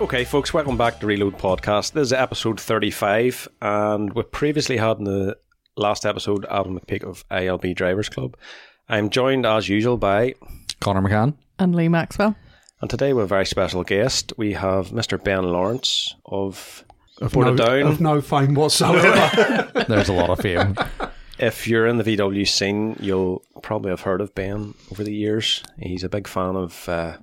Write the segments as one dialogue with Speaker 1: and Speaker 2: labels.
Speaker 1: Okay, folks, welcome back to Reload Podcast. This is episode 35, and we previously had in the last episode Adam McPeak of ALB Drivers Club. I'm joined, as usual, by,
Speaker 2: Connor McCann.
Speaker 3: and Lee Maxwell.
Speaker 1: and today we have a very special guest. We have Mr. Ben Lawrence of Put
Speaker 4: no,
Speaker 1: It Down.
Speaker 4: Of no fame whatsoever.
Speaker 2: There's a lot of fame.
Speaker 1: if you're in the VW scene, you'll probably have heard of Ben over the years. He's a big fan of uh,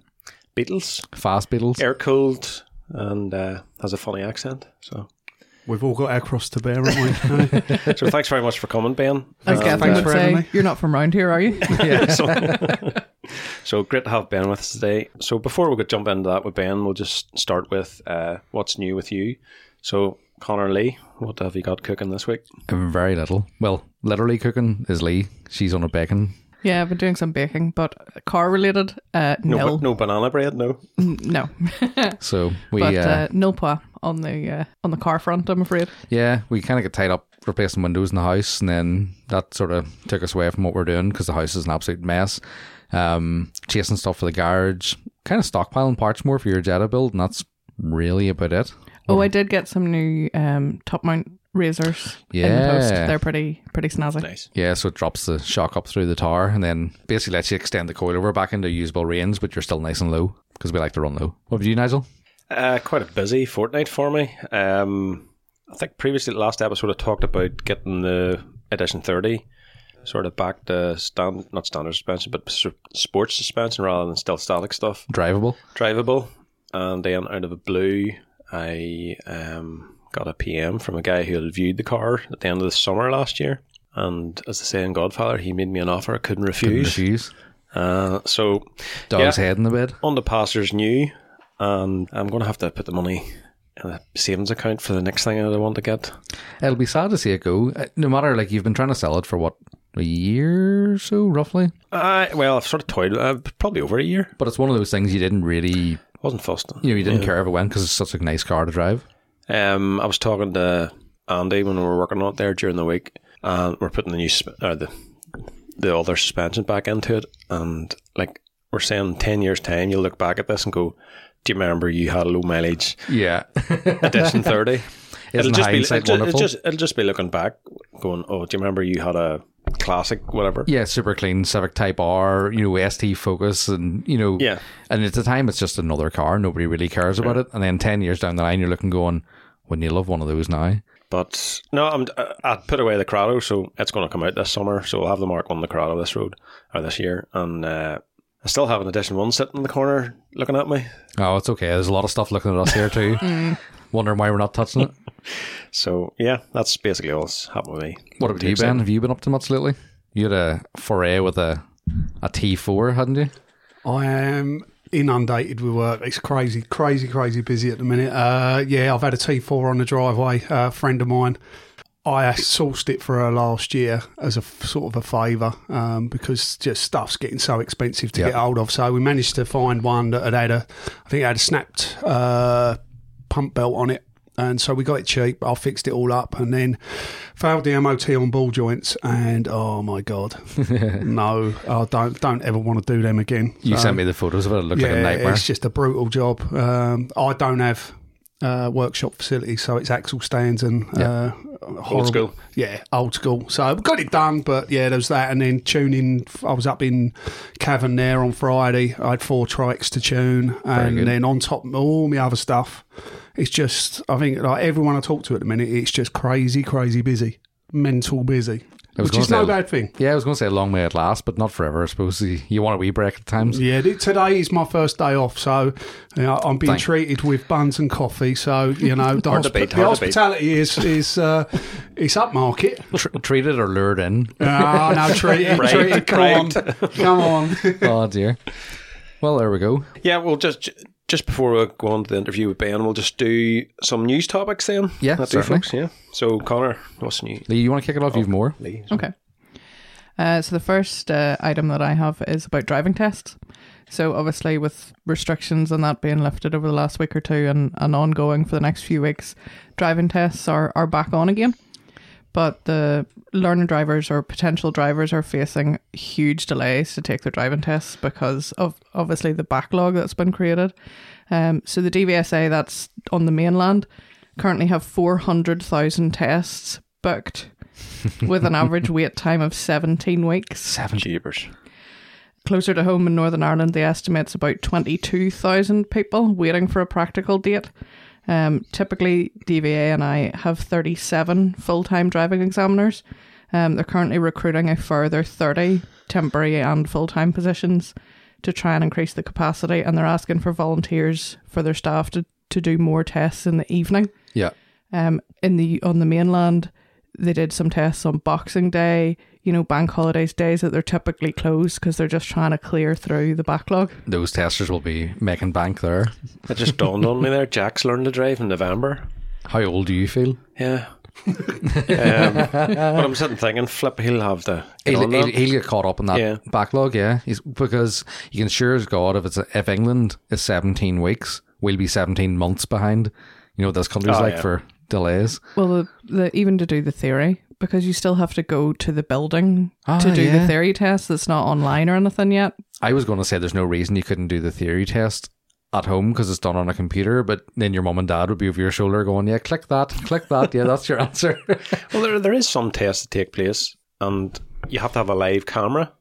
Speaker 1: Beatles,
Speaker 2: Fast Beatles.
Speaker 1: air cooled, and uh, has a funny accent. So,
Speaker 4: We've all got our cross to bear, haven't we?
Speaker 1: so thanks very much for coming, Ben.
Speaker 3: As Gavin
Speaker 4: thanks
Speaker 3: would
Speaker 4: for
Speaker 3: say,
Speaker 4: having me.
Speaker 3: you're not from round here, are you?
Speaker 1: So great to have Ben with us today. So before we could jump into that with Ben, we'll just start with uh, what's new with you. So Connor Lee, what have you got cooking this week?
Speaker 2: Very little. Well, literally cooking is Lee. She's on a bacon.
Speaker 3: yeah, I've been doing some baking, but car related, uh,
Speaker 1: No,
Speaker 3: nil.
Speaker 1: ba- no banana bread, no.
Speaker 3: No.
Speaker 2: So we,
Speaker 3: but
Speaker 2: uh,
Speaker 3: uh, nil pois on the uh, on the car front, I'm afraid.
Speaker 2: yeah, we kind of got tied up replacing windows in the house, and then that sort of took us away from what we're doing because the house is an absolute mess. Um, chasing stuff for the garage, kind of stockpiling parts more for your Jetta build, and that's really about it.
Speaker 3: Oh, I did get some new um, top mount razors in the post.
Speaker 2: Yeah.
Speaker 3: They're pretty pretty snazzy.
Speaker 1: Nice.
Speaker 2: Yeah, so it drops the shock up through the tower, and then basically lets you extend the coilover back into usable range, but you're still nice and low because we like to run low. What about you, Nigel?
Speaker 1: Uh, quite a busy fortnight for me. Um, I think previously last episode I talked about getting the edition thirty, sort of back to stand not standard suspension but s- sports suspension rather than still static stuff.
Speaker 2: Drivable.
Speaker 1: drivable. And then out of the blue, I um, got a PM from a guy who had viewed the car at the end of the summer last year. And as they say in Godfather, he made me an offer I couldn't
Speaker 2: Couldn't
Speaker 1: refuse.
Speaker 2: refuse.
Speaker 1: Uh, so
Speaker 2: Dog's
Speaker 1: Yeah.
Speaker 2: head in the bed.
Speaker 1: on the passers new, and I'm going to have to put the money in a savings account for the next thing that I want to get.
Speaker 2: It'll be sad to see it go. Uh, No matter, like, you've been trying to sell it for what, a year or so, roughly?
Speaker 1: Uh, well, I've sort of toyed, uh, probably over a year.
Speaker 2: But it's one of those things you didn't really,
Speaker 1: Wasn't fussed.
Speaker 2: you know, you didn't care if it went because it's such a nice car to drive.
Speaker 1: Um, I was talking to Andy when we were working on it there during the week, and we're putting the new sp- or the the other suspension back into it, and like we're saying, in ten years time, you'll look back at this and go, "Do you remember you had a low mileage
Speaker 2: Yeah.
Speaker 1: edition 30?
Speaker 2: Isn't
Speaker 1: just be
Speaker 2: hindsight
Speaker 1: it'll, ju-
Speaker 2: wonderful?
Speaker 1: it'll just it'll just be looking back, going, "Oh, do you remember you had a classic whatever?"
Speaker 2: yeah, super clean Civic Type R, you know, ST Focus, and, you know,
Speaker 1: Yeah.
Speaker 2: And at the time, it's just another car. Nobody really cares about it. And then 10 years down the line, you're looking going, wouldn't you love one of those now?
Speaker 1: But no, I'm I, I put away the Crado, so it's going to come out this summer. So I'll have the Mark on the Crado this road or this year, and uh, I still have an edition one sitting in the corner looking at me.
Speaker 2: Oh, it's okay. There's a lot of stuff looking at us here, too. Wondering why we're not touching it.
Speaker 1: So yeah, that's basically all that's happened with me.
Speaker 2: What about you, Ben? Have you been up to much lately? You had a foray with a a T four, hadn't you?
Speaker 4: I am inundated with work. It's crazy, crazy, crazy busy at the minute. Uh, yeah, I've had a T4 on the driveway. uh, A friend of mine, I sourced it for her last year as a f- sort of a favour um, because just stuff's getting so expensive to
Speaker 2: Yeah.
Speaker 4: get hold of. So we managed to find one that had had a, I think it had a snapped uh, pump belt on it. And so we got it cheap. I fixed it all up and then failed the MOT on ball joints. And oh my God, no, I don't don't ever want to do them again.
Speaker 2: You
Speaker 4: So-
Speaker 2: sent me the photos of it. It looked like a nightmare.
Speaker 4: it's just a brutal job. Um, I don't have uh, workshop facilities, so it's axle stands and uh, horrible-
Speaker 1: school.
Speaker 4: Yeah, old school. So we got it done, but yeah, there was that, and then tuning. I was up in Cavan there on Friday. I had four trikes to tune,
Speaker 2: good.
Speaker 4: and then on top of all my other stuff, it's just. I think like everyone I talk to at the minute, it's just crazy, crazy busy, mental busy,
Speaker 2: I was
Speaker 4: which is
Speaker 2: gonna
Speaker 4: no
Speaker 2: say-
Speaker 4: bad thing.
Speaker 2: Yeah, I was going to say long may it last, but not forever. I suppose you, you want a wee break at times.
Speaker 4: Yeah, th- today is my first day off, so you know, I'm being
Speaker 2: Thank-
Speaker 4: treated with buns and coffee. So you know, the,
Speaker 1: Hard
Speaker 4: hosp-
Speaker 1: to beat,
Speaker 4: the
Speaker 1: hard to beat.
Speaker 4: hospitality is is uh, it's upmarket.
Speaker 2: Tr- treated or lured in.
Speaker 4: Ah, no, treated,
Speaker 1: Right,
Speaker 4: treated. Come on, come on.
Speaker 2: oh dear. Well, there we go.
Speaker 1: Yeah, well, just just before we go on to the interview with Ben, we'll just do some news topics then.
Speaker 2: Yeah,
Speaker 1: That do,
Speaker 2: certainly.
Speaker 1: folks, Yeah. So Connor, what's new?
Speaker 2: Lee, you want to kick it off? You've more.
Speaker 1: Lee?
Speaker 3: Okay. Uh, so the first uh, item that I have is about driving tests. So obviously, with restrictions and that being lifted over the last week or two, and, and ongoing for the next few weeks, driving tests are, are back on again. but the learner drivers or potential drivers are facing huge delays to take their driving tests because of obviously the backlog that's been created. Um, so the DVSA that's on the mainland currently have 400,000 tests booked with an average wait time of 17 weeks.
Speaker 1: Seven jeepers.
Speaker 3: Closer to home in Northern Ireland, the estimate's about 22,000 people waiting for a practical date. Um, typically, DVA and I have 37 full time driving examiners. Um, they're currently recruiting a further 30 temporary and full time positions to try and increase the capacity, and they're asking for volunteers for their staff to, to do more tests in the evening.
Speaker 2: Yeah.
Speaker 3: Um, in the on the mainland, they did some tests on Boxing Day, you know, bank holidays, days that they're typically closed because they're just trying to clear through the backlog.
Speaker 2: Those testers will be making bank there.
Speaker 1: It just dawned on me there. Jack's learned to drive in November.
Speaker 2: How old do you feel?
Speaker 1: Yeah. um, but I'm sitting thinking, flip, he'll have the. get
Speaker 2: He'll,
Speaker 1: on that.
Speaker 2: he'll, he'll get caught up in that
Speaker 1: Yeah.
Speaker 2: backlog, yeah. He's, because you can sure as God, if it's if England is 17 weeks, we'll be 17 months behind. You know what this country's
Speaker 1: Oh,
Speaker 2: like
Speaker 1: yeah.
Speaker 2: for delays.
Speaker 3: Well, the, the, even to do the theory, because you still have to go to the building
Speaker 2: Ah,
Speaker 3: to do
Speaker 2: yeah.
Speaker 3: the theory test that's not online or anything yet.
Speaker 2: I was going to say there's no reason you couldn't do the theory test at home because it's done on a computer, but then your mum and dad would be over your shoulder going, yeah, click that, click that. Yeah, that's your answer.
Speaker 1: Well, there, there is some tests that take place, and you have to have a live camera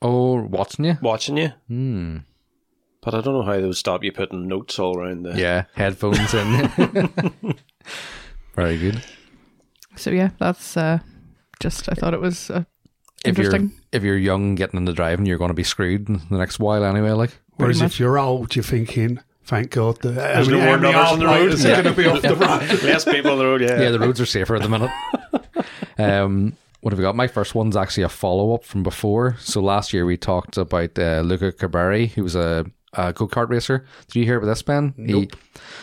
Speaker 2: oh, watching you?
Speaker 1: watching you.
Speaker 2: Hmm.
Speaker 1: But I don't know how they would stop you putting notes all around the.
Speaker 2: Yeah, headphones in. Very good.
Speaker 3: So, yeah, that's uh, just, I thought it was uh,
Speaker 2: If you're
Speaker 3: interesting.
Speaker 2: if you're young getting into driving, you're going to be screwed in the next while anyway. Like,
Speaker 4: Whereas
Speaker 3: much.
Speaker 4: if you're old, you're thinking, thank God, that
Speaker 1: There's no more numbers on the road.
Speaker 4: Is going to be off the road?
Speaker 1: Less people on the road, yeah.
Speaker 2: yeah, the roads are safer at the minute. um, what have we got? My first one's actually a follow up from before. So last year we talked about uh, Luca Cabari, who was a, a go kart racer. Did you hear about this, Ben? Nope.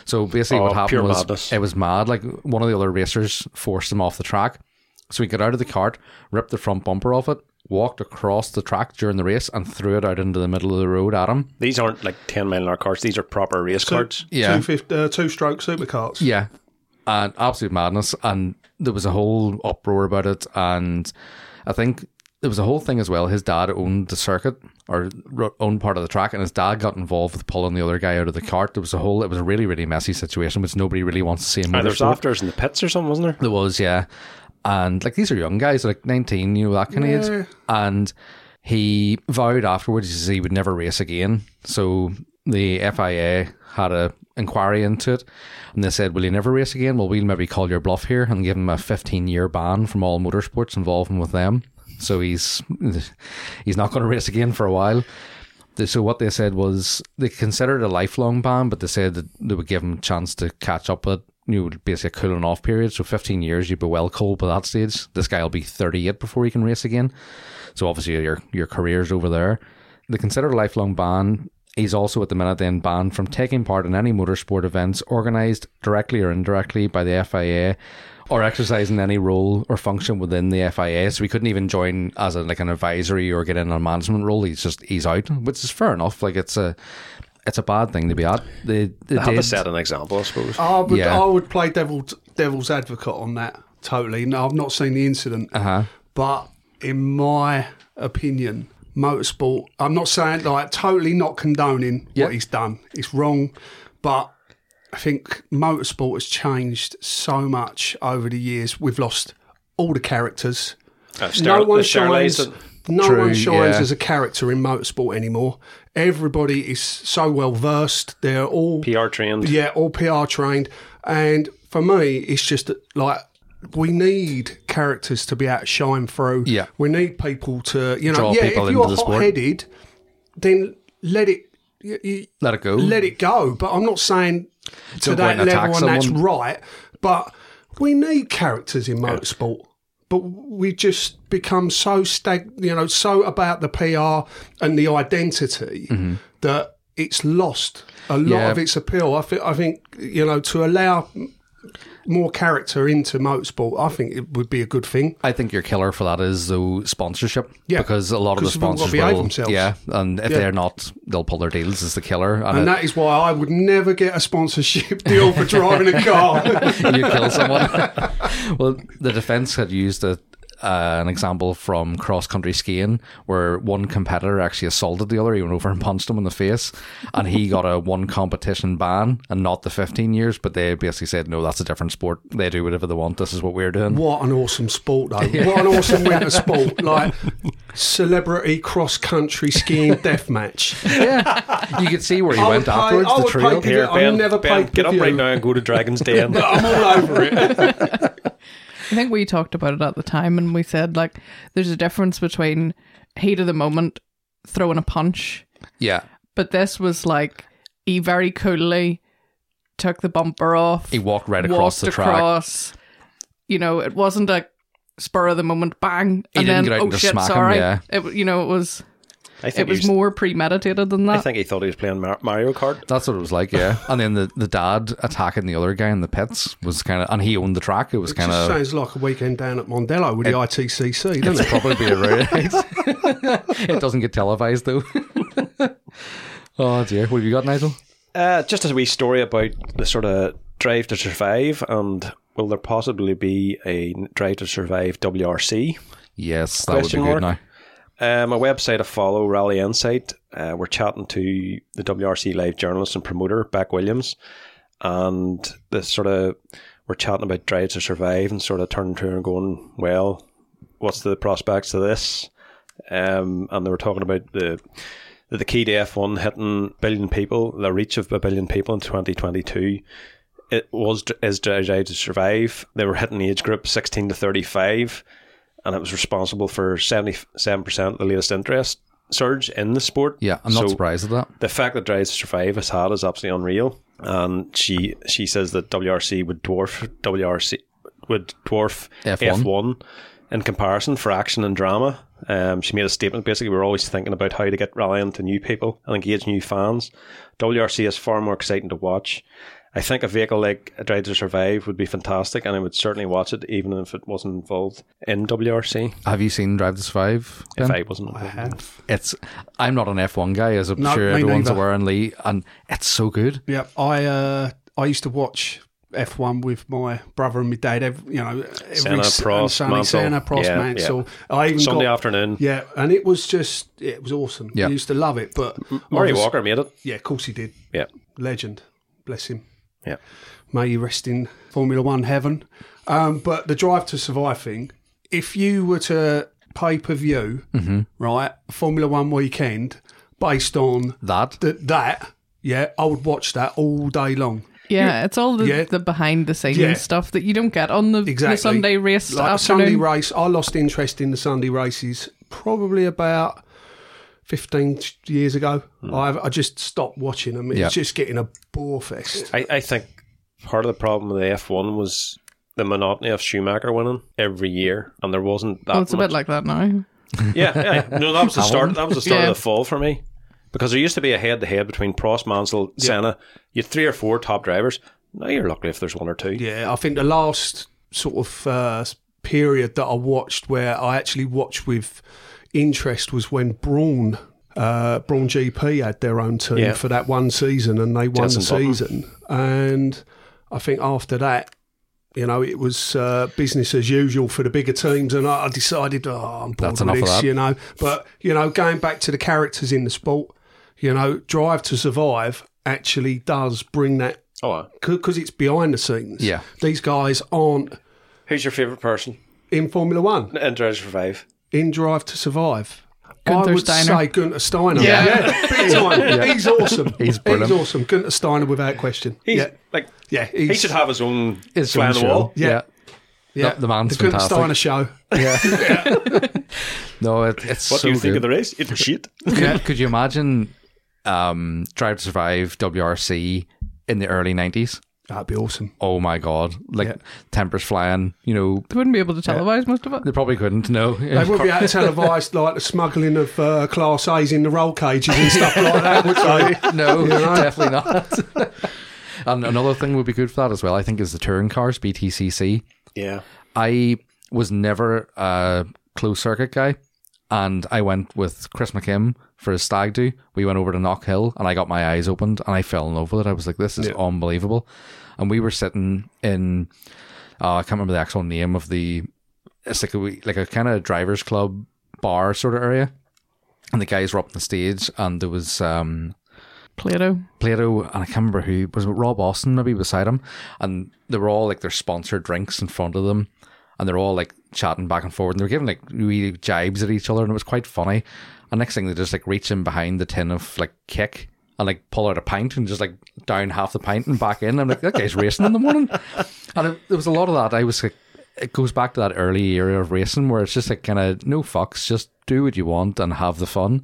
Speaker 2: so basically, what
Speaker 1: Oh,
Speaker 2: happened
Speaker 1: pure
Speaker 2: was
Speaker 1: madness.
Speaker 2: it was mad. Like one of the other racers forced him off the track. So he got out of the cart, ripped the front bumper off it, walked across the track during the race, and threw it out into the middle of the road at him.
Speaker 1: These aren't like 10 mile an hour cars, these are proper race cars.
Speaker 2: Yeah.
Speaker 4: Two, fif- uh, two stroke supercars.
Speaker 2: Yeah. And absolute madness. And there was a whole uproar about it. And I think there was a whole thing as well. His dad owned the circuit or ro- owned part of the track, and his dad got involved with pulling the other guy out of the cart. There was a whole, it was a really, really messy situation, which nobody really wants to see in
Speaker 1: And there's
Speaker 2: motorsport.
Speaker 1: afters in the pits or something, wasn't there?
Speaker 2: There was, yeah. And like these are young guys, like 19, you know, that kind of age. And he vowed afterwards he says he would never race again. So the FIA had a inquiry into it and they said, Will you never race again? Well, we'll maybe call your bluff here and give him a 15 year ban from all motorsports involving with them. So he's he's not going to race again for a while. They- So what they said was they considered a lifelong ban, but they said that they would give him a chance to catch up with you know, basically a cooling off period. So 15 years, you'd be well cold by that stage. This guy will be 38 before he can race again. So obviously your your career's over there. They consider a lifelong ban. He's also at the minute then banned from taking part in any motorsport events organised directly or indirectly by the FIA or exercising any role or function within the FIA. So he couldn't even join as a, like an advisory or get in a management role. He's just he's out, which is fair enough. Like it's a it's a bad thing to be at. They, they
Speaker 1: They had to
Speaker 2: did-
Speaker 1: set an example, I suppose.
Speaker 4: I would,
Speaker 2: Yeah.
Speaker 4: I would play devil, devil's advocate on that totally. No, I've not seen the incident,
Speaker 2: Uh-huh.
Speaker 4: but in my opinion, motorsport. I'm not saying like totally not condoning
Speaker 2: Yeah.
Speaker 4: what he's done. It's wrong, but I think motorsport has changed so much over the years. We've lost all the characters.
Speaker 1: Uh, ster-
Speaker 4: no one
Speaker 1: the sterilise
Speaker 4: shines.
Speaker 1: it.
Speaker 4: No
Speaker 2: True,
Speaker 4: one shines
Speaker 2: yeah.
Speaker 4: as a character in motorsport anymore. Everybody is so well versed. They're all
Speaker 1: PR trained.
Speaker 4: yeah, all PR trained. And for me, it's just that, like we need characters to be able to shine through.
Speaker 2: Yeah.
Speaker 4: we need people to you know.
Speaker 2: Draw
Speaker 4: yeah,
Speaker 2: people
Speaker 4: if you're
Speaker 2: into the sport.
Speaker 4: hot-headed, then let it. You, you,
Speaker 2: Let it go.
Speaker 4: let it go. But I'm not saying to
Speaker 2: Don't go
Speaker 4: that
Speaker 2: and attack
Speaker 4: level and that's
Speaker 2: someone.
Speaker 4: right. But we need characters in motorsport. But we just become so stag, you know, so about the PR and the identity that it's lost a lot
Speaker 2: Mm-hmm. Yeah.
Speaker 4: of its appeal. I, thi- I think, you know, to allow more character into motorsport, I think it would be a good thing.
Speaker 2: I think your killer for that is though sponsorship.
Speaker 4: Yeah.
Speaker 2: Because a lot of the
Speaker 4: Because people gotta
Speaker 2: sponsors
Speaker 4: behave
Speaker 2: will.
Speaker 4: themselves.
Speaker 2: Yeah. And if
Speaker 4: Yeah.
Speaker 2: they're not, they'll pull their deals as the killer. And, uh,
Speaker 4: And
Speaker 2: it-
Speaker 4: that is why I would never get a sponsorship deal for driving a car.
Speaker 2: you kill someone. well, the defense had used a, uh, an example from cross country skiing where one competitor actually assaulted the other. He went over and punched him in the face, and he got a one competition ban and not the 15 years. But they basically said, no, that's a different sport. They do whatever they want. This is what we're doing.
Speaker 4: What an awesome sport, though. What an awesome winter sport. Like celebrity cross country skiing death match.
Speaker 2: Yeah. you could see where he
Speaker 4: I
Speaker 2: went
Speaker 4: would pay-
Speaker 2: afterwards,
Speaker 4: I
Speaker 2: the
Speaker 4: would pay
Speaker 2: trail.
Speaker 4: good-
Speaker 1: Here,
Speaker 4: I've
Speaker 1: Ben,
Speaker 4: never
Speaker 1: ben
Speaker 4: played
Speaker 1: get up
Speaker 4: with
Speaker 1: right
Speaker 4: you.
Speaker 1: now and go to Dragon's Den.
Speaker 4: I'm all over it.
Speaker 3: I think we talked about it at the time and we said like there's a difference between heat of the moment throwing a punch,
Speaker 2: Yeah.
Speaker 3: but this was like he very coolly took the bumper off.
Speaker 2: He walked right across
Speaker 3: walked
Speaker 2: the track.
Speaker 3: across. You know, it wasn't a spur of the moment bang
Speaker 2: He
Speaker 3: and
Speaker 2: didn't
Speaker 3: then
Speaker 2: get out
Speaker 3: oh
Speaker 2: and just
Speaker 3: shit,
Speaker 2: smack him,
Speaker 3: sorry.
Speaker 2: yeah.
Speaker 3: It w- you know, it was
Speaker 1: I
Speaker 3: it
Speaker 1: think,
Speaker 3: was
Speaker 1: he
Speaker 3: more premeditated than
Speaker 1: I
Speaker 3: that.
Speaker 1: think he thought he was playing Mar- Mario Kart.
Speaker 2: That's what it was like, yeah. And then the, the dad attacking the other guy in the pits was kind of, and he owned the track. It was
Speaker 4: Just
Speaker 2: kind of
Speaker 4: sounds like a weekend down at Mondello with the ITCC,
Speaker 2: It's
Speaker 4: doesn't it?
Speaker 2: probably be a rare it doesn't get televised though. oh dear. What have you got, Nigel?
Speaker 1: Uh, just a wee story about the sort of drive to survive, and will there possibly be a drive to survive WRC?
Speaker 2: Yes, that
Speaker 1: Question
Speaker 2: would be good
Speaker 1: mark?
Speaker 2: now.
Speaker 1: Um, a website I follow, Rally Insight. Uh, we're chatting to the WRC live journalist and promoter, Beck Williams, and this sort of we're chatting about drives to survive and sort of turning to her and going, well, what's the prospects of this? Um, and they were talking about the the key to F1 hitting billion people, the reach of a billion people in 2022 it was is Drive to Survive. They were hitting the age group 16 to 35, and it was responsible for 77% of the latest interest surge in the sport.
Speaker 2: Yeah, I'm not
Speaker 1: So
Speaker 2: surprised at that.
Speaker 1: The fact that Drive to Survive has had is absolutely unreal, and she she says that WRC would dwarf WRC would dwarf
Speaker 2: F1.
Speaker 1: F1, in comparison for action and drama. Um, she made a statement basically we're always thinking about how to get rallying to new people and engage new fans. WRC is far more exciting to watch. I think a vehicle like a Drive to Survive would be fantastic, and I would certainly watch it, even if it wasn't involved in WRC.
Speaker 2: Have you seen Drive to Survive?
Speaker 1: If
Speaker 2: Ben?
Speaker 1: I wasn't,
Speaker 4: I have.
Speaker 2: it's I'm not an F1 guy, as I'm
Speaker 4: No,
Speaker 2: sure
Speaker 4: me
Speaker 2: everyone's
Speaker 4: neither.
Speaker 2: aware, and Lee, and it's so good.
Speaker 4: Yeah, I uh, I used to watch F1 with my brother and my dad. Every, you know, every
Speaker 1: Senna,
Speaker 4: s- and
Speaker 1: Prost,
Speaker 4: Sunday,
Speaker 1: Mansell.
Speaker 4: Senna, Prost,
Speaker 1: Yeah,
Speaker 4: Mansell. I even
Speaker 1: Sunday
Speaker 4: got,
Speaker 1: afternoon,
Speaker 4: Yeah, and it was just it was awesome.
Speaker 2: Yeah.
Speaker 4: I used to love it, but
Speaker 1: Murray
Speaker 4: obviously-
Speaker 1: Walker made it.
Speaker 4: Yeah, of course he did.
Speaker 1: Yeah,
Speaker 4: Legend, bless him.
Speaker 1: yeah.
Speaker 4: May you rest in Formula One heaven. Um, but the drive to survive thing, if you were to pay per view,
Speaker 2: Mm-hmm.
Speaker 4: right, Formula One weekend based on
Speaker 2: That
Speaker 4: th- that, yeah, I would watch that all day long.
Speaker 3: yeah, it's all the,
Speaker 4: Yeah.
Speaker 3: the behind the scenes
Speaker 4: Yeah.
Speaker 3: stuff that you don't get on the, the
Speaker 4: Exactly.
Speaker 3: Sunday race
Speaker 4: Like the
Speaker 3: afternoon.
Speaker 4: Sunday race, I lost interest in the Sunday races probably about 15 years ago. I've, I just stopped watching them. It's
Speaker 2: Hmm. Yeah.
Speaker 4: just getting a bore fest.
Speaker 1: I, I think part of the problem with the F1 was the monotony of Schumacher winning every year, and there wasn't that
Speaker 3: well, it's a
Speaker 1: much.
Speaker 3: bit like that now.
Speaker 1: yeah, yeah, no, that was the start. That was the start
Speaker 3: Yeah.
Speaker 1: of the fall for me because there used to be a head to head between Prost, Mansell, Senna. You had three or four top drivers. Now you're lucky if there's one or two.
Speaker 4: Yeah, I think the last sort of uh, period that I watched where I actually watched with interest was when Braun. Uh, Braun GP had their own team
Speaker 1: Yeah.
Speaker 4: for that one season and they won
Speaker 1: Jensen
Speaker 4: the
Speaker 1: Button.
Speaker 4: season. And I think after that, you know, it was uh, business as usual for the bigger teams. And I, I decided, oh, I'm bored
Speaker 2: That's
Speaker 4: with
Speaker 2: enough of
Speaker 4: this,
Speaker 2: that.
Speaker 4: you know. But, you know, going back to the characters in the sport, you know, Drive to Survive actually does bring that
Speaker 1: Oh, wow.
Speaker 4: because it's behind the scenes.
Speaker 2: Yeah.
Speaker 4: these guys aren't
Speaker 1: who's your favorite person
Speaker 4: in Formula One
Speaker 1: in Drive to Survive?
Speaker 4: in Drive to Survive.
Speaker 3: Gunther
Speaker 4: I would
Speaker 3: Steiner.
Speaker 4: say Gunter Steiner.
Speaker 3: Yeah.
Speaker 4: big time. he's awesome.
Speaker 2: He's brilliant.
Speaker 4: awesome. Gunter Steiner, without question.
Speaker 1: He's
Speaker 4: yeah,
Speaker 1: like
Speaker 4: yeah. He's,
Speaker 1: he should have his own
Speaker 2: is
Speaker 1: fly on the wall.
Speaker 4: Yeah. yeah.
Speaker 2: the- the man's
Speaker 4: the Gunter
Speaker 2: fantastic.
Speaker 4: Steiner show.
Speaker 2: No, it, it's
Speaker 1: What
Speaker 2: so
Speaker 1: do you
Speaker 2: good.
Speaker 1: think of the race? It's shit.
Speaker 2: could, could you imagine um, Drive to Survive WRC in the early nineties?
Speaker 4: That'd be awesome.
Speaker 2: Oh my god! Like
Speaker 4: Yeah.
Speaker 2: tempers flying. You know,
Speaker 3: They wouldn't be able to televise most of it.
Speaker 2: they probably couldn't. No,
Speaker 4: They would be able to televise like the smuggling of uh, class A's in the roll cages and stuff like that, would they?
Speaker 2: no, definitely not. And another thing would be good for that as well, I think, is the touring cars, BTCC.
Speaker 1: Yeah.
Speaker 2: I was never a closed circuit guy, and I went with Chris McKim for his stag do. We went over to Knock Hill, and I got my eyes opened, and I fell in love with it. I was like, "This is unbelievable," and we were sitting in. Uh, I can't remember the actual name of the. It's like a wee- like a kind of drivers club bar sort of area, and the guys were up on the stage, and there was um
Speaker 3: Plato.
Speaker 2: Plato and I can't remember who was it Rob Austin maybe beside him, and they were all like their sponsored drinks in front of them, and they're all like chatting back and forth, and they're giving like wee jibes at each other, and it was quite funny. And next thing they just like reach in behind the tin of like kick and like pull out a pint and just like down half the pint and back in. I'm like that guy's racing in the morning, and it, there was a lot of that. I was like, it goes back to that early era of racing where it's just like kind of no fucks, just do what you want and have the fun.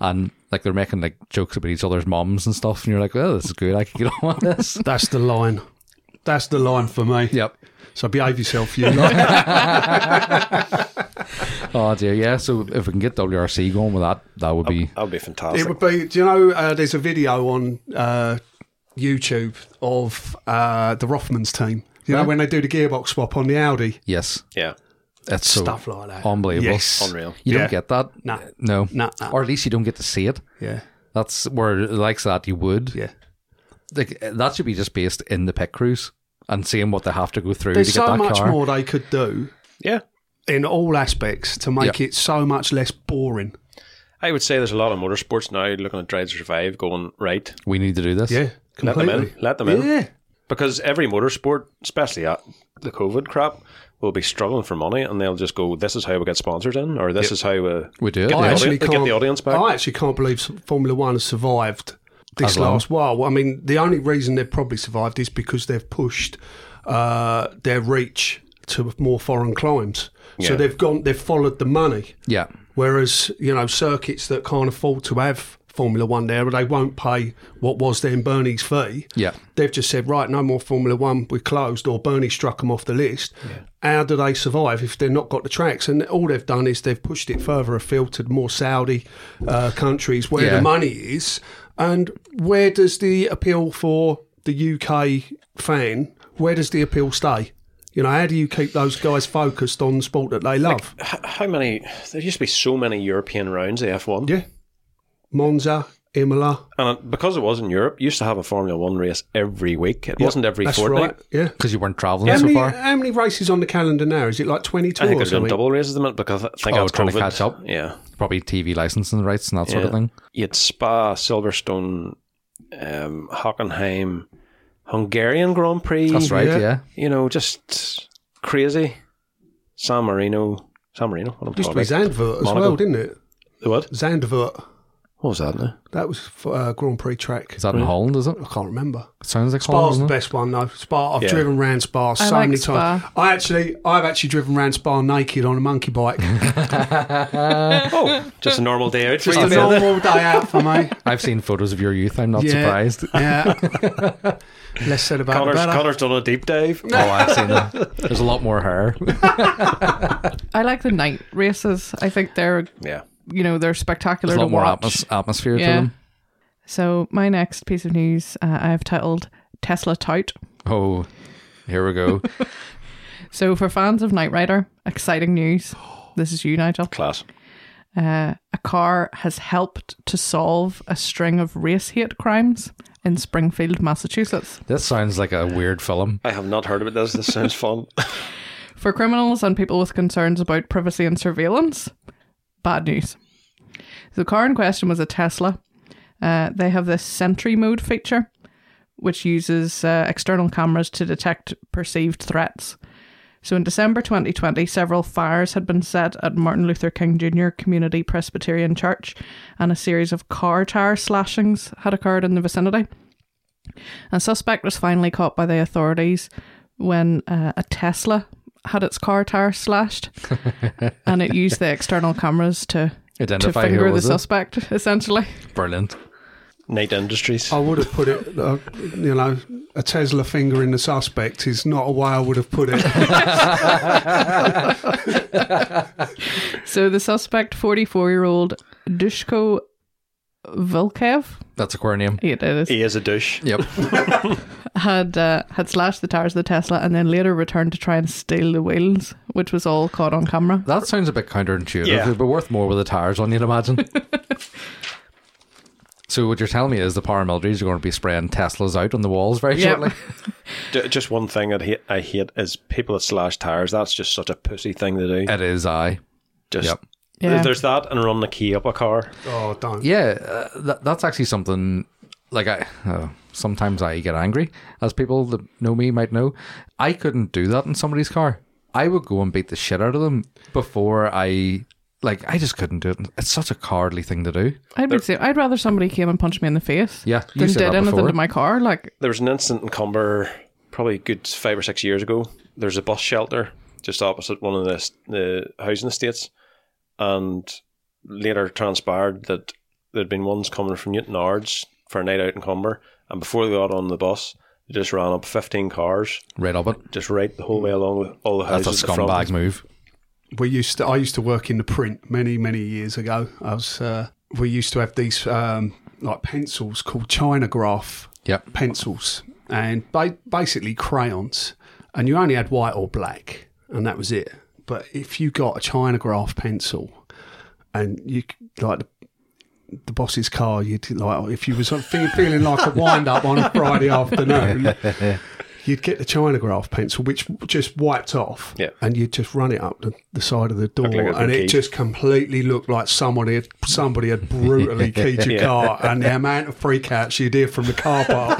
Speaker 2: And like they're making like jokes about each other's moms and stuff, and you're like, oh, this is good. I can get on with this.
Speaker 4: That's the line. That's the line for me.
Speaker 2: yep.
Speaker 4: So behave yourself, you. lot.
Speaker 2: Oh dear, yeah. So if we can get WRC going with that, that would be
Speaker 1: That would be fantastic.
Speaker 4: it would be. Do you know? Uh, there's a video on uh, YouTube of uh, the Rothmans team. You know when they do the gearbox swap on the Audi,
Speaker 2: yes.
Speaker 1: yeah.
Speaker 2: That's
Speaker 1: Oh.
Speaker 2: so
Speaker 4: stuff like that.
Speaker 1: Um,
Speaker 2: unbelievable.
Speaker 4: Yes.
Speaker 1: Unreal.
Speaker 2: You
Speaker 4: Yeah.
Speaker 2: don't get that.
Speaker 4: Nah.
Speaker 2: No.
Speaker 4: Nah, nah.
Speaker 2: Or at least you don't get to see it.
Speaker 4: Yeah,
Speaker 2: That's where the likes of that you would.
Speaker 4: yeah.
Speaker 2: Like that should be just based in the pit crews and seeing what they have to go through
Speaker 4: There's
Speaker 2: to get
Speaker 4: so
Speaker 2: that
Speaker 4: much
Speaker 2: car.
Speaker 4: more they could do
Speaker 1: Yeah.
Speaker 4: in all aspects to make
Speaker 2: Yeah.
Speaker 4: it so much less boring.
Speaker 1: I would say there's a lot of motorsports now looking at Drive to Survive going, right,
Speaker 2: We need to do this.
Speaker 1: let them
Speaker 4: completely.
Speaker 1: in. Let them in.
Speaker 4: Yeah,
Speaker 1: Because every motorsport, especially at the COVID crap, will be struggling for money and they'll just go, this is how we get sponsors in or this is how uh, we...
Speaker 2: We do it.
Speaker 1: Get
Speaker 4: I
Speaker 1: the
Speaker 4: actually
Speaker 1: audience-
Speaker 4: can't
Speaker 1: get the audience back.
Speaker 4: I actually can't believe Formula One has survived this
Speaker 2: As long.
Speaker 4: last while. I mean, the only reason they've probably survived is because they've pushed uh, their reach to more foreign climes. So
Speaker 1: Yeah.
Speaker 4: they've gone, they've followed the money.
Speaker 2: Yeah.
Speaker 4: Whereas you know circuits that can't afford to have Formula One there, they won't pay what was then Bernie's fee.
Speaker 2: Yeah.
Speaker 4: They've just said, right, no more Formula One, we're closed, or Bernie struck them off the list. How do they survive if they've not got the tracks? And all they've done is they've pushed it further afield to more Saudi uh, countries where
Speaker 2: Yeah.
Speaker 4: the money is. And where does the appeal for the UK fan, where does the appeal stay? You know, how do you keep those guys focused on the sport that they love?
Speaker 1: H- How many... There used to be so many European rounds, the F1.
Speaker 4: yeah. Monza, Imola.
Speaker 1: And it- because it was in Europe, used to have a Formula One race every week. It wasn't every
Speaker 4: That's
Speaker 1: fortnight.
Speaker 4: right. Yeah. uh,
Speaker 2: Because you weren't traveling
Speaker 4: How
Speaker 2: so
Speaker 4: many,
Speaker 2: far.
Speaker 4: how many races on the calendar now? Is it like
Speaker 1: I
Speaker 4: 22
Speaker 1: think
Speaker 4: or
Speaker 1: they're doing
Speaker 4: something?
Speaker 1: double races at the minute because I think
Speaker 2: Oh,
Speaker 1: that's
Speaker 2: trying to
Speaker 1: COVID.
Speaker 2: catch up.
Speaker 1: Yeah.
Speaker 2: Probably TV licensing rights and that sort of
Speaker 1: Yeah.
Speaker 2: thing.
Speaker 1: You had Spa, Silverstone, um, Hockenheim, Hungarian Grand Prix.
Speaker 2: That's right,
Speaker 4: Yeah.
Speaker 2: yeah.
Speaker 1: You know, just crazy. San Marino. San Marino. What I'm
Speaker 4: Used to
Speaker 1: talking
Speaker 4: be
Speaker 1: about.
Speaker 4: Zandvoort as
Speaker 1: Monaco.
Speaker 4: well, didn't it?
Speaker 1: What?
Speaker 4: Zandvoort.
Speaker 1: What was that now?
Speaker 4: That was uh, Grand Prix track.
Speaker 2: Is that in Holland, is it?
Speaker 4: I can't remember.
Speaker 2: It sounds like Holland,
Speaker 4: Spa's the
Speaker 2: isn't it?
Speaker 4: best one though. Spa. I've
Speaker 1: Yeah.
Speaker 4: driven round Spa so
Speaker 3: I like
Speaker 4: many
Speaker 3: Spa.
Speaker 4: times. I actually, I've actually driven round Spa naked on a monkey bike.
Speaker 1: Oh, just a normal day out. for
Speaker 4: Just
Speaker 1: you,
Speaker 4: a
Speaker 1: Bill.
Speaker 4: normal day out for me.
Speaker 2: I've seen photos of your youth. I'm not
Speaker 4: Yeah.
Speaker 2: surprised.
Speaker 4: Yeah. Less said about it,
Speaker 1: Connor's,
Speaker 4: better.
Speaker 1: Connor's done a deep dive.
Speaker 2: Oh, I've seen them. There's a lot more hair.
Speaker 3: I like the night races. I think they're
Speaker 1: Yeah.
Speaker 3: you know they're spectacular
Speaker 2: There's a lot
Speaker 3: to
Speaker 2: more
Speaker 3: watch.
Speaker 2: atmos- atmosphere to
Speaker 3: Yeah.
Speaker 2: them.
Speaker 3: So my next piece of news uh, I have titled Tesla tout.
Speaker 2: Oh, here we go.
Speaker 3: So for fans of Knight Rider, exciting news. This is you, Nigel.
Speaker 1: Class.
Speaker 3: Uh, a car has helped to solve a string of race hate crimes in Springfield, Massachusetts.
Speaker 2: this sounds like a weird film.
Speaker 1: I have not heard about this. This sounds fun.
Speaker 3: For criminals and people with concerns about privacy and surveillance, bad news. The car in question was a Tesla. Uh, they have this sentry mode feature, which uses uh, external cameras to detect perceived threats. So in December 2020, several fires had been set at Martin Luther King Jr. Community Presbyterian Church, and a series of car tire slashings had occurred in the vicinity. A suspect was finally caught by the authorities when uh, a Tesla had its car tire slashed, and it used the external cameras to to
Speaker 2: Identify
Speaker 3: finger
Speaker 2: who
Speaker 3: the
Speaker 2: was it.
Speaker 3: suspect, essentially.
Speaker 2: Brilliant.
Speaker 1: Night Industries.
Speaker 4: I would have put it, uh, you know, a Tesla finger in the suspect is not a way I would have put it.
Speaker 3: So the suspect, 44 year old Dushko Volkev,
Speaker 2: That's a queer name.
Speaker 3: yeah, it is,
Speaker 1: He is a douche.
Speaker 2: Yep.
Speaker 3: had uh, had slashed the tires of the Tesla and then later returned to try and steal the wheels, which was all caught on camera.
Speaker 2: That sounds a bit counterintuitive.
Speaker 1: Yeah.
Speaker 2: It'd be worth more with the tires on, you'd imagine. so what you're telling me is the paramilitaries are going to be spraying Teslas out on the walls very
Speaker 3: Yep.
Speaker 2: shortly.
Speaker 1: Ju- Just one thing that hate, I hate is people that slash tires. That's just such a pussy thing to do.
Speaker 2: it is I.
Speaker 1: Just
Speaker 2: Uh, yep.
Speaker 3: Yeah.
Speaker 1: there's that, and run the key up a car.
Speaker 4: Oh, don't.
Speaker 2: Yeah, uh, that, that's actually something. Like I, uh, sometimes I get angry, as people that know me might know. I couldn't do that in somebody's car. I would go and beat the shit out of them before I, like, I just couldn't do it. It's such a cowardly thing to do.
Speaker 3: I'd be say, I'd rather somebody came and punched me in the face
Speaker 2: Yeah, you
Speaker 3: than
Speaker 2: said
Speaker 3: did
Speaker 2: that
Speaker 3: anything
Speaker 2: before.
Speaker 3: to my car. Like,
Speaker 1: There was an incident in Cumber, probably a good five or six years ago. There's a bus shelter just opposite one of the, s- the housing estates, and later transpired that there'd been ones coming from Newton Ards for a night out in Cumber, and before they got on the bus, they just ran up 15 cars,
Speaker 2: Right up it.
Speaker 1: just right the whole way along with all the
Speaker 2: That's a
Speaker 1: houses. at the
Speaker 2: scumbag
Speaker 1: front.
Speaker 2: move.
Speaker 4: we used to, I used to work in the print many many years ago. I was uh, we used to have these um, like pencils called China graph
Speaker 2: Yep.
Speaker 4: pencils and ba- basically crayons, and you only had white or black, and that was it. But if you got a China graph pencil, and you c- like the, the boss's car, you'd like if you was sort of fe- feeling like a wind up on a Friday afternoon. You'd get the China graph pencil, which just wiped off,
Speaker 1: Yeah.
Speaker 4: and you'd just run it up the, the side of the door,
Speaker 1: Looked like it was
Speaker 4: and
Speaker 1: been
Speaker 4: it
Speaker 1: keyed.
Speaker 4: just completely looked like somebody had somebody had brutally keyed your car, and the amount of freakouts you'd hear from the car park.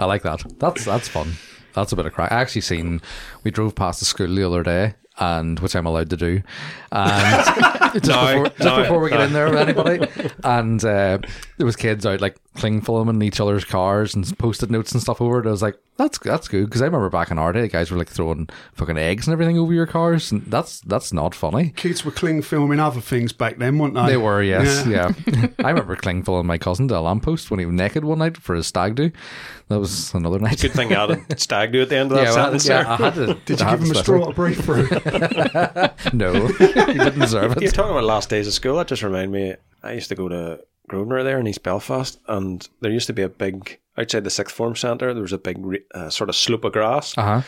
Speaker 2: I like that. That's that's fun. That's a bit of crack. I actually seen we drove past the school the other day, and which I'm allowed to do. And just,
Speaker 1: No,
Speaker 2: before, just
Speaker 1: no,
Speaker 2: before we get
Speaker 1: no.
Speaker 2: in there with anybody, and uh, there was kids out like cling filming each other's cars and post-it notes and stuff over it. I was like, that's that's good because I remember back in our day, guys were like throwing fucking eggs and everything over your cars, and that's that's not funny.
Speaker 4: Kids were cling filming other things back then, weren't they?
Speaker 2: They were, yes, yeah. I remember cling filming my cousin to a lamppost when he was naked one night for his stag do. That was another night.
Speaker 1: Good thing I added stag do at the end of that
Speaker 2: yeah, well,
Speaker 1: sentence.
Speaker 2: yeah,
Speaker 1: there.
Speaker 2: I had to,
Speaker 4: Did
Speaker 2: I
Speaker 4: you
Speaker 2: had
Speaker 4: give them
Speaker 2: to specify.
Speaker 4: a straw to breathe through?
Speaker 2: No, he didn't deserve
Speaker 1: You're
Speaker 2: it.
Speaker 1: talking about last days of school. That just reminded me. I used to go to Grosvenor there in East Belfast, and there used to be a big outside the sixth form centre. There was a big re- uh, sort of slope of grass.
Speaker 2: Uh huh.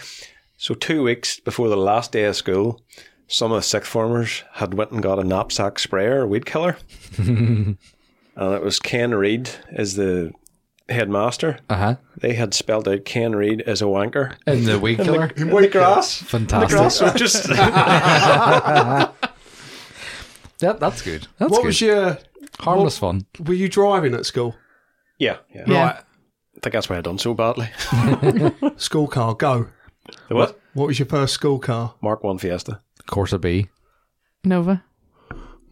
Speaker 1: So two weeks before the last day of school, some of the sixth formers had went and got a knapsack sprayer, weed killer, and it was Ken Reed as the headmaster.
Speaker 2: Uh huh.
Speaker 1: They had spelled out Ken Reed as a wanker.
Speaker 2: And the weed killer.
Speaker 1: In wheat grass.
Speaker 2: Fantastic.
Speaker 1: Grass was just
Speaker 2: Yeah, that's good. That's
Speaker 4: what
Speaker 2: good.
Speaker 4: was your?
Speaker 2: Harmless fun.
Speaker 4: Were you driving at school?
Speaker 1: yeah, yeah.
Speaker 3: Yeah.
Speaker 4: Right,
Speaker 1: I think that's why I done so badly.
Speaker 4: school car, go.
Speaker 1: The what?
Speaker 4: What was your first school car?
Speaker 1: Mark One Fiesta.
Speaker 2: Corsa B.
Speaker 3: Nova.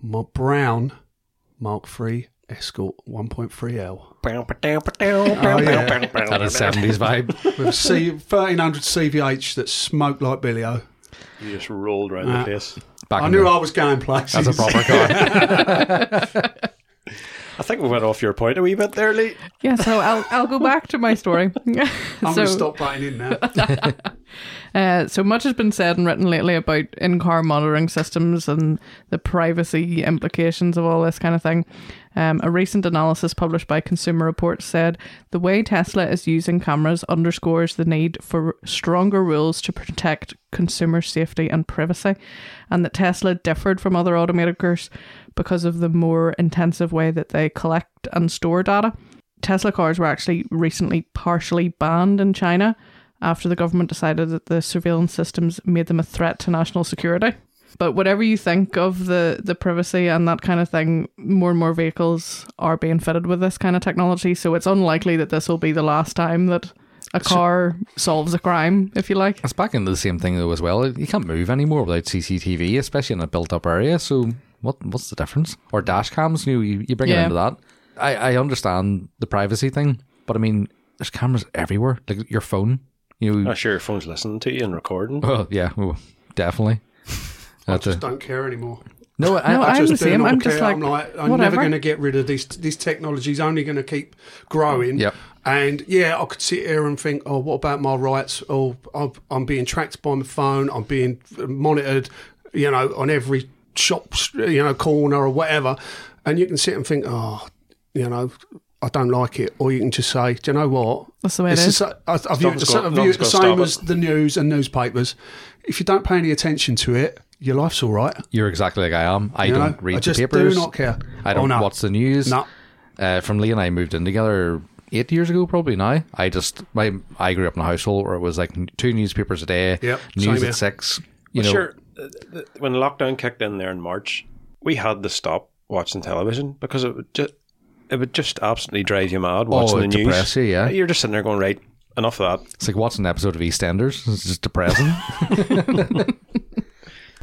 Speaker 4: My brown Mark Three Escort 1.3L
Speaker 1: Oh,
Speaker 2: That is seventies vibe.
Speaker 4: with a C- 1300 CVH that smoked like Billio.
Speaker 1: You just rolled around the place.
Speaker 2: Back
Speaker 4: I
Speaker 2: in
Speaker 4: knew
Speaker 2: the,
Speaker 4: I was going
Speaker 2: as
Speaker 4: places.
Speaker 2: a proper car.
Speaker 1: I think we went off your point a wee bit there, Lee.
Speaker 3: Yeah, so I'll I'll go back to my story.
Speaker 4: I'm
Speaker 3: so,
Speaker 4: going to stop butting in now.
Speaker 3: Uh, so much has been said and written lately about in-car monitoring systems and the privacy implications of all this kind of thing. Um, a recent analysis published by Consumer Reports said the way Tesla is using cameras underscores the need for stronger rules to protect consumer safety and privacy, and that Tesla differed from other automakers because of the more intensive way that they collect and store data. Tesla cars were actually recently partially banned in China after the government decided that the surveillance systems made them a threat to national security. But whatever you think of the, the privacy and that kind of thing, more and more vehicles are being fitted with this kind of technology. So it's unlikely that this will be the last time that a car solves a crime, if you like.
Speaker 2: It's back into the same thing though as well. You can't move anymore without CCTV, especially in a built-up area. So what what's the difference? Or dash cams? You you you bring it
Speaker 3: Yeah.
Speaker 2: into that. I I understand the privacy thing, but I mean, there's cameras everywhere. Like your phone. You know,
Speaker 1: I'm sure your phone's listening to you and recording.
Speaker 2: Oh yeah, oh, definitely.
Speaker 4: I
Speaker 2: That's
Speaker 4: just
Speaker 2: a,
Speaker 4: don't care anymore.
Speaker 2: no, I,
Speaker 3: No,
Speaker 2: I,
Speaker 4: I
Speaker 3: I'm
Speaker 4: just
Speaker 3: the
Speaker 4: do
Speaker 3: same.
Speaker 4: not
Speaker 3: I'm just
Speaker 4: care.
Speaker 3: like,
Speaker 4: I'm like, I'm
Speaker 3: whatever.
Speaker 4: never going to get rid of these. This technology's only going to keep growing.
Speaker 2: Yep.
Speaker 4: And yeah, I could sit here and think, oh, what about my rights? Oh, I'm, I'm being tracked by my phone. I'm being monitored, you know, on every shop, you know, corner or whatever. And you can sit and think, oh, you know, I don't like it. Or you can just say, do you know what?
Speaker 3: That's the way it
Speaker 4: This
Speaker 3: is.
Speaker 4: is, I, I view it the,
Speaker 1: Nothing's
Speaker 4: sa-
Speaker 1: got-
Speaker 4: I view it the
Speaker 1: nothing's got to
Speaker 4: same
Speaker 1: stop
Speaker 4: as the news and newspapers. If you don't pay any attention to it, your life's all right.
Speaker 2: You're exactly like I am. I
Speaker 4: you know?
Speaker 2: don't read
Speaker 4: I just
Speaker 2: the papers.
Speaker 4: do not care.
Speaker 2: I don't
Speaker 4: oh, no.
Speaker 2: watch the news.
Speaker 4: No.
Speaker 2: Uh, from Lee and I moved in together eight years ago, probably now. I just my I grew up in a household where it was like two newspapers a day,
Speaker 4: Yep, same
Speaker 2: news
Speaker 4: here.
Speaker 2: at six. You know,
Speaker 1: Sure, uh, th- when lockdown kicked in there in March, we had to stop watching television because it would just it would just absolutely drive you mad watching the
Speaker 2: it'd depress
Speaker 1: news.
Speaker 2: you, Oh, yeah.
Speaker 1: You're just sitting there going, right, enough of that.
Speaker 2: it's like watching an episode of EastEnders. It's just depressing.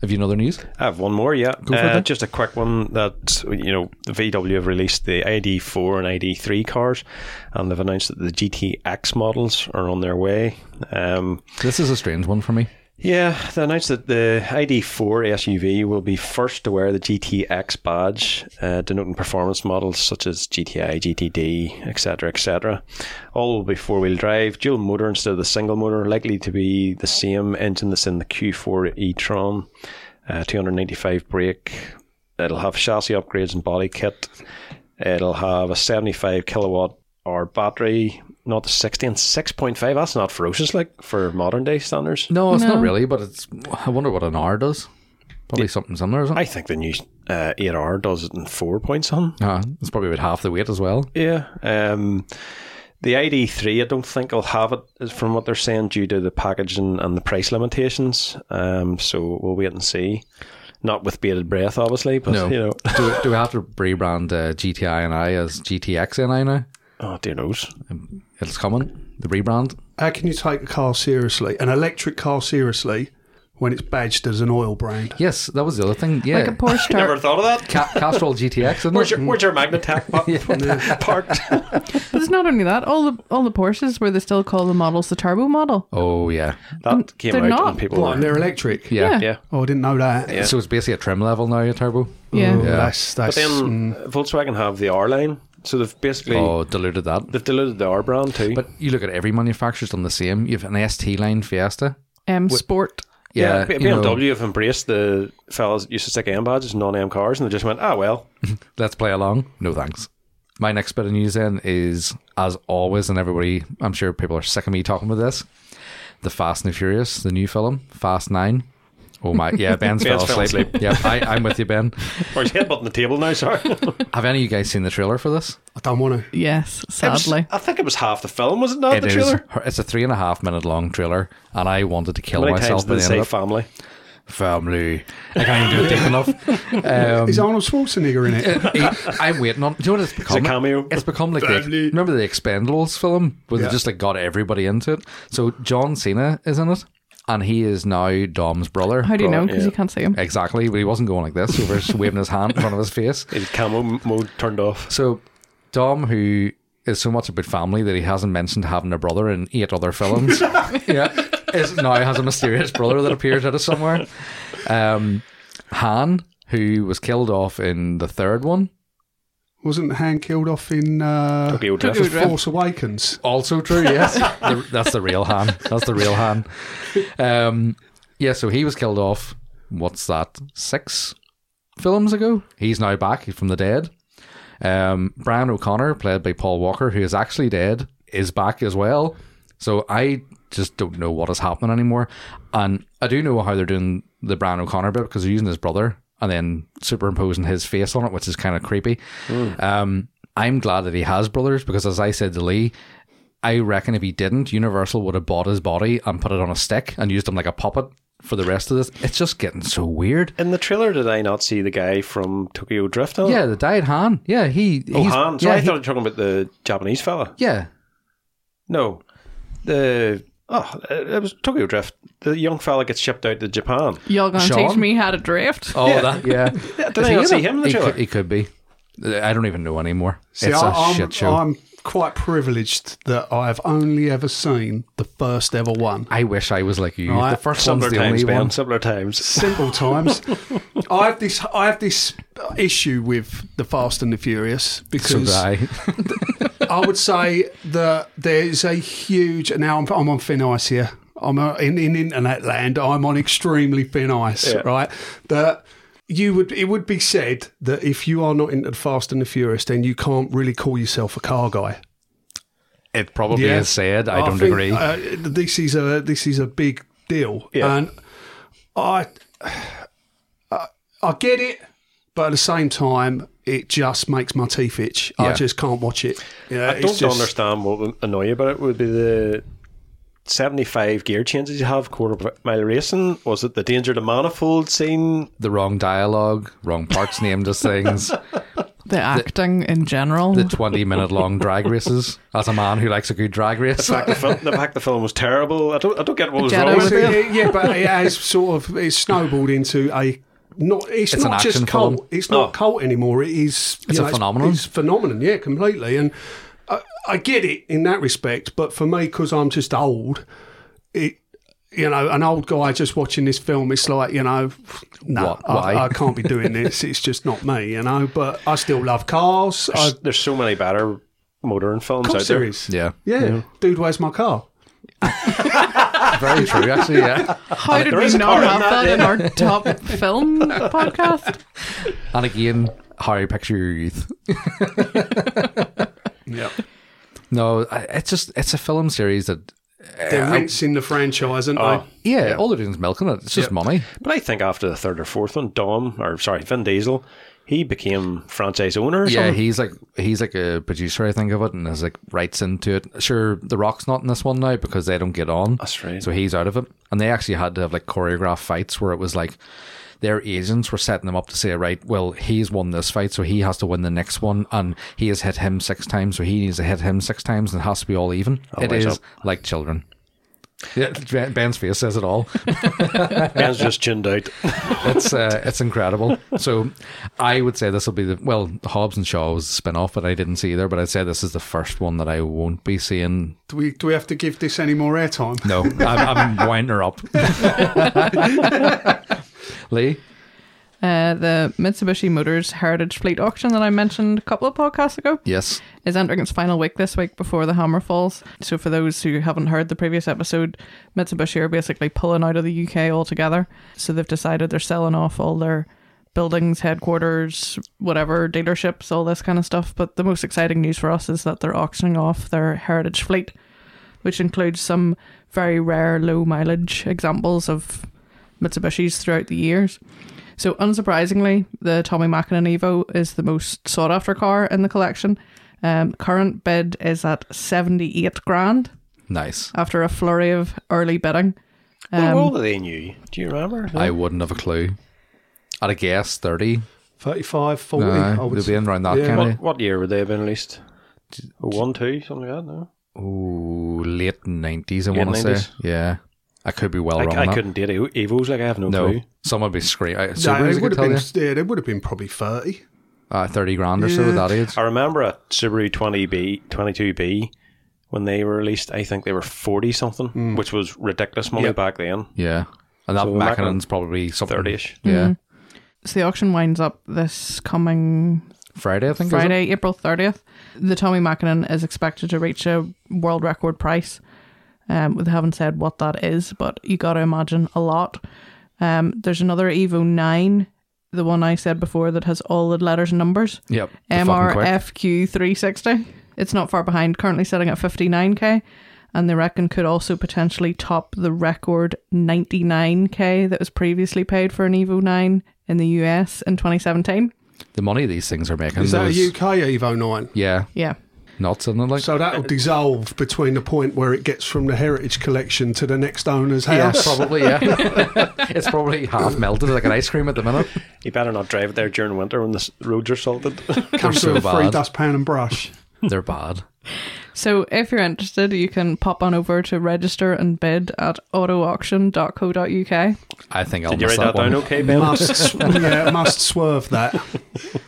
Speaker 2: Have you know the news?
Speaker 1: I have one more, yeah.
Speaker 2: for it
Speaker 1: Uh,
Speaker 2: then.
Speaker 1: just a quick one that, you know, the VW have released the ID4 and ID3 cars, and they've announced that the GTX models are on their way. Um,
Speaker 2: This is a strange one for me.
Speaker 1: yeah, they announced that the ID4 SUV will be first to wear the GTX badge, uh, denoting performance models such as GTI, GTD, etc., etc. All will be four wheel drive, dual motor instead of the single motor, likely to be the same engine that's in the Q4 e Tron, uh, 295 brake. It'll have chassis upgrades and body kit. It'll have a 75 kilowatt hour battery, not the 60 and 6.5. That's not ferocious, like for modern day standards.
Speaker 2: No, it's
Speaker 3: No.
Speaker 2: not really. But it's. I wonder what an R does. Probably something similar, isn't it?
Speaker 1: I think the new uh, 8R does it in four points on.
Speaker 2: Ah, it's probably about half the weight as well.
Speaker 1: Yeah. Um, the ID3, I don't think I'll have it is from what they're saying due to the packaging and the price limitations. Um, so we'll wait and see. Not with bated breath, obviously, but
Speaker 2: No.
Speaker 1: you know,
Speaker 2: do, do we have to rebrand uh, GTI and I as GTX and I now?
Speaker 1: oh dear knows.
Speaker 2: It's coming. The rebrand.
Speaker 4: How can you take a car seriously, an electric car seriously, when it's badged as an oil brand?
Speaker 2: Yes, that was the other thing. Yeah,
Speaker 3: Like a poor
Speaker 1: Never
Speaker 3: start.
Speaker 1: thought of that.
Speaker 2: Ca- Castrol GTX. Isn't
Speaker 1: Where's
Speaker 2: it?
Speaker 1: your Where's your Magnatech bu- parked?
Speaker 3: but it's not only that. All the all the Porsches where they still call the models the turbo model.
Speaker 2: Oh yeah.
Speaker 1: That came
Speaker 3: They're
Speaker 1: out
Speaker 3: not.
Speaker 1: and people
Speaker 4: What, and
Speaker 1: were
Speaker 4: they're electric?
Speaker 2: yeah,
Speaker 3: Yeah.
Speaker 1: yeah.
Speaker 4: Oh, I didn't know that.
Speaker 1: Yeah.
Speaker 2: So it's basically a trim level now, a turbo.
Speaker 3: Yeah.
Speaker 4: Oh, That's,
Speaker 1: But
Speaker 4: that's, mm,
Speaker 1: then
Speaker 3: Mm.
Speaker 1: Volkswagen have the R line, so they've basically
Speaker 2: Oh, diluted that.
Speaker 1: they've diluted the R brand too.
Speaker 2: But you look at every manufacturer's done the same. You have an ST line Fiesta.
Speaker 3: M Sport.
Speaker 1: Yeah, B-
Speaker 2: you know,
Speaker 1: BMW have embraced the fellas that used to stick M badges non M cars, and they just went, ah, well.
Speaker 2: let's play along. No thanks. My next bit of news then is, as always, and everybody, I'm sure people are sick of me talking about this. The Fast and the Furious, the new film, Fast Nine. Oh my, yeah, Ben's,
Speaker 1: Ben's
Speaker 2: fell
Speaker 1: fell
Speaker 2: asleep. yeah, I, I'm with you, Ben.
Speaker 1: Or he's headbutting the table now, sorry.
Speaker 2: Have any of you guys seen the trailer for this?
Speaker 4: I don't want to.
Speaker 3: Yes, sadly.
Speaker 1: I think it was half the film, was it not?
Speaker 2: It
Speaker 1: the
Speaker 2: is-
Speaker 1: trailer?
Speaker 2: It's a three and a half minute long trailer, and I wanted to kill
Speaker 1: How many times
Speaker 2: myself by
Speaker 1: did they
Speaker 2: the end
Speaker 1: say
Speaker 2: of it.
Speaker 1: family?
Speaker 2: Family. I can't even do it deep enough. Um,
Speaker 4: Is Arnold Schwarzenegger in it?
Speaker 2: He- I'm waiting on. Do you know what it's become?
Speaker 1: cameo.
Speaker 2: It's become like the,
Speaker 4: Family.
Speaker 2: remember the Expendables film where
Speaker 4: Yeah.
Speaker 2: they just like got everybody into it. So John Cena is in it, and he is now Dom's brother.
Speaker 3: How do you know?
Speaker 1: Right,
Speaker 3: Because
Speaker 1: yeah.
Speaker 3: you can't see him.
Speaker 2: Exactly, but he wasn't going like this. He was just waving his hand in front of his face.
Speaker 1: His camo mode turned off.
Speaker 2: So Dom, who is so much about family that he hasn't mentioned having a brother in eight other films, yeah, is now has a mysterious brother that appears out of somewhere. Um, Han, who was killed off in the third one.
Speaker 4: Wasn't Han killed off in uh,
Speaker 1: Okay, we'll do
Speaker 3: Tokyo
Speaker 1: it.
Speaker 3: Drift. Drift.
Speaker 4: Force Awakens?
Speaker 2: Also true, yes. The- that's the real Han. That's the real Han. Um, yeah, so he was killed off, what's that, six films ago? He's now back from the dead. Um, Brian O'Connor, played by Paul Walker, who is actually dead, is back as well. So I just don't know what is happening anymore. And I do know how they're doing the Brian O'Connor bit because they're using his brother and then superimposing his face on it, which is kind of creepy. Um, I'm glad that he has brothers because, as I said to Lee, I reckon if he didn't, Universal would have bought his body and put it on a stick and used him like a puppet for the rest of this. It's just getting so weird.
Speaker 1: In the trailer, did I not see the guy from Tokyo Drift? on it?
Speaker 2: Yeah, the died Han. Yeah, he.
Speaker 1: Oh,
Speaker 2: he's-
Speaker 1: Han. So
Speaker 2: yeah,
Speaker 1: I
Speaker 2: he-
Speaker 1: thought you were talking about the Japanese fella.
Speaker 2: yeah,
Speaker 1: No. The. Oh, it was Tokyo Drift. The young fella gets shipped out to Japan.
Speaker 3: Y'all gonna
Speaker 2: Sean?
Speaker 3: teach me how to drift?
Speaker 2: Oh, that, yeah.
Speaker 1: did
Speaker 2: Is
Speaker 1: I
Speaker 2: he
Speaker 1: not
Speaker 2: in
Speaker 1: see
Speaker 2: it?
Speaker 1: him in the
Speaker 2: he
Speaker 1: trailer?
Speaker 2: Could, he could be. I don't even know anymore.
Speaker 4: See,
Speaker 2: it's a
Speaker 4: I, I'm,
Speaker 2: shit show. i
Speaker 4: I'm quite privileged that I have only ever seen the first ever one.
Speaker 2: wish I was like you.
Speaker 4: Right.
Speaker 2: The first one's
Speaker 1: Similar
Speaker 2: the only
Speaker 1: times, Ben.
Speaker 2: one.
Speaker 1: Similar times.
Speaker 4: Simple times. I have this. I have this issue with the Fast and the Furious
Speaker 2: So did
Speaker 4: because
Speaker 2: I.
Speaker 4: I would say that there's a huge. Now I'm, I'm on thin ice here. I'm uh in, in internet land. I'm on extremely thin ice,
Speaker 1: Yeah.
Speaker 4: right? That you would it would be said that if you are not into the Fast and the Furious, then you can't really call yourself a car guy.
Speaker 2: It probably
Speaker 4: Yeah.
Speaker 2: is said. I, don't
Speaker 4: think,
Speaker 2: agree.
Speaker 4: Uh, this is a this is a big deal,
Speaker 1: Yeah.
Speaker 4: and I, I I get it, but at the same time, it just makes my teeth itch. I
Speaker 2: Yeah.
Speaker 4: just can't watch it. Yeah,
Speaker 1: I
Speaker 4: it's
Speaker 1: don't
Speaker 4: just-
Speaker 1: understand what would annoy you about it would be the 75 gear changes you have quarter mile racing. Was it the danger to manifold scene?
Speaker 2: the wrong dialogue, wrong parts named as things,
Speaker 3: The acting in general.
Speaker 2: the 20 minute long drag races. As a man who likes a good drag race,
Speaker 1: The fact the, film, the fact the film was terrible. I don't, I don't get what was
Speaker 3: Jedi
Speaker 1: wrong
Speaker 4: Well,
Speaker 1: with
Speaker 3: was-
Speaker 1: it.
Speaker 4: so, yeah, yeah, but it has sort of it's snowballed into a not. It's,
Speaker 2: It's an
Speaker 4: not just
Speaker 2: action
Speaker 4: cult.
Speaker 2: film.
Speaker 4: It's not
Speaker 1: Oh.
Speaker 4: cult anymore. It is. you
Speaker 2: It's a
Speaker 4: know,
Speaker 2: phenomenon.
Speaker 4: It's, phenomenon. Yeah, completely. And I, I get it in that respect, but for me, because I'm just old, it. You know, an old guy just watching this film, it's like, you know, no,
Speaker 2: What? Why?
Speaker 4: I, I can't be doing this. It's just not me, you know. But I still love cars. I,
Speaker 1: There's- There's so many better motoring films
Speaker 4: car
Speaker 1: out there.
Speaker 4: series.
Speaker 2: yeah,
Speaker 4: Yeah. Dude, where's my car?
Speaker 2: very true. Actually, yeah.
Speaker 3: How did
Speaker 1: There
Speaker 3: we
Speaker 1: is a
Speaker 3: not
Speaker 1: part in
Speaker 3: have
Speaker 1: that,
Speaker 3: that in our top film podcast?
Speaker 2: And again, how you picture your youth.
Speaker 4: Yeah.
Speaker 2: No, I- it's just it's a film series that
Speaker 4: They're rinsing the franchise, aren't
Speaker 1: Oh.
Speaker 4: they?
Speaker 2: yeah, all they're doing is milking it. It's just money.
Speaker 1: But I think after the third or fourth one, Dom, or sorry, Vin Diesel, he became franchise owner or
Speaker 2: Yeah,
Speaker 1: something.
Speaker 2: he's like he's like a producer, I think of it, and has like rights into it. Sure, The Rock's not in this one now because they don't get on.
Speaker 1: That's right.
Speaker 2: So he's out of it. And they actually had to have like choreographed fights where it was like their agents were setting them up to say, right, well, he's won this fight, so he has to win the next one, and he has hit him six times, so he needs to hit him six times, and it has to be all even. it
Speaker 1: wise
Speaker 2: is
Speaker 1: up.
Speaker 2: like children. Yeah, Ben- Ben's face says it all.
Speaker 1: Ben's just chinned out.
Speaker 2: It's uh, it's incredible. So I would say this will be the well, Hobbs and Shaw was a spin off that I didn't see either, but I'd say this is the first one that I won't be seeing.
Speaker 4: Do we, do we have to give this any more airtime?
Speaker 2: No, I'm, I'm winding her up. Lee,
Speaker 3: Uh, the Mitsubishi Motors Heritage Fleet Auction that I mentioned a couple of podcasts ago
Speaker 2: yes,
Speaker 3: is entering its final week this week before the hammer falls. So, for those who haven't heard the previous episode, Mitsubishi are basically pulling out of the UK altogether. So, they've decided they're selling off all their buildings, headquarters, whatever, dealerships, all this kind of stuff. But the most exciting news for us is that they're auctioning off their heritage fleet, which includes some very rare low mileage examples of Mitsubishis throughout the years. So, unsurprisingly, the Tommy Mackinnon Evo is the most sought after car in the collection. Um, current bid is at 78 grand
Speaker 2: nice.
Speaker 3: after a flurry of early bidding. Um,
Speaker 1: what role they knew? Do you remember?
Speaker 2: Um, I wouldn't have a clue. I'd have guessed thirty.
Speaker 4: 35, 40.
Speaker 2: Nah,
Speaker 4: I would
Speaker 2: they'll
Speaker 4: say.
Speaker 2: be in around that
Speaker 4: Yeah.
Speaker 2: kind
Speaker 1: What, what year would they have been released? Oh, One, two, something like that. No,
Speaker 2: of ooh, late nineties. I
Speaker 1: Late
Speaker 2: want to say,
Speaker 1: 90s.
Speaker 2: yeah. I could be well wrong.
Speaker 1: I,
Speaker 2: on
Speaker 1: I
Speaker 2: that.
Speaker 1: couldn't date E- Evos. Like I have no,
Speaker 2: No,
Speaker 1: clue.
Speaker 2: someone would be screaming. So
Speaker 4: No,
Speaker 2: no,
Speaker 4: it would
Speaker 2: could
Speaker 4: have
Speaker 2: tell
Speaker 4: been,
Speaker 2: you
Speaker 4: yeah, it would have been probably 30.
Speaker 2: uh, thirty grand or so at that age.
Speaker 1: I remember a Subaru 20B, 22B when they were released. I think they were 40 something, which was ridiculous money back then.
Speaker 2: Yeah. And that
Speaker 1: So
Speaker 2: Mackinnon's probably something.
Speaker 1: 30 ish.
Speaker 2: Yeah.
Speaker 3: hmm. Mm-hmm. So, the auction winds up this coming
Speaker 2: Friday, I think. is it?
Speaker 3: Friday, April 30th. The Tommy Mackinnon is expected to reach a world record price. Um, they haven't said what that is, but you got to imagine a lot. Um, there's another Evo 9, the one I said before that has all the letters and numbers.
Speaker 2: Yep. the fucking quick.
Speaker 3: MRFQ360. It's not far behind, currently sitting at 59k, and they reckon could also potentially top the record 99k that was previously paid for an Evo 9 in the US in 2017.
Speaker 2: The money these things are making.
Speaker 4: Is that a
Speaker 2: those-
Speaker 4: UK Evo 9?
Speaker 2: Yeah.
Speaker 3: Yeah.
Speaker 2: Nuts, isn't it? Like,
Speaker 4: So that'll dissolve between the point where it gets from the heritage collection to the next owner's
Speaker 2: yeah,
Speaker 4: house.
Speaker 2: probably, yeah. it's probably half melted like an ice cream at the minute.
Speaker 1: You better not drive it there during winter when the s- roads are salted.
Speaker 4: Comes
Speaker 2: They're so
Speaker 4: with a free
Speaker 2: bad.
Speaker 4: dustpan and brush.
Speaker 2: They're bad.
Speaker 3: So if you're interested, you can pop on over to register and bid at autoauction.co.uk.
Speaker 2: I think I'll
Speaker 1: Did you
Speaker 2: miss
Speaker 1: write that
Speaker 2: one.
Speaker 1: down okay, Ben?
Speaker 4: must, sw- yeah, must swerve that.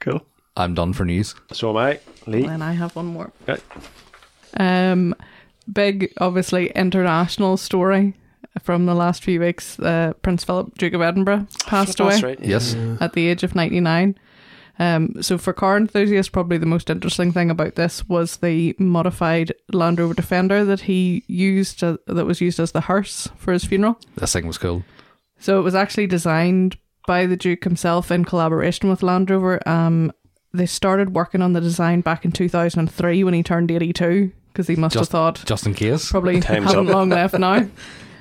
Speaker 1: Cool.
Speaker 2: I'm done for news.
Speaker 1: So am I. Lee.
Speaker 3: And I have one more.
Speaker 1: Okay.
Speaker 3: Um, big, obviously, international story from the last few weeks. Uh, Prince Philip, Duke of Edinburgh, passed away
Speaker 1: That's right.
Speaker 2: Yes.
Speaker 3: at the age of 99. Um, so, for car enthusiasts, probably the most interesting thing about this was the modified Land Rover Defender that he used, uh, that was used as the hearse for his funeral.
Speaker 2: This thing was cool.
Speaker 3: So it was actually designed by the Duke himself in collaboration with Land Rover. Um, they started working on the design back in 2003 when he turned 82 because he must have thought
Speaker 2: just in case.
Speaker 3: probably
Speaker 1: Time's
Speaker 3: haven't
Speaker 1: up.
Speaker 3: long left now.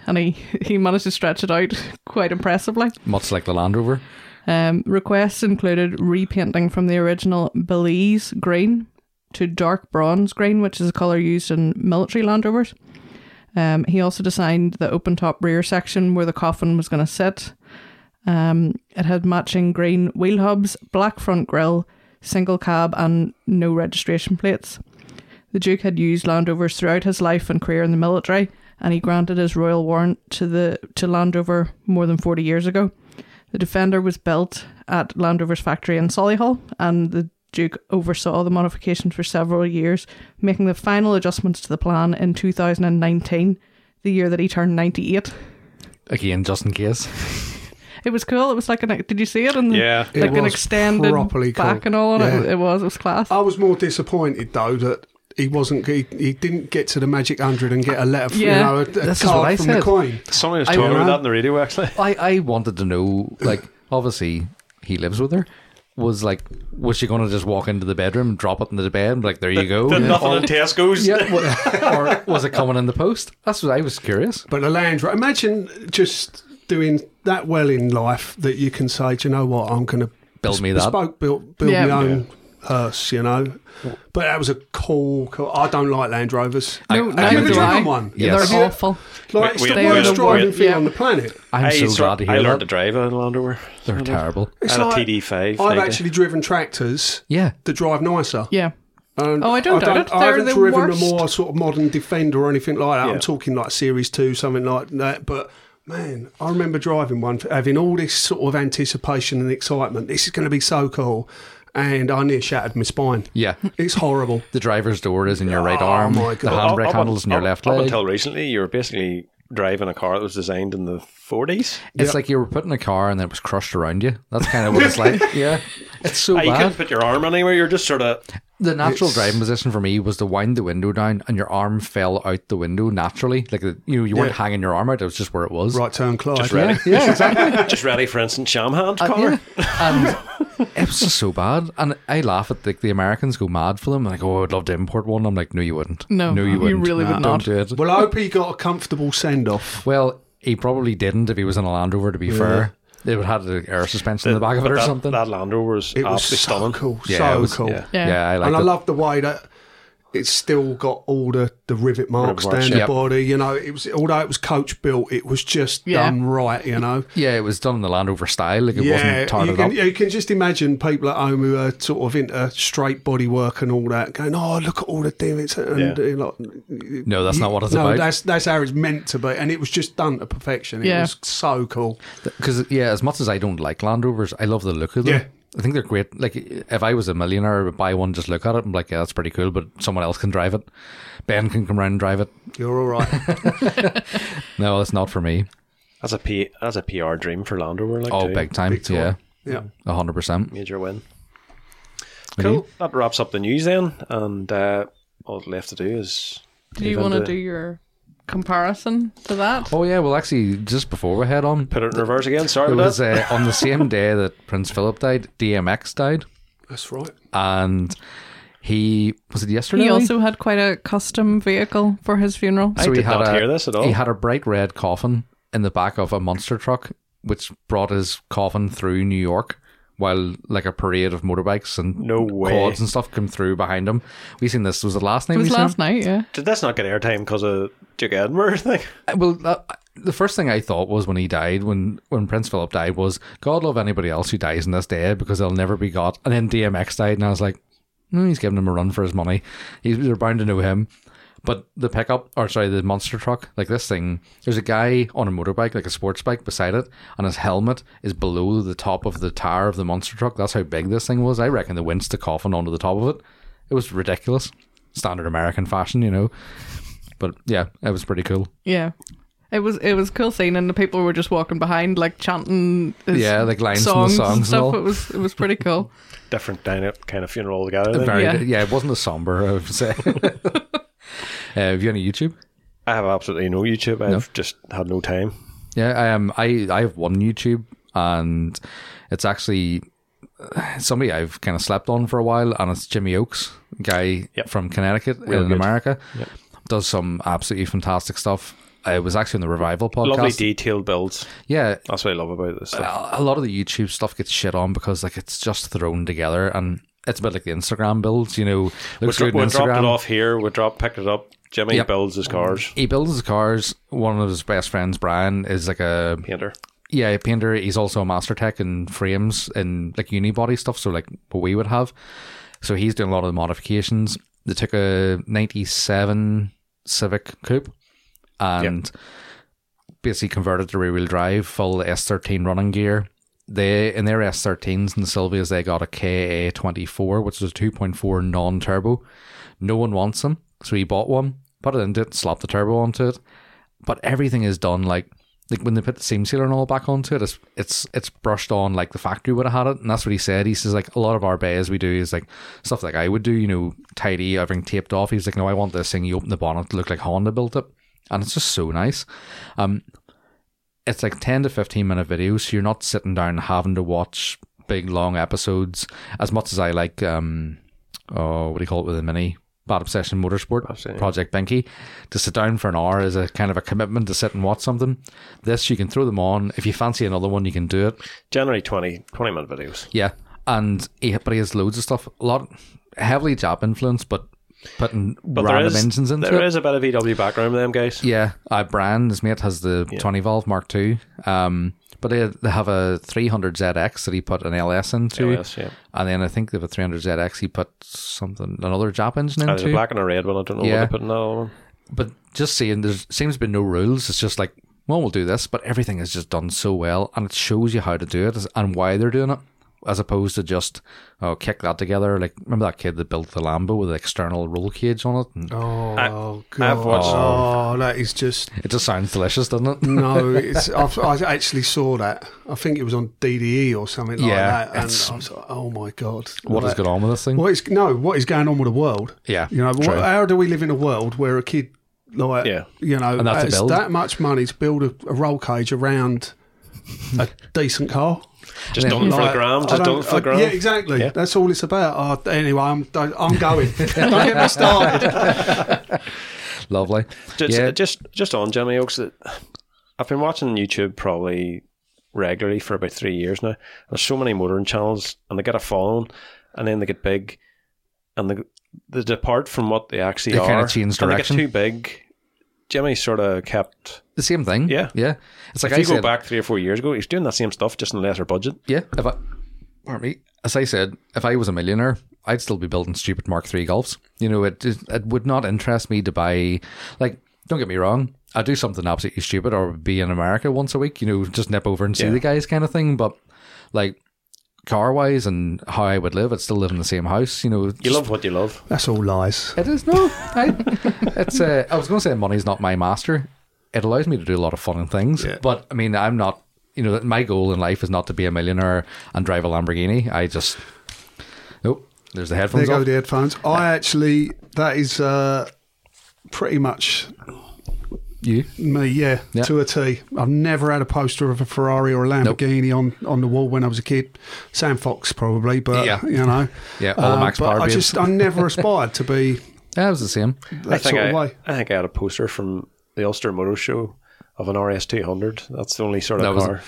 Speaker 3: And he, he managed to stretch it out quite impressively.
Speaker 2: Much like the Land Rover.
Speaker 3: Um, requests included repainting from the original Belize green to dark bronze green, which is a colour used in military Land Rovers. Um, he also designed the open top rear section where the coffin was going to sit. Um, it had matching green wheel hubs, black front grille, single cab, and no registration plates. The Duke had used Land Rovers throughout his life and career in the military, and he granted his royal warrant to the to Land Rover more than forty years ago. The Defender was built at Land Rover's factory in Solihull, and the Duke oversaw the modifications for several years, making the final adjustments to the plan in 2019, the year that he turned 98.
Speaker 2: Again, just in case.
Speaker 3: It was cool. It was like an. Did you see it? In the,
Speaker 1: Yeah.
Speaker 4: It
Speaker 3: like an
Speaker 4: was
Speaker 3: extended
Speaker 4: properly cool.
Speaker 3: back and all. on It,
Speaker 4: Yeah.
Speaker 3: it was. It was class.
Speaker 4: I was more disappointed though that he wasn't. He, he didn't get to the magic hundred and get a letter. From,
Speaker 3: Yeah.
Speaker 4: you know, a, a
Speaker 2: This is
Speaker 4: card
Speaker 2: what I
Speaker 4: from
Speaker 2: said.
Speaker 4: the Queen.
Speaker 1: Somebody was
Speaker 2: I-
Speaker 1: talking about
Speaker 4: Yeah.
Speaker 1: that on the radio actually.
Speaker 2: I, I wanted to know, like, obviously he lives with her. Was like, was she going to just walk into the bedroom, drop it into the bed, and be like, there you go?
Speaker 1: Did nothing in Tesco's.
Speaker 2: Yeah, wa- or was it coming in the post? That's what I was curious.
Speaker 4: But the Land Rover. Imagine just doing that well in life that you can say, do you know what? I'm going to
Speaker 2: Build me that.
Speaker 4: Bespoke, build, build
Speaker 3: Yeah.
Speaker 4: my own hearse. You know. But that was a cool. cool I don't like Land Rovers.
Speaker 2: I-
Speaker 3: no,
Speaker 2: I-
Speaker 3: neither
Speaker 4: Have you ever
Speaker 3: do I.
Speaker 4: driven one?
Speaker 2: Yeah, Yes.
Speaker 3: They're awful.
Speaker 4: Like it's
Speaker 1: We-
Speaker 4: the
Speaker 1: we-
Speaker 4: worst
Speaker 3: we-
Speaker 4: driving
Speaker 3: we-
Speaker 4: thing
Speaker 3: yeah.
Speaker 4: on the planet.
Speaker 2: I'm so
Speaker 1: sort-
Speaker 2: glad to hear
Speaker 1: I learned to
Speaker 2: that.
Speaker 1: drive in Land Rover.
Speaker 2: They're terrible.
Speaker 4: It's
Speaker 1: Had a
Speaker 4: like-
Speaker 1: TD5.
Speaker 4: I've
Speaker 1: like,
Speaker 4: actually driven tractors
Speaker 2: Yeah,
Speaker 4: that drive nicer.
Speaker 3: Yeah.
Speaker 4: And
Speaker 3: Oh, I don't doubt it.
Speaker 4: I
Speaker 3: They're
Speaker 4: haven't
Speaker 3: the
Speaker 4: driven
Speaker 3: worst.
Speaker 4: a more sort of modern Defender or anything like that.
Speaker 1: Yeah.
Speaker 4: I'm talking like Series 2, something like that. But man, I remember driving one, having all this sort of anticipation and excitement. This is going to be so cool. And I near shattered my spine.
Speaker 2: yeah.
Speaker 4: It's horrible.
Speaker 2: The driver's door is in your right arm.
Speaker 4: my
Speaker 2: the
Speaker 4: God.
Speaker 1: Up-
Speaker 2: handbrake
Speaker 1: Oh up un-
Speaker 2: handles in your
Speaker 1: up-
Speaker 2: left
Speaker 1: up
Speaker 2: leg.
Speaker 1: until recently, you were basically driving a car that was designed in the 40s.
Speaker 2: it's like you were put in a car and then it was crushed around you. That's kind of what it's like. Yeah, it's so
Speaker 4: Oh,
Speaker 1: Ah, you
Speaker 2: bad.
Speaker 1: couldn't put your arm anywhere. You're just sort of
Speaker 2: The natural
Speaker 4: It's-
Speaker 2: driving position for me was to wind the window down and your arm fell out the window naturally. Like the- you, you weren't
Speaker 4: Yeah.
Speaker 2: hanging your arm out; it was just where it was.
Speaker 4: Right turn, Clyde.
Speaker 1: just ready.
Speaker 2: Yeah, exactly.
Speaker 1: just ready for instant sham
Speaker 4: Uh,
Speaker 1: hand car.
Speaker 2: yeah. And it was just so bad. And I laugh at like the Americans go mad for them. Like, oh, I'd love to import one. I'm like, no, you wouldn't.
Speaker 3: No,
Speaker 2: no, you
Speaker 3: you
Speaker 2: wouldn't.
Speaker 3: really would
Speaker 2: Don't
Speaker 3: not.
Speaker 2: do it.
Speaker 4: Well, I hope he got a comfortable send off.
Speaker 2: Well, he probably didn't if he was in a Land Rover. To be fair, they would have the air suspension in the back of it
Speaker 1: But
Speaker 2: or
Speaker 1: that,
Speaker 2: something.
Speaker 1: That Land Rover was
Speaker 4: It
Speaker 1: absolutely
Speaker 4: was so
Speaker 1: stunning.
Speaker 4: cool.
Speaker 2: Yeah,
Speaker 4: so
Speaker 2: it was-
Speaker 4: cool.
Speaker 1: Ah, yeah.
Speaker 3: Yeah.
Speaker 2: yeah. I like
Speaker 4: and I
Speaker 2: it.
Speaker 4: love the way that it's still got all the, the rivet marks
Speaker 1: marks,
Speaker 4: down
Speaker 2: yeah.
Speaker 4: the body. You know, it was although it was coach built, it was just
Speaker 3: Yeah.
Speaker 4: done right. You know,
Speaker 2: yeah, it was done in the Land Rover style. Like it
Speaker 4: yeah,
Speaker 2: wasn't tarted
Speaker 4: you can,
Speaker 2: up.
Speaker 4: yeah, you can just imagine people at home who are sort of into straight body work and all that, going, "Oh, look at all the divots!" And
Speaker 1: Yeah.
Speaker 4: you know,
Speaker 2: No, that's not what it's
Speaker 4: no,
Speaker 2: about.
Speaker 4: that's that's how it's meant to be, and it was just done to perfection. It
Speaker 3: Yeah.
Speaker 4: was so cool.
Speaker 2: Because yeah, as much as I don't like Land Rovers, I love the look of them.
Speaker 4: Yeah.
Speaker 2: I think they're great. Like if I was a millionaire, I would buy one, just look at it, and be like, yeah, that's pretty cool. But someone else can drive it. Ben can come round and drive it.
Speaker 4: You're all right.
Speaker 2: No, that's not for me.
Speaker 1: That's a P. That's a PR dream for Land Rover. Like
Speaker 2: Oh,
Speaker 1: too.
Speaker 2: big time.
Speaker 4: Big time.
Speaker 2: Yeah,
Speaker 4: yeah,
Speaker 2: a hundred percent.
Speaker 1: major win. Cool. That wraps up the news then, and uh, all left to do is.
Speaker 3: Do you
Speaker 1: even
Speaker 3: want to
Speaker 1: the-
Speaker 3: do your comparison to that?
Speaker 2: Oh yeah. Well, actually, just before we head on,
Speaker 1: put it in reverse again? Sorry
Speaker 2: it
Speaker 1: about
Speaker 2: was
Speaker 1: that.
Speaker 2: uh, on the same day that Prince Philip died. DMX died,
Speaker 4: that's right.
Speaker 2: and he was it yesterday.
Speaker 3: He also had quite a custom vehicle for his funeral.
Speaker 1: I did not hear this at all.
Speaker 2: He had a bright red coffin in the back of a monster truck, which brought his coffin through New York while like a parade of motorbikes and
Speaker 1: No way.
Speaker 2: quads and stuff came through behind him. We seen this was the last night.
Speaker 3: It was
Speaker 2: we
Speaker 3: last
Speaker 2: seen
Speaker 3: night, yeah.
Speaker 1: Did this not get airtime because of Duke Edinburgh thing?
Speaker 2: night. Well, that, the first thing I thought was when he died, when when Prince Philip died, was God love anybody else who dies in this day because they'll never be God. And then DMX died, and I was like, "Hmm, he's giving him a run for his money. He's they're bound to know him. But the pickup, or sorry, the monster truck, like this thing, there's a guy on a motorbike, like a sports bike, beside it, and his helmet is below the top of the tire of the monster truck. That's how big this thing was. I reckon they winced the coffin onto the top of it. It was ridiculous. Standard American fashion, you know. But yeah, it was pretty cool.
Speaker 3: Yeah. It was it was a cool scene and the people were just walking behind like chanting his
Speaker 2: Yeah, like lines from the
Speaker 3: songs,
Speaker 2: songs
Speaker 3: and
Speaker 2: and
Speaker 3: stuff.
Speaker 2: all.
Speaker 3: It was it was pretty cool.
Speaker 1: Different dyna- kind of funeral altogether. then.
Speaker 2: Very,
Speaker 3: Yeah.
Speaker 2: yeah. it wasn't as somber, I would say. uh, have you any YouTube?
Speaker 1: I have absolutely no YouTube. I've just had no time.
Speaker 2: Yeah, I um, I I have one YouTube, and it's actually uh, somebody I've kind of slept on for a while, and it's Jimmy Oakes, guy
Speaker 1: Yep.
Speaker 2: from Connecticut
Speaker 1: Real
Speaker 2: in
Speaker 1: good.
Speaker 2: America,
Speaker 1: Yep.
Speaker 2: does some absolutely fantastic stuff. It was actually in the revival podcast.
Speaker 1: Lovely detailed builds.
Speaker 2: yeah,
Speaker 1: That's what I love about this. Stuff.
Speaker 2: a a lot of the YouTube stuff gets shit on because like it's just thrown together and it's a bit like the Instagram builds, you know.
Speaker 1: We,
Speaker 2: Looks
Speaker 1: dro-
Speaker 2: good on
Speaker 1: we dropped
Speaker 2: Instagram.
Speaker 1: it off here. We dropped, picked it up. Jimmy
Speaker 2: Yep.
Speaker 1: builds his cars.
Speaker 2: He builds his cars. One of his best friends, Brian, is like a
Speaker 1: Painter.
Speaker 2: yeah a painter. He's also a master tech in frames and like unibody stuff. So like what we would have. So he's doing a lot of the modifications. They took a '97 Civic Coupe and basically converted to rear wheel drive, full S13 running gear. They in their S13s and the Silvias, they got a KA24, which was a 2.4 non-turbo. No one wants them, so he bought one, put it into it, slapped the turbo onto it. But everything is done like like when they put the seam sealer and all back onto it, it's it's it's brushed on like the factory would have had it, and that's what he said. He says like a lot of our bays we do is like stuff like I would do, you know, tidy everything taped off. He was like, no, I want this thing. You open the bonnet to look like Honda built it, and it's just so nice Um, it's like 10 to 15 minute videos so you're not sitting down having to watch big long episodes as much as i like um oh what do you call it with a mini bad obsession motorsport project binky to sit down for an hour is a kind of a commitment to sit and watch something this you can throw them on if you fancy another one you can do it
Speaker 1: Generally 20, 20 minute videos.
Speaker 2: yeah and he, but he has loads of stuff a lot heavily jap influence but putting
Speaker 1: But there
Speaker 2: random
Speaker 1: is,
Speaker 2: engines into
Speaker 1: there
Speaker 2: it
Speaker 1: is a bit of VW background with them guys.
Speaker 2: yeah, uh, Brian, his mate, has the 20 valve Mark II. Um, but they, they have a 300 ZX that he put an LS into.
Speaker 1: LS, yeah.
Speaker 2: And then I think they have a 300 ZX he put something, another Jap engine
Speaker 1: There's a
Speaker 2: into.
Speaker 1: black and a red one. I don't know
Speaker 2: Yeah.
Speaker 1: what they put in that one.
Speaker 2: But just seeing, there seems to be no rules. It's just like, well, we'll do this. But everything is just done so well. And it shows you how to do it and why they're doing it. As opposed to just oh kick that together, like remember that kid that built the Lambo with an external roll cage on it? And
Speaker 4: Oh, God.
Speaker 1: I've watched-
Speaker 4: oh, that is just.
Speaker 2: it just sounds delicious, doesn't it?
Speaker 4: No, it's, I've, I actually saw that. I think it was on DDE or something like
Speaker 2: Yeah,
Speaker 4: that. And
Speaker 2: it's-
Speaker 4: I was like, oh my God.
Speaker 2: What is going on with this thing?
Speaker 4: What is, no, what is going on with the world?
Speaker 2: Yeah,
Speaker 4: You know,
Speaker 2: true.
Speaker 4: what, how do we live in a world where a kid, like,
Speaker 1: Yeah.
Speaker 4: you know,
Speaker 2: And that's a
Speaker 4: has
Speaker 2: build.
Speaker 4: that much money to build a, a roll cage around a decent car?
Speaker 1: Just
Speaker 2: Yeah.
Speaker 1: done it for the
Speaker 4: Like,
Speaker 1: gram.
Speaker 4: I
Speaker 1: Just done
Speaker 4: don't-
Speaker 1: it for the gram.
Speaker 4: Yeah, exactly.
Speaker 1: Yeah.
Speaker 4: That's all it's about. Oh, anyway, I'm, don't- I'm going. don't get me started.
Speaker 2: Lovely.
Speaker 1: Just,
Speaker 2: yeah,
Speaker 1: just, just on Jimmy Oaks. that- I've been watching YouTube probably regularly for about three years now. There's so many motoring channels, and they get a following, and then they get big, and they they depart from what they actually
Speaker 2: They
Speaker 1: are.
Speaker 2: kinda change
Speaker 1: and
Speaker 2: direction.
Speaker 1: They get too big. Jimmy sort of kept.
Speaker 2: the same thing.
Speaker 1: Yeah.
Speaker 2: yeah. It's like
Speaker 1: if
Speaker 2: I
Speaker 1: you
Speaker 2: said.
Speaker 1: go back three or four years ago, he's doing that same stuff just in a lesser budget.
Speaker 2: Yeah. If I, pardon me. As I said, if I was a millionaire, I'd still be building stupid Mark III golfs. You know, it just- it would not interest me to buy. Like, don't get me wrong. I do something absolutely stupid, or be in America once a week. You know, just nip over and see
Speaker 1: Yeah.
Speaker 2: the guys, kind of thing. But like. Car wise and how I would live, I'd still live in the same house. You know,
Speaker 1: You
Speaker 2: just-
Speaker 1: love what you love.
Speaker 4: That's all lies.
Speaker 2: It is no. I, it's. Uh, I was going to say money's not my master. It allows me to do a lot of fun and things,
Speaker 4: Yeah.
Speaker 2: but I mean, I'm not. You know, my goal in life is not to be a millionaire and drive a Lamborghini. I just. Nope. There's the
Speaker 4: There
Speaker 2: headphones
Speaker 4: go
Speaker 2: off.
Speaker 4: the headphones. I actually, that is uh, pretty much
Speaker 2: You.
Speaker 4: Me, yeah,
Speaker 2: Yeah.
Speaker 4: to a T. I've never had a poster of a Ferrari or a Lamborghini on, on the wall when I was a kid. Sam Fox probably, but
Speaker 2: Yeah.
Speaker 4: you know, Uh,
Speaker 2: Yeah, all the Max
Speaker 4: but
Speaker 2: Power
Speaker 4: I
Speaker 2: babes.
Speaker 4: just I never aspired to be
Speaker 2: Yeah, it was the same.
Speaker 4: that
Speaker 1: I
Speaker 4: sort
Speaker 1: think
Speaker 4: of
Speaker 1: I,
Speaker 4: way.
Speaker 1: I think I had a poster from the Ulster Motor Show of an RS 200. That's the only sort of
Speaker 2: That was-
Speaker 1: car.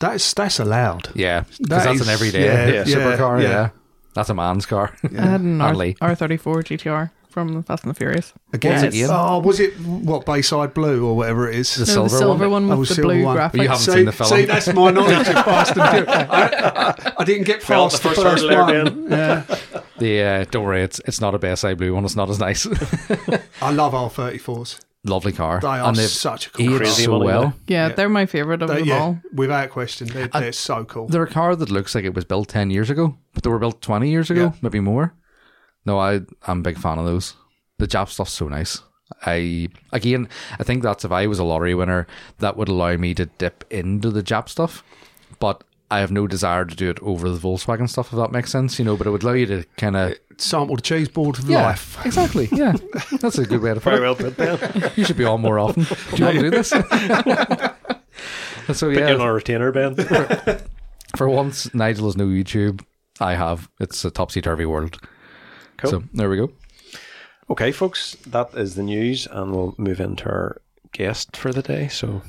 Speaker 4: That's that's allowed.
Speaker 2: Yeah, because
Speaker 4: That
Speaker 2: that's
Speaker 4: is-
Speaker 2: an everyday
Speaker 4: yeah,
Speaker 1: yeah,
Speaker 2: supercar. Yeah.
Speaker 4: yeah.
Speaker 2: that's a man's car.
Speaker 3: I had an R-
Speaker 2: Hardly.
Speaker 3: R34 GTR from Fast and the Furious.
Speaker 4: Again,
Speaker 2: it again?
Speaker 4: oh, was it what Bayside Blue or whatever it is?
Speaker 2: The
Speaker 3: No,
Speaker 2: silver,
Speaker 3: the silver one,
Speaker 4: Oh,
Speaker 3: with the
Speaker 4: silver
Speaker 3: blue
Speaker 4: one.
Speaker 2: You
Speaker 3: graphics.
Speaker 2: haven't
Speaker 4: see,
Speaker 2: seen the film.
Speaker 4: see, that's my knowledge of Fast and Furious. I, I, I didn't get
Speaker 1: Felt the
Speaker 4: past
Speaker 1: first
Speaker 4: the first,
Speaker 1: hurdle there,
Speaker 4: one. Yeah.
Speaker 2: The uh, don't worry, it's it's not a BSI blue one. It's not as nice.
Speaker 4: I love R34s.
Speaker 2: Lovely car.
Speaker 4: They are
Speaker 2: they've
Speaker 4: such a cool
Speaker 2: aged
Speaker 4: car.
Speaker 1: Crazy
Speaker 2: so
Speaker 1: money,
Speaker 2: well.
Speaker 1: yeah.
Speaker 3: yeah, they're my favorite of
Speaker 4: They-
Speaker 3: them
Speaker 4: Uh, yeah,
Speaker 3: all.
Speaker 4: without question, they're, they're so cool.
Speaker 2: They're a car that looks like it was built 10 years ago, but they were built 20 years ago,
Speaker 4: Yeah.
Speaker 2: maybe more. No, I, I'm a big fan of those. The Jap stuff's so nice. I again, I think that's if I was a lottery winner, that would allow me to dip into the Jap stuff, but I have no desire to do it over the Volkswagen stuff, if that makes sense, you know. But it would allow you to kind
Speaker 1: Uh,
Speaker 2: of
Speaker 4: Sample the cheese board of life.
Speaker 2: exactly. Yeah, that's a good way to put
Speaker 1: Very
Speaker 2: it.
Speaker 1: well put down.
Speaker 2: You should be on more often. Do you want to do this? So
Speaker 1: Put you on
Speaker 2: yeah,
Speaker 1: a retainer, Ben.
Speaker 2: for once, Nigel has no YouTube. I have. It's a topsy turvy world.
Speaker 1: Cool.
Speaker 2: So there we go.
Speaker 1: okay, folks, that is the news, and we'll move into our guest for the day. So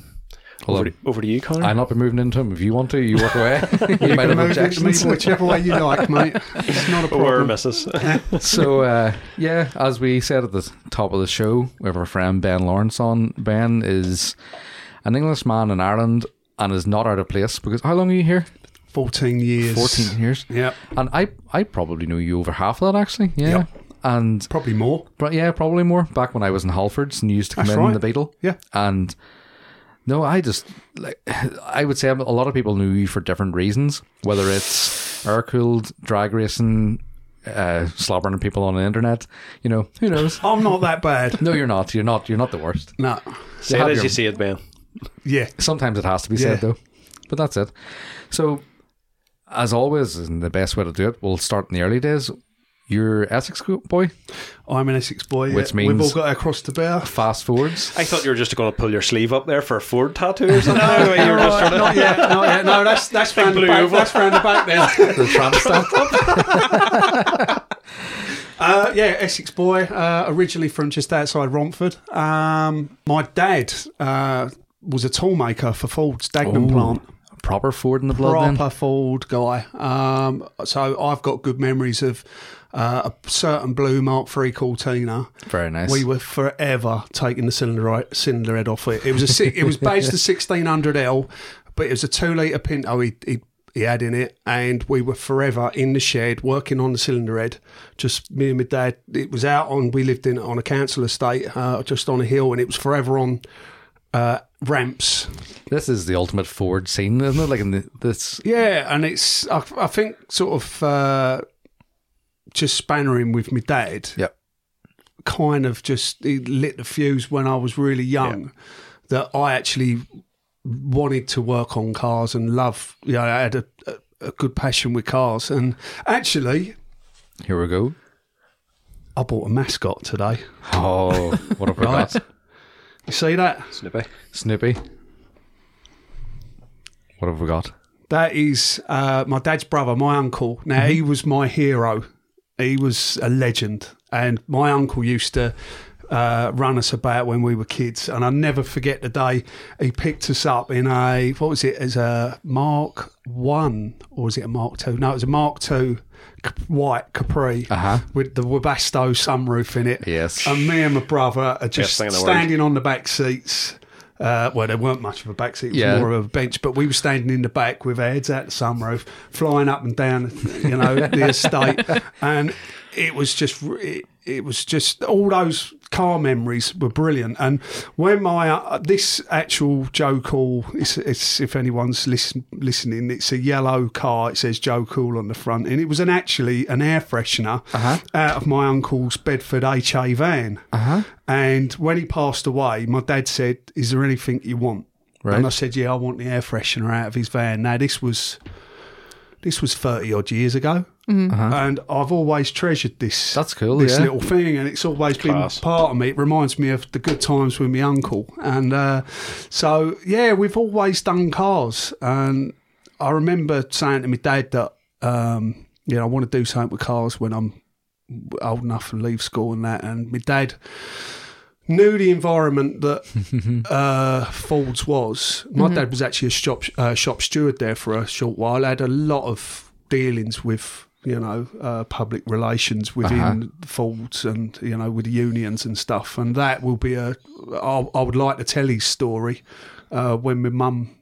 Speaker 1: over
Speaker 2: Hold on.
Speaker 1: to, over to you, Connor.
Speaker 2: I'll not be moving into him. If you want to, you walk away. you, might have
Speaker 4: Move it,
Speaker 2: objections.
Speaker 4: move it whichever way you like, mate. It's not a
Speaker 1: Oh, or
Speaker 4: problem.
Speaker 1: Mrs.
Speaker 2: so uh, yeah, as we said at the top of the show, we have our friend Ben Lawrence on. Ben is an Englishman in Ireland and is not out of place because how long are you here?
Speaker 4: 14 years.
Speaker 2: Fourteen years.
Speaker 4: Yeah,
Speaker 2: And I I probably knew you over half of that actually. Yeah.
Speaker 4: Yep.
Speaker 2: And
Speaker 4: probably more.
Speaker 2: but yeah, probably more back when I was in Halfords and you used to come
Speaker 4: That's
Speaker 2: in
Speaker 4: right.
Speaker 2: the Beetle.
Speaker 4: Yeah.
Speaker 2: And no, I just like I would say a lot of people knew you for different reasons, whether it's air cooled drag racing, uh, slobbering at people on the internet. You know, who knows?
Speaker 4: I'm not that bad.
Speaker 2: No, you're not. You're not. You're not the worst.
Speaker 4: No.
Speaker 1: Say
Speaker 2: have
Speaker 1: it as
Speaker 2: your-
Speaker 1: you see it, Ben.
Speaker 4: Yeah.
Speaker 2: Sometimes it has to be said
Speaker 4: Yeah.
Speaker 2: though, but that's it. So, as always, and the best way to do it, we'll start in the early days. You're Essex boy.
Speaker 4: I'm an Essex boy. yeah.
Speaker 2: Which
Speaker 4: We've all
Speaker 2: means-
Speaker 4: got across the bear.
Speaker 2: Fast forwards.
Speaker 1: I thought you were just going to pull your sleeve up there for a Ford tattoo or something. no, you were just trying to-
Speaker 4: not yet, not yet. No, that's that's round the
Speaker 1: blue
Speaker 4: back.
Speaker 1: oval.
Speaker 4: That's round the back now.
Speaker 2: the tramp stamp.
Speaker 4: Uh, yeah, Essex boy, uh, originally from just outside Romford. Um, my dad uh, was a toolmaker for Ford's Dagenham
Speaker 2: Ooh.
Speaker 4: plant.
Speaker 2: Proper Ford in the blood then.
Speaker 4: proper Ford guy. Um, so I've got good memories of uh, a certain blue Mark III Cortina.
Speaker 2: Very nice.
Speaker 4: We were forever taking the cylinder right, cylinder head off it. It was a si- it was based a sixteen hundred L, but it was a two liter Pinto he, he he had in it, and we were forever in the shed working on the cylinder head. Just me and my dad. It was out on. We lived in on a council estate, uh, just on a hill, and it was forever on uh, ramps.
Speaker 2: this is the ultimate Ford scene, isn't it? Like in the, this.
Speaker 4: Yeah, and it's I, I think sort of uh, just spannering with my dad.
Speaker 2: Yep.
Speaker 4: Kind of just he lit the fuse when I was really young that I actually wanted to work on cars and love. You know, I had a, a, a good passion with cars, and actually,
Speaker 2: Here we go.
Speaker 4: I bought a mascot today.
Speaker 2: Oh, what a forgot.
Speaker 4: You see that?
Speaker 1: Snoopy.
Speaker 2: Snoopy. What have we got?
Speaker 4: That is uh, my dad's brother, my uncle. Now
Speaker 2: Mm-hmm.
Speaker 4: he was my hero. He was a legend, and my uncle used to uh, run us about when we were kids. And I never forget the day he picked us up in a what was it? As a Mark One or was it a Mark Two? No, it was a Mark Two cap- white Capri
Speaker 2: Uh-huh.
Speaker 4: with the Webasto sunroof in it.
Speaker 2: Yes.
Speaker 4: and me and my brother are just
Speaker 1: thing in the world.
Speaker 4: standing on the back seats. Uh, well, there weren't much of a back seat. It was
Speaker 2: Yeah.
Speaker 4: more of a bench, but we were standing in the back with our heads out the sunroof, flying up and down, you know, the estate, and it was just it, it was just all those car memories were brilliant. And when my uh, this actual Joe Cool, it's, it's if anyone's listen, listening, it's a yellow car. It says Joe Cool on the front, and it was an actually an air freshener out of my uncle's Bedford HA van. And when he passed away, my dad said, "Is there anything you want?"
Speaker 2: Right.
Speaker 4: And I said, "Yeah, I want the air freshener out of his van." Now this was this was thirty odd years ago, and I've always treasured this.
Speaker 2: Uh-huh. That's cool,
Speaker 4: This
Speaker 2: yeah.
Speaker 4: little thing, and it's always
Speaker 1: Class.
Speaker 4: been part of me. It reminds me of the good times with my uncle, and uh, so yeah, we've always done cars. And I remember saying to my dad that um, you know I want to do something with cars when I'm old enough and leave school and that. And my dad knew the environment that uh, Folds was. My dad was actually a shop uh, shop steward there for a short while. I had a lot of dealings with you know uh, public relations within Folds and you know with the unions and stuff. And that will be a. I, I would like to tell his story uh, when my mum.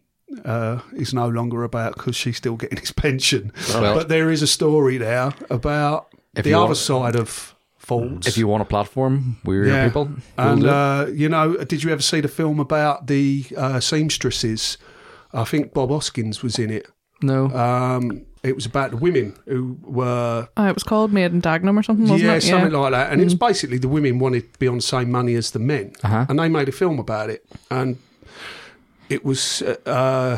Speaker 4: Uh, is no longer about because she's still getting his pension,
Speaker 2: Well-
Speaker 4: but there is a story there about
Speaker 2: If
Speaker 4: the
Speaker 2: you
Speaker 4: other
Speaker 2: want-
Speaker 4: side of Folds.
Speaker 2: If you want a platform, we're your
Speaker 4: Yeah.
Speaker 2: people. We'll
Speaker 4: And
Speaker 2: do it.
Speaker 4: uh, you know, did you ever see the film about the uh, seamstresses? I think Bob Hoskins was in it.
Speaker 2: no.
Speaker 4: Um, it was about the women who were
Speaker 3: Uh, it was called Made in Dagenham or something, wasn't
Speaker 4: yeah,
Speaker 3: it? Mm.
Speaker 4: something like that. And it was basically the women wanted to be on the same money as the men,
Speaker 2: Uh-huh.
Speaker 4: and they made a film about it. And it was, uh, uh,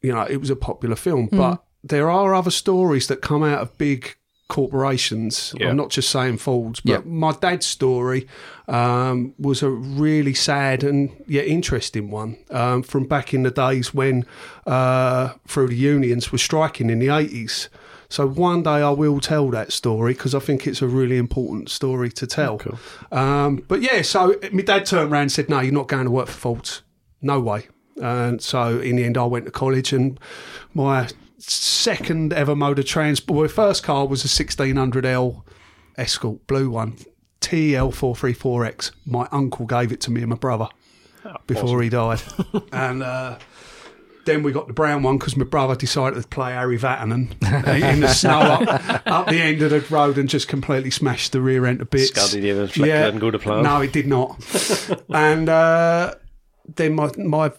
Speaker 4: you know, it was a popular film. But there are other stories that come out of big corporations.
Speaker 1: Yeah.
Speaker 4: I'm not just saying Fords, but
Speaker 2: Yeah.
Speaker 4: my dad's story um, was a really sad and yet interesting one um, from back in the days when uh, through the unions were striking in the 80s. So one day I will tell that story because I think it's a really important story to tell.
Speaker 1: Cool.
Speaker 4: Um, but yeah, so my dad turned around and said, "No, you're not going to work for Ford. No way." And so in the end, I went to college, and my second ever mode of transport, well, my first car was a 1600L Escort, blue one, TL434X. My uncle gave it to me and my brother before he died, and. Uh, then we got the brown one because my brother decided to play Harry Vatanen in the snow up, up the end of the road and just completely smashed the rear end to bits.
Speaker 1: Scotty Davis flick didn't go to plan.
Speaker 4: No, it did not. and uh, then my my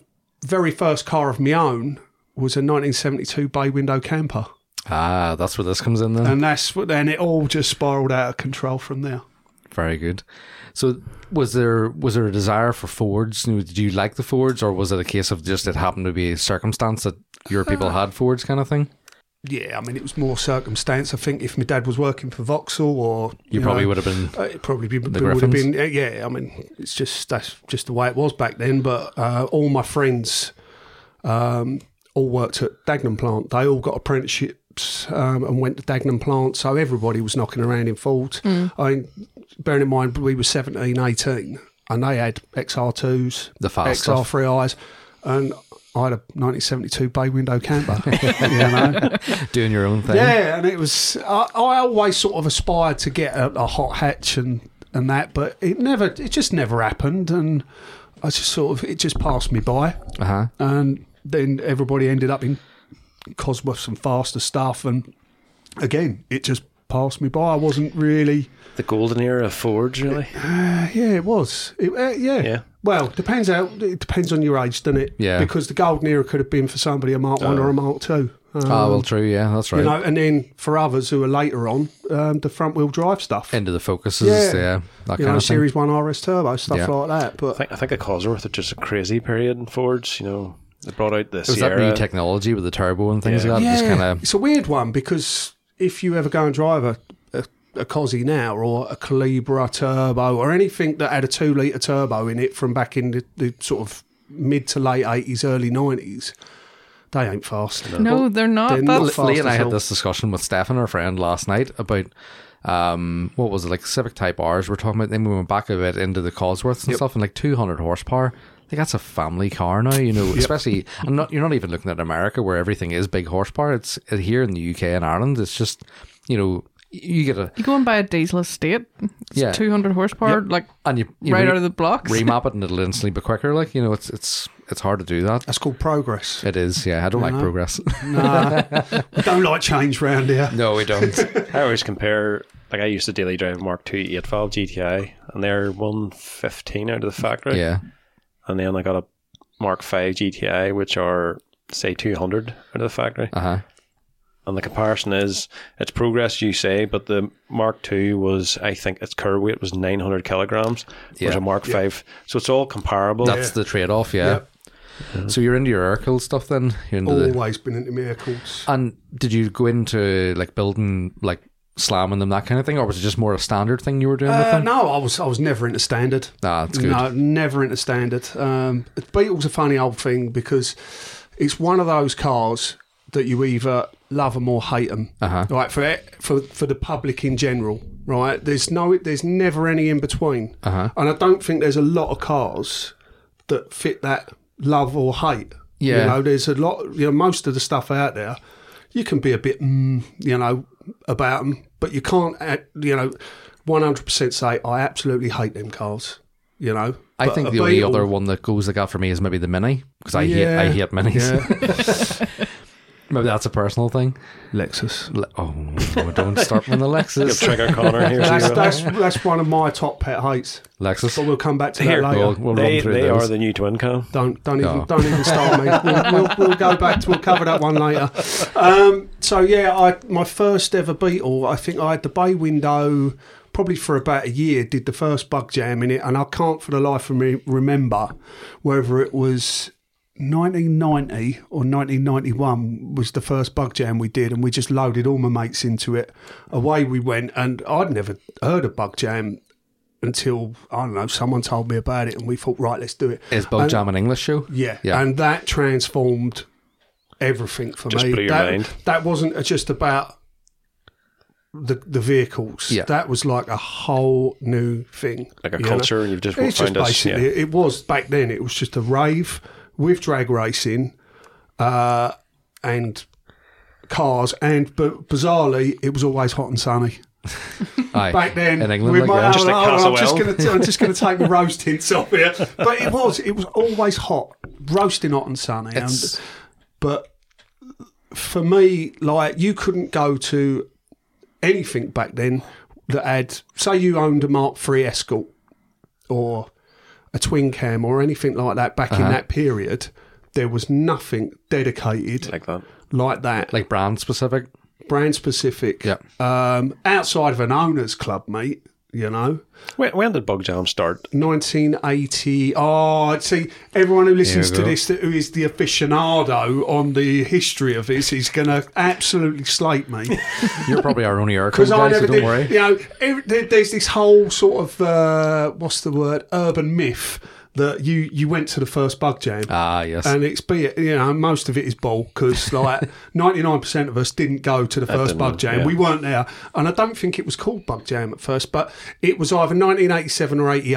Speaker 4: very first car of my own was a 1972 bay window camper,
Speaker 2: Ah, that's where this comes in then.
Speaker 4: and that's what- and it all just spiraled out of control from there.
Speaker 2: Very good. So was there was there a desire for Fords? You know, Did you like the Fords, or was it a case of just it happened to be a circumstance that your
Speaker 4: Uh,
Speaker 2: people had Fords kind of thing?
Speaker 4: Yeah, I mean it was more circumstance. I think if my dad was working for Vauxhall or
Speaker 2: You, probably
Speaker 4: know,
Speaker 2: would have been
Speaker 4: Uh, It probably be,
Speaker 2: The
Speaker 4: would have
Speaker 2: Griffins?
Speaker 4: been, uh, yeah. I mean, it's just that's just the way it was back then. But uh, all my friends um, all worked at Dagenham plant. They all got apprenticeships um, and went to Dagenham plant. So everybody was knocking around in Ford. I mean, bearing in mind we were 17, 18, and they had XR2s,
Speaker 2: the fast Ah, stuff.
Speaker 4: XR3Is, and I had a 1972 bay window camper. you know?
Speaker 2: doing your own thing.
Speaker 4: Yeah, and it was. I, I always sort of aspired to get a, a hot hatch and and that, but it never. It just never happened, and I just sort of it just passed me by,
Speaker 2: Uh huh.
Speaker 4: and then everybody ended up in Cosworths and faster stuff, and again, it just passed me by. I wasn't really.
Speaker 1: The golden era of Fords, really.
Speaker 4: Yeah, it was. It, uh, yeah.
Speaker 1: Yeah.
Speaker 4: Well, depends how it depends on your age, doesn't it?
Speaker 2: Yeah. Oh.
Speaker 4: Because the golden era could have been for somebody a Mark One or a Mark Two. Um,
Speaker 2: Ah, well, true. Yeah, that's right.
Speaker 4: you know, and then for others who are later on, um, the front wheel drive stuff.
Speaker 2: Into the focuses. Yeah,
Speaker 4: Yeah.
Speaker 2: that
Speaker 4: you
Speaker 2: kind
Speaker 4: know,
Speaker 2: of
Speaker 4: Series 1 RS Turbo, stuff
Speaker 2: Yeah.
Speaker 4: like that.
Speaker 1: I
Speaker 4: But
Speaker 1: think I think the Cosworth are just a crazy period in Fords. You know, they brought out the
Speaker 2: thing. Was that
Speaker 1: Sierra.
Speaker 2: new technology with the turbo and things
Speaker 1: Yeah.
Speaker 2: like that? Just kind of
Speaker 4: it's a weird one because if you ever go and drive a, a, a Cozzy now or a Calibra Turbo or anything that had a 2 litre turbo in it from back in the, the sort of mid to late 80s, early 90s, they ain't fast.
Speaker 3: No, they're not.
Speaker 4: They're
Speaker 3: That's
Speaker 4: not fast
Speaker 2: Lee and I
Speaker 4: as
Speaker 2: had
Speaker 4: hell.
Speaker 2: this discussion with Stefan, our friend, last night about um, what was it like Civic Type R's. We're talking about. Then we went back a bit into the Cosworths and stuff, and like 200 horsepower. Like that's a family car now, you know. Especially, I'm not. You're not even looking at America where everything is big horsepower. It's uh, here in the UK and Ireland. It's just, you know, you get a
Speaker 3: you go and buy a diesel estate. It's
Speaker 2: Yeah. Uh,
Speaker 3: 200 horsepower, like
Speaker 2: and you, you
Speaker 3: right
Speaker 2: re-
Speaker 3: out of the blocks.
Speaker 2: remap it and it'll instantly be quicker. Like you know, it's it's it's hard to do that.
Speaker 4: That's called progress.
Speaker 2: It is, yeah. I don't like progress.
Speaker 4: We don't like change round here.
Speaker 2: no, we don't.
Speaker 1: I always compare. Like I used to daily drive a Mark Two Eight Valve GTI, and they're one fifteen out of the factory.
Speaker 2: yeah,
Speaker 1: and then I got a Mark Five GTI, which are say two hundred out of the factory.
Speaker 2: uh huh.
Speaker 1: And the comparison is it's progress, you say, but the Mark Two was, I think, its curve weight was nine hundred kilograms, whereas
Speaker 2: Yeah.
Speaker 1: a Mark Five, so it's all comparable.
Speaker 2: That's the trade off, yeah. So you're into your air-cooled stuff then? You're into the,
Speaker 4: Always been into miracles.
Speaker 2: and did you go into like building, like slamming them, that kind of thing? Or was it just more a standard thing you were doing with
Speaker 4: Uh,
Speaker 2: them?
Speaker 4: no, I was I was never into standard.
Speaker 2: Ah, that's good.
Speaker 4: No, never into standard. Um, the Beatles a funny old thing because it's one of those cars that you either love them or hate them.
Speaker 2: Uh-huh.
Speaker 4: Right for it- for for the public in general. Right, there's no there's never any in between.
Speaker 2: Uh-huh.
Speaker 4: And I don't think there's a lot of cars that fit that love or hate.
Speaker 2: Yeah.
Speaker 4: You know, there's a lot. You know, most of the stuff out there, you can be a bit, mm, you know, about them, but you can't, act- you know, one hundred percent say I absolutely hate them cars. You know,
Speaker 2: I
Speaker 4: But
Speaker 2: think
Speaker 4: a
Speaker 2: the only
Speaker 4: Beetle-
Speaker 2: other one that goes like that for me is maybe the Mini because I hate I
Speaker 4: Yeah.
Speaker 2: hate Minis. maybe that's a personal thing.
Speaker 4: Lexus.
Speaker 2: Le- oh, no, don't start with the
Speaker 1: You'll
Speaker 2: Lexus.
Speaker 1: trigger Connor here. so
Speaker 4: That's,
Speaker 1: you're-
Speaker 4: that's that's one of my top pet hates, but
Speaker 2: Lexus.
Speaker 4: we'll come back to
Speaker 1: Here,
Speaker 4: that later.
Speaker 2: We'll, we'll
Speaker 1: they
Speaker 2: run through
Speaker 1: they
Speaker 2: those.
Speaker 1: are the new twin cam.
Speaker 4: Don't don't even
Speaker 2: No.
Speaker 4: don't even start me. We'll, we'll, we'll go back. To, we'll cover that one later. Um, so yeah, I my first ever Beetle. I think I had the bay window probably for about a year. Did the first bug jam in it, and I can't for the life of me remember whether it was 1990 or 1991 was the first bug jam we did, and we just loaded all my mates into it. Away we went, and I'd never heard of bug jam until I don't know someone told me about it, and we thought, right, let's do it.
Speaker 2: Is Bug
Speaker 4: And-
Speaker 2: Jam an English show?
Speaker 4: yeah,
Speaker 2: Yeah.
Speaker 4: and that transformed everything for
Speaker 1: Just
Speaker 4: me.
Speaker 1: blew your
Speaker 4: that,
Speaker 1: mind.
Speaker 4: that wasn't just about the the vehicles.
Speaker 2: Yeah.
Speaker 4: That was like a whole new thing,
Speaker 1: Like a
Speaker 4: you know?
Speaker 1: culture, and you've just
Speaker 4: It's just
Speaker 1: found us.
Speaker 4: basically
Speaker 1: Yeah.
Speaker 4: it was back then. It was just a rave with drag racing, uh, and cars, and but bizarrely, it was always hot and sunny
Speaker 2: Aye.
Speaker 4: back then.
Speaker 2: in England,
Speaker 4: we
Speaker 2: like
Speaker 4: might-
Speaker 2: that.
Speaker 1: Just
Speaker 4: hold
Speaker 1: like
Speaker 4: on, hold on, I'm just
Speaker 1: Castlewell.
Speaker 4: going to I'm just going to take my rose tints off here. But it was it was always hot, roasting hot and sunny.
Speaker 2: It's-
Speaker 4: And, but for me, like you couldn't go to anything back then that had say you owned a Mark III Escort or a twin cam or anything like that back
Speaker 2: Uh-huh.
Speaker 4: in that period. There was nothing dedicated
Speaker 1: Like that.
Speaker 4: like that
Speaker 2: like brand specific.
Speaker 4: brand specific.
Speaker 2: Yeah.
Speaker 4: Um, outside of an owners club, mate. You know,
Speaker 1: When, when did Bug Jam start?
Speaker 4: 1980. Oh, see, everyone who listens
Speaker 2: Here we
Speaker 4: to
Speaker 2: go.
Speaker 4: this that- who is the aficionado on the history of this is going to absolutely slate me
Speaker 2: You're probably our only air
Speaker 4: because
Speaker 2: guy,
Speaker 4: I
Speaker 2: so
Speaker 4: never
Speaker 2: don't
Speaker 4: did.
Speaker 2: worry.
Speaker 4: You know, ev- there- there's this whole sort of uh, what's the word? Urban myth that you you went to the first bug jam.
Speaker 2: Ah, yes.
Speaker 4: and it's be it, you know most of it is bull because like ninety nine percent of us didn't go to the first
Speaker 1: didn't-
Speaker 4: bug jam.
Speaker 1: yeah.
Speaker 4: We weren't there, and I don't think it was called bug jam at first, but it was either nineteen eighty seven or eighty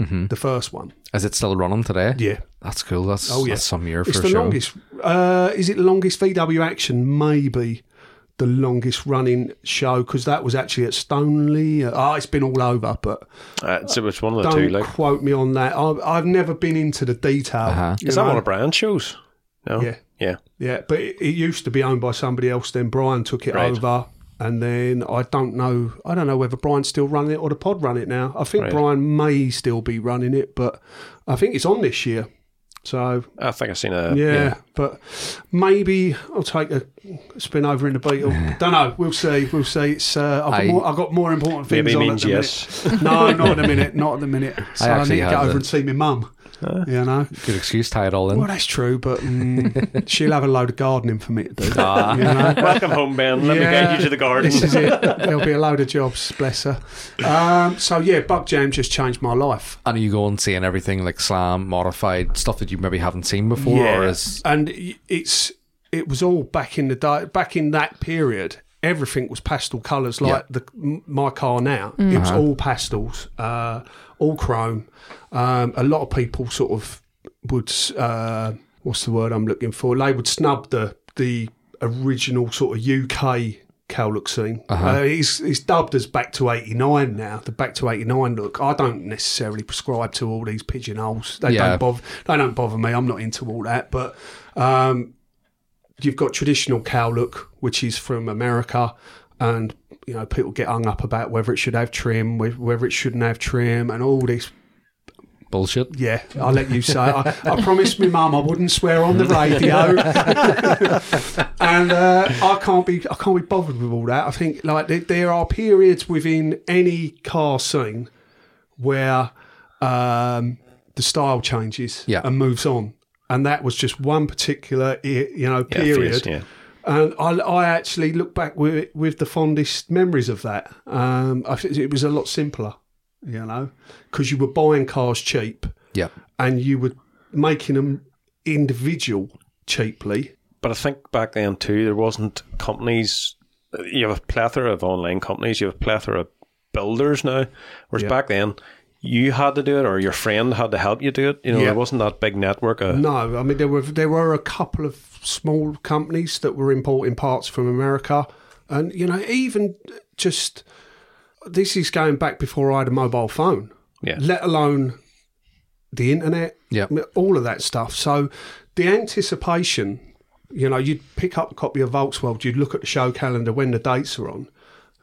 Speaker 2: Mm-hmm.
Speaker 4: the first one.
Speaker 2: Is it still running today?
Speaker 4: Yeah,
Speaker 2: That's cool. That's,
Speaker 4: oh yeah,
Speaker 2: that's some year for
Speaker 4: It's the
Speaker 2: sure.
Speaker 4: longest. Uh, is it the longest VW action? Maybe. The longest running show because that was actually at Stoneleigh. Ah, it's been all over, but
Speaker 1: Uh, so it was one of the two.
Speaker 4: don't
Speaker 1: Like,
Speaker 4: quote me on that. I've, I've never been into the detail.
Speaker 2: Uh-huh.
Speaker 4: you
Speaker 1: is that
Speaker 4: know?
Speaker 1: one of Brian's shows? No.
Speaker 4: Yeah.
Speaker 1: Yeah.
Speaker 4: Yeah, but it, it used to be owned by somebody else. Then Brian took it
Speaker 1: Right.
Speaker 4: over, and then I don't know. I don't know whether Brian's still running it or the pod run it now. I think
Speaker 1: Right.
Speaker 4: Brian may still be running it, but I think it's on this year. So
Speaker 1: I think I've seen a.
Speaker 4: yeah, but maybe I'll take a spin over in the Beetle. don't know. We'll see. We'll see. It's uh, I've, got
Speaker 2: I-
Speaker 4: more, I've got more important things
Speaker 1: Maybe
Speaker 4: on
Speaker 1: means
Speaker 4: at the
Speaker 1: yes.
Speaker 4: minute. no, not at the minute. Not at the minute. So I,
Speaker 2: actually
Speaker 4: need to get
Speaker 2: had
Speaker 4: over
Speaker 2: the-
Speaker 4: and see my mum. You know.
Speaker 2: Good excuse, tie it all in.
Speaker 4: Well, that's true, but mm, she'll have a load of gardening for me to do.
Speaker 2: Ah.
Speaker 4: You know?
Speaker 1: Welcome home, Ben. Let me
Speaker 4: Yeah.
Speaker 1: guide you to the garden.
Speaker 4: This is it. There'll be a load of jobs, bless her. Um, so yeah, Buck Jam just changed my life.
Speaker 2: And you go and seeing everything like slam, modified, stuff that you maybe haven't seen before, or is
Speaker 4: and y- it's it was all back in the di- back in that period. Everything was pastel colours, like the m- my car now. It was all pastels, uh, all chrome. Um, a lot of people sort of would uh, what's the word I'm looking for? They would snub the the original sort of UK Cowlook scene. uh it's, it's dubbed as back to 89 now, the back to 89 look. I don't necessarily prescribe to all these pigeonholes. They
Speaker 2: Yeah.
Speaker 4: don't bother they don't bother me. I'm not into all that, but um, you've got traditional Cowlook, which is from America and you know people get hung up about whether it should have trim, whe- whether it shouldn't have trim and all this
Speaker 2: bullshit.
Speaker 4: yeah, I'll let you say. it. I, I promised my mum I wouldn't swear on the radio, and uh, I can't be I can't be bothered with all that. I think like there, there are periods within any car scene where um, the style changes
Speaker 2: Yeah.
Speaker 4: and moves on, and that was just one particular i- you know
Speaker 1: Yeah, fierce,
Speaker 4: period.
Speaker 1: yeah.
Speaker 4: And I, I actually look back with with the fondest memories of that. Um, I, think it was a lot simpler, you know, because you were buying cars cheap
Speaker 2: Yeah.
Speaker 4: and you were making them individual cheaply.
Speaker 1: But I think back then too, there wasn't companies. You have a plethora of online companies. You have a plethora of builders now. Whereas
Speaker 4: Yeah.
Speaker 1: back then, you had to do it, or your friend had to help you do it. You know,
Speaker 4: Yeah.
Speaker 1: there wasn't that big network. Of,
Speaker 4: No, I mean there were there were a couple of small companies that were importing parts from America, and you know even just this is going back before I had a mobile phone,
Speaker 1: Yeah.
Speaker 4: let alone the internet,
Speaker 2: Yeah.
Speaker 4: all of that stuff. So the anticipation, you know, you'd pick up a copy of Volkswagen, you'd look at the show calendar when the dates are on,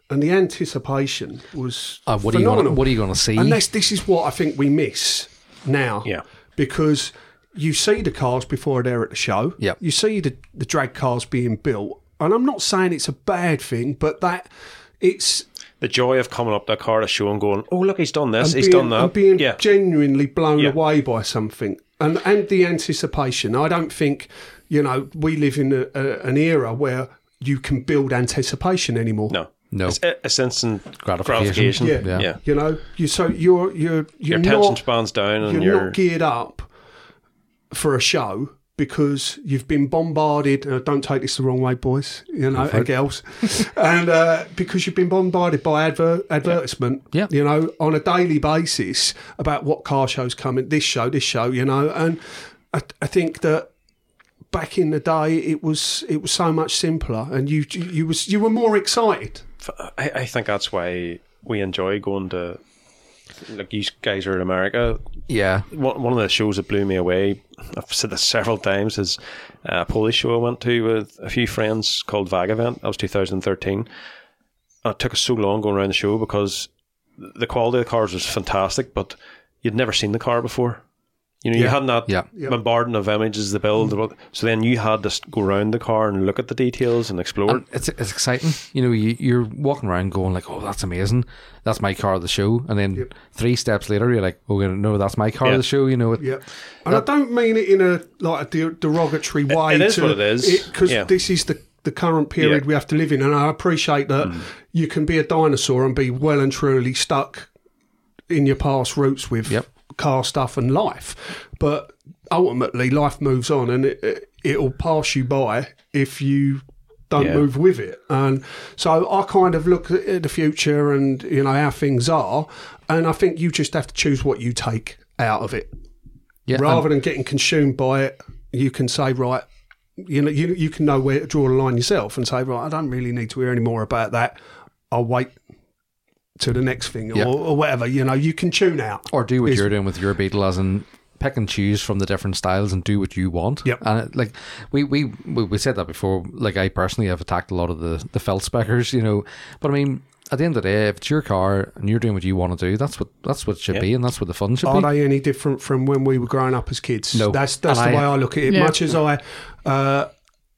Speaker 4: and the anticipation was
Speaker 2: Uh, what
Speaker 4: phenomenal.
Speaker 2: are you gonna, What are you going to see?
Speaker 4: And that's, this is what I think we miss now.
Speaker 1: Yeah.
Speaker 4: Because you see the cars before they're at the show.
Speaker 2: Yep.
Speaker 4: You see the, the drag cars being built. And I'm not saying it's a bad thing, but that it's
Speaker 1: The joy of coming up to a car to show and going, "Oh look, he's done this,
Speaker 4: and
Speaker 1: he's
Speaker 4: being,
Speaker 1: done
Speaker 4: and
Speaker 1: that."
Speaker 4: being
Speaker 1: yeah,
Speaker 4: genuinely blown
Speaker 1: Yeah.
Speaker 4: away by something. and and the anticipation. I don't think you know we live in a, a, an era where you can build anticipation anymore.
Speaker 1: No.
Speaker 2: No.
Speaker 1: It's a, it's instant
Speaker 2: Gratification.
Speaker 1: gratification.
Speaker 4: Yeah.
Speaker 1: yeah.
Speaker 4: You know, you so you're you're
Speaker 1: Your
Speaker 4: you're
Speaker 1: attention
Speaker 4: not
Speaker 1: spans down and
Speaker 4: you're,
Speaker 1: your
Speaker 4: not geared up for a show because you've been bombarded. Uh, don't take this the wrong way, boys, you know, and girls, and uh, because you've been bombarded by advert advertisement,
Speaker 2: Yeah.
Speaker 4: you know, on a daily basis about what car shows coming, this show, this show, you know, and I, I think that. Back in the day, it was it was so much simpler, and you you, you was you were more excited.
Speaker 1: I, I think that's why we enjoy going to like you guys are in America.
Speaker 2: yeah.
Speaker 1: One, one of the shows that blew me away, I've said this several times, is a Polish show I went to with a few friends called Vagavent. That was 2013. And it took us so long going around the show because the quality of the cars was fantastic, but you'd never seen the car before. You know, you
Speaker 4: Yeah.
Speaker 1: hadn't that
Speaker 2: Yeah. Mm.
Speaker 4: Yeah.
Speaker 1: bombarding of images, the build. So then you had to s- go around the car and look at the details and explore.
Speaker 2: And it's, it's exciting. You know, you, you're walking around going like, "Oh, that's amazing. That's my car of the show." And then three steps later, you're like, "Oh, no, that's my car of
Speaker 1: Yeah.
Speaker 2: the show." You know, it,
Speaker 4: Yeah, and I don't mean it in a like a de- derogatory way.
Speaker 1: it is
Speaker 4: to-
Speaker 1: what it is.
Speaker 4: because
Speaker 1: Yeah.
Speaker 4: this is the the current period
Speaker 1: Yeah. Hmm.
Speaker 4: we have to live in, and I appreciate that you can be a dinosaur and be well and truly stuck in your past roots with
Speaker 2: Yep.
Speaker 4: car stuff and life, but ultimately life moves on, and it, it'll pass you by if you don't
Speaker 1: Yeah.
Speaker 4: move with it. And so I kind of look at the future and you know how things are, and I think you just have to choose what you take out of it
Speaker 2: yeah, and-
Speaker 4: rather than getting consumed by it, you can say, right, you know, you, you can know where to draw the line yourself and say, right, I don't really need to hear any more about that. I'll wait to the next thing
Speaker 2: Yeah.
Speaker 4: or, or whatever. You know, you can tune out.
Speaker 2: or do what
Speaker 4: is-
Speaker 2: you're doing with your Beetle, as in pick and choose from the different styles and do what you want.
Speaker 4: Yep.
Speaker 2: And it, like we, we we we said that before. Like I personally have attacked a lot of the the felt speckers, you know. But I mean, at the end of the day, if it's your car and you're doing what you want to do, that's what that's what it should be, and that's what the fun should
Speaker 4: Are
Speaker 2: be.
Speaker 4: they any different from when we were growing up as kids?
Speaker 2: No.
Speaker 4: that's that's
Speaker 2: And
Speaker 4: the
Speaker 2: I-
Speaker 4: way I look at it.
Speaker 3: Yeah.
Speaker 4: Much as I, uh,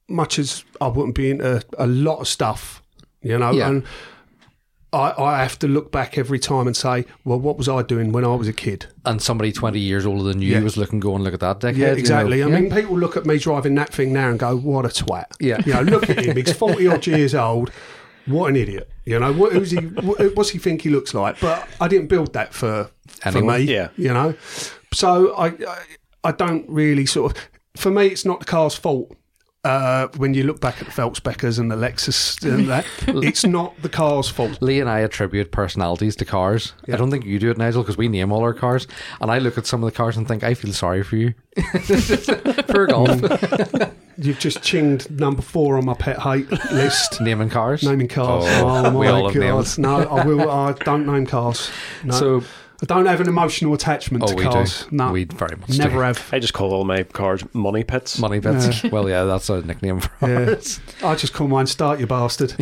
Speaker 4: much as I wouldn't be into a lot of stuff, you know,
Speaker 2: Yeah.
Speaker 4: and I, I have to look back every time and say, well, what was I doing when I was a kid?
Speaker 2: and somebody twenty years older than you
Speaker 4: Yeah.
Speaker 2: was looking, going, look at that dickhead.
Speaker 4: Yeah, exactly.
Speaker 2: You know?
Speaker 4: I mean, people look at me driving that thing now and go, "What a twat!"
Speaker 2: Yeah.
Speaker 4: you know, look at him. He's forty odd years old. What an idiot! You know, what, who's he? What, what's he think he looks like? But I didn't build that for
Speaker 2: Anyone.
Speaker 4: for me.
Speaker 1: Yeah.
Speaker 4: you know. So I, I, I don't really sort of. For me, it's not the car's fault. Uh, when you look back at the Feltz-Beckers and the Lexus and that, it's not the car's fault.
Speaker 2: Lee and I attribute personalities to cars. I don't think you do it, Nigel, because we name all our cars. And I look at some of the cars and think, I feel sorry for you. for golf.
Speaker 4: Mm. You've just chinged number four on my pet hate list.
Speaker 2: Naming cars.
Speaker 4: Naming cars.
Speaker 2: Oh,
Speaker 4: Oh,
Speaker 2: we
Speaker 4: my
Speaker 2: all have
Speaker 4: God.
Speaker 2: names.
Speaker 4: No, I will. I don't name cars. No.
Speaker 2: So,
Speaker 4: I don't have an emotional attachment
Speaker 2: oh,
Speaker 4: to
Speaker 2: we
Speaker 4: cars.
Speaker 2: do.
Speaker 4: No,
Speaker 2: We very much
Speaker 4: never
Speaker 2: do.
Speaker 4: have.
Speaker 1: I just call all my cars money pits.
Speaker 2: Money bits. Well, yeah, that's a nickname for
Speaker 4: Yeah.
Speaker 2: ours.
Speaker 4: I just call mine "Start You Bastard."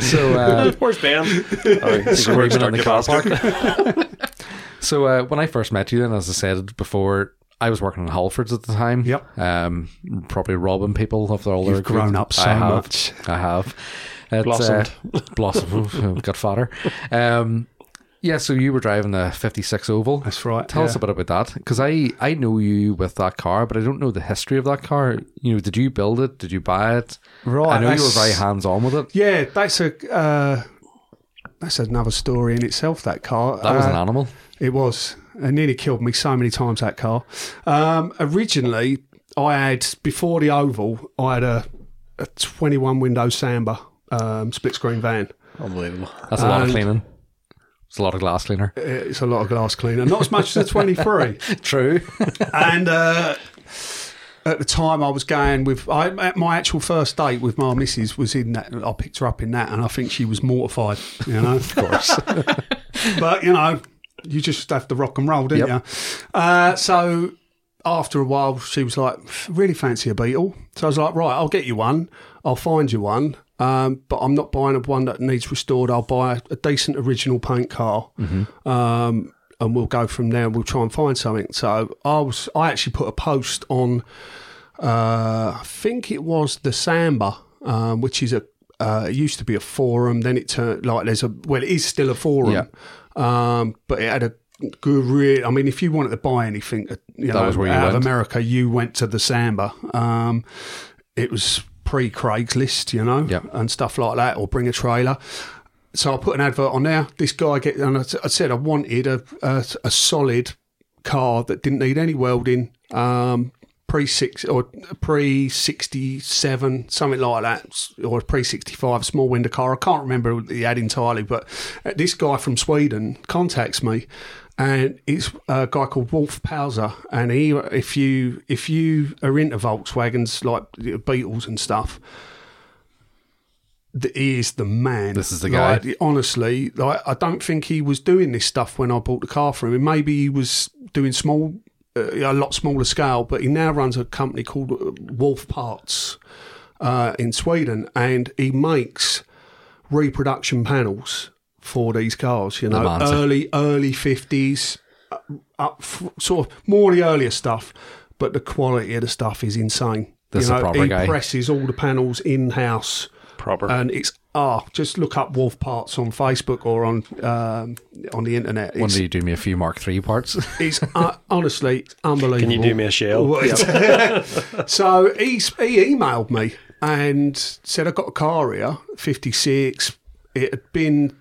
Speaker 2: So, uh,
Speaker 1: Where's Ben? oh, he's already
Speaker 2: Screaming in the
Speaker 1: started
Speaker 2: car
Speaker 1: bastard.
Speaker 2: So uh, when I first met you, then as I said before, I was working in Halfords at the time.
Speaker 4: Yep.
Speaker 2: Um, probably robbing people of their all their
Speaker 4: You've grown
Speaker 2: good-
Speaker 4: up so
Speaker 2: I have,
Speaker 4: much.
Speaker 2: I have. It's,
Speaker 1: Blossomed.
Speaker 2: Uh, blossomed. got fatter. Um, yeah. So you were driving the '56 Oval.
Speaker 4: That's right,
Speaker 2: Tell us
Speaker 4: yeah.
Speaker 2: a bit about that, because I I know you with that car, but I don't know the history of that car. You know, did you build it? Did you buy it?
Speaker 4: Right,
Speaker 2: I know you were
Speaker 4: that's-
Speaker 2: very hands on with it.
Speaker 4: Oh, yeah, that's a uh, that's another story in itself. That car.
Speaker 2: That was
Speaker 4: Uh,
Speaker 2: an animal.
Speaker 4: It was. It nearly killed me so many times that car. Um, originally, I had before the Oval, I had a, a 21 window Samba um, split screen van.
Speaker 1: Unbelievable.
Speaker 2: That's a lot of
Speaker 4: and-
Speaker 2: cleaning. It's a lot of glass cleaner.
Speaker 4: It's a lot of glass cleaner, not as much as a 23.
Speaker 2: True.
Speaker 4: and uh, at the time I was going with I, at my actual first date with my missus was in that I picked her up in that and I think she was mortified you know of course but you know you just have to rock and roll
Speaker 2: Yep.
Speaker 4: didn't you uh, so after a while she was like really fancy a Beetle so I was like right I'll get you one I'll find you one um, but I'm not buying a one that needs restored I'll buy a decent original paint car um, and we'll go from there. We'll try and find something. So I was, I actually put a post on, uh, I think it was the Samba, um, which is a, uh, it used to be a forum. Then it turned like there's a, well, it is still a forum, um, but it had a good. Re- I mean, if you wanted to buy anything, uh, you
Speaker 2: That
Speaker 4: know,
Speaker 2: was where you
Speaker 4: out of
Speaker 2: went.
Speaker 4: America, you went to the Samba. Um, it was pre Craigslist, you know,
Speaker 2: Yep.
Speaker 4: and stuff like that, or bring a trailer. So I put an advert on there. This guy get, and I, s- I said I wanted a, a a solid car that didn't need any welding. Um, pre six or pre sixty seven, something like that, s- or pre sixty five, small window car. I can't remember what the ad entirely, but uh, this guy from Sweden contacts me, and it's a guy called Wolf Pauser, and he, if you if you are into Volkswagens like Beatles and stuff. th- He is the man.
Speaker 2: This is the
Speaker 4: Like,
Speaker 2: guy.
Speaker 4: honestly, like I don't think he was doing this stuff when I bought the car for him. And maybe he was doing small, uh, a lot smaller scale, but he now runs a company called uh, Wolf Parts uh, in Sweden, and he makes reproduction panels for these cars. You know,
Speaker 2: man's a-
Speaker 4: early early fifties, uh, up f- sort of more the earlier stuff, but the quality of the stuff is insane.
Speaker 2: This is
Speaker 4: you
Speaker 2: a
Speaker 4: know,
Speaker 2: proper
Speaker 4: he
Speaker 2: guy.
Speaker 4: presses all the panels in house
Speaker 1: Proper.
Speaker 4: and it's ah, just look up Wolf Parts on Facebook or on um, on the internet.
Speaker 2: One
Speaker 4: It's,
Speaker 2: day you do me a few Mark III parts.
Speaker 4: it's uh, honestly it's unbelievable.
Speaker 1: Can you do me a shell?
Speaker 4: so he s- he emailed me and said I got a car here, fifty six. It had been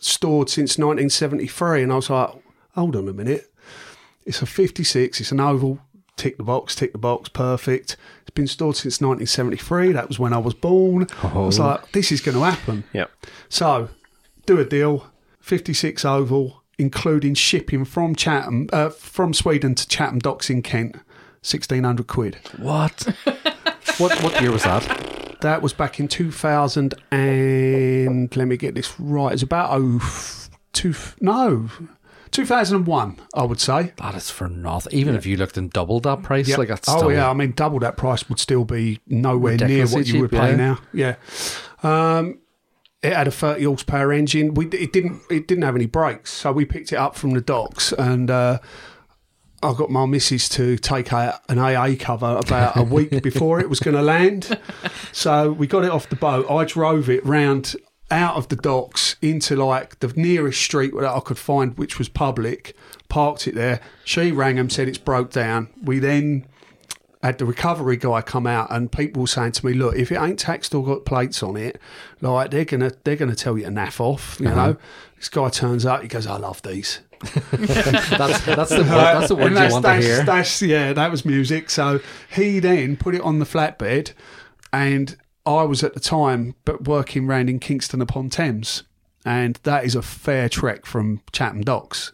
Speaker 4: stored since nineteen seventy three, and I was like, hold on a minute, it's a fifty six. It's an oval. Tick the box, tick the box, perfect. It's been stored since 1973. That was when I was born. I
Speaker 2: Oh.
Speaker 4: was like, this is going to happen.
Speaker 1: Yeah.
Speaker 4: So, do a deal, 56 oval, including shipping from Chatham, uh, from Sweden to Chatham docks in Kent, 1600 quid.
Speaker 2: what? what? What year was that?
Speaker 4: That was back in 2000 and let me get this right. It's about oh f- two f- no 2001, I would say.
Speaker 2: That is for nothing. Even if you looked and doubled that price,
Speaker 4: Yeah.
Speaker 2: like that's
Speaker 4: oh
Speaker 2: still
Speaker 4: yeah, I mean double that price would still be nowhere near
Speaker 2: Ridiculously
Speaker 4: what you would
Speaker 2: cheap,
Speaker 4: pay
Speaker 2: yeah.
Speaker 4: now. Yeah. Um, it had a 30 horsepower engine. We it didn't it didn't have any brakes, so we picked it up from the docks and uh, I got my missus to take a, an AA cover about a week before it was going to land. So we got it off the boat. I drove it round out of the docks into like the nearest street that I could find, which was public. Parked it there. She rang them, said it's broke down. We then had the recovery guy come out, and people were saying to me, "Look, if it ain't taxed or got plates on it, like they're gonna they're gonna tell you to naff off."
Speaker 2: Uh-huh.
Speaker 4: You know, this guy turns out, he goes, "I love these."
Speaker 2: That's that's the word, that's the word
Speaker 4: And
Speaker 2: you want to
Speaker 4: that's,
Speaker 2: hear.
Speaker 4: that's- yeah, that was music. So he then put it on the flatbed, and I was at the time but working round in Kingston upon Thames, and that is a fair trek from Chatham Docks.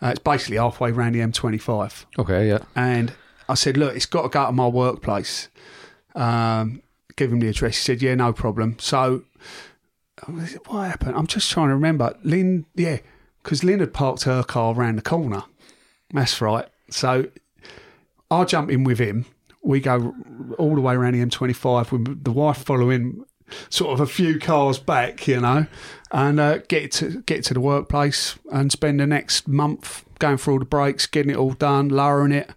Speaker 4: Uh, it's basically halfway round the M25
Speaker 2: Okay, yeah.
Speaker 4: and I said, "Look, it's got to go to my workplace." Um, give him the address. He said, "Yeah, no problem." So, I was- what happened? I'm just trying to remember. Lynn, yeah, because Lynn had parked her car round the corner. That's right. So, I jump in with him. We go all the way around the M25 with the wife following, sort of a few cars back, you know, and uh, get to get to the workplace and spend the next month going through all the brakes, getting it all done, lowering it,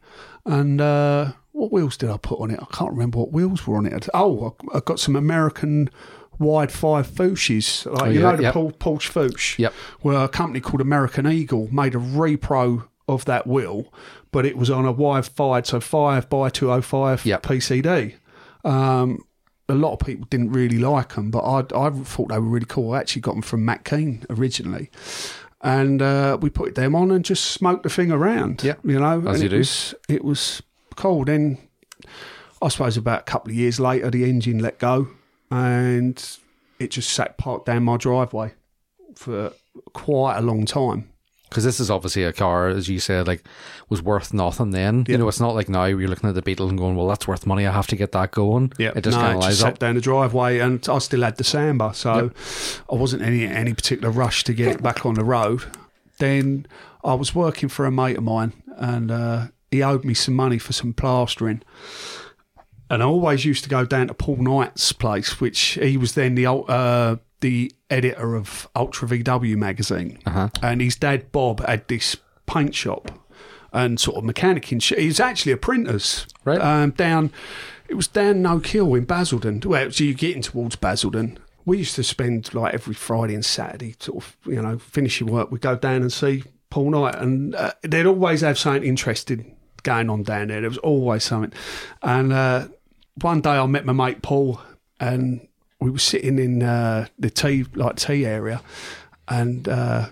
Speaker 4: and uh, what wheels did I put on it? I can't remember what wheels were on it. Oh, I, I got some American wide five Fuchsies, like
Speaker 2: Oh,
Speaker 4: you
Speaker 2: yeah,
Speaker 4: know the
Speaker 2: yep.
Speaker 4: Paul Porsche Fuchs.
Speaker 2: Yep.
Speaker 4: Where a company called American Eagle made a repro of that wheel, but it was on a wide five, so five by two oh five
Speaker 2: Yep.
Speaker 4: PCD. Um, a lot of people didn't really like them, but I, I thought they were really cool. I actually got them from Matt Keane originally. And uh, we put them on and just smoked the thing around.
Speaker 2: Yeah,
Speaker 4: You know,
Speaker 2: as
Speaker 4: and
Speaker 2: you
Speaker 4: it
Speaker 2: do.
Speaker 4: Was, it was cool. Then, I suppose, about a couple of years later, the engine let go and it just sat parked down my driveway for quite a long time.
Speaker 2: Because this is obviously a car, as you said, like was worth nothing then. You know, it's not like now you're looking at the Beetle and going, "Well, that's worth money. I have to get that going." it just
Speaker 4: no,
Speaker 2: kind of
Speaker 4: it
Speaker 2: lies
Speaker 4: just
Speaker 2: up.
Speaker 4: sat down the driveway, and I still had the Samba, so I wasn't in any any particular rush to get it back on the road. Then I was working for a mate of mine, and uh, he owed me some money for some plastering. And I always used to go down to Paul Knight's place, which he was then the ul- uh, the editor of Ultra VW magazine, and his dad Bob had this paint shop and sort of mechanic in sh- he was actually a printer's
Speaker 2: Right.
Speaker 4: um, down it was down No Kill in Basildon well so you're getting towards Basildon we used to spend like every Friday and Saturday sort of you know finishing work we'd go down and see Paul Knight, and uh, they'd always have something interesting going on down there. There was always something. And uh, one day I met my mate Paul, and we were sitting in uh, the tea like tea area, and uh,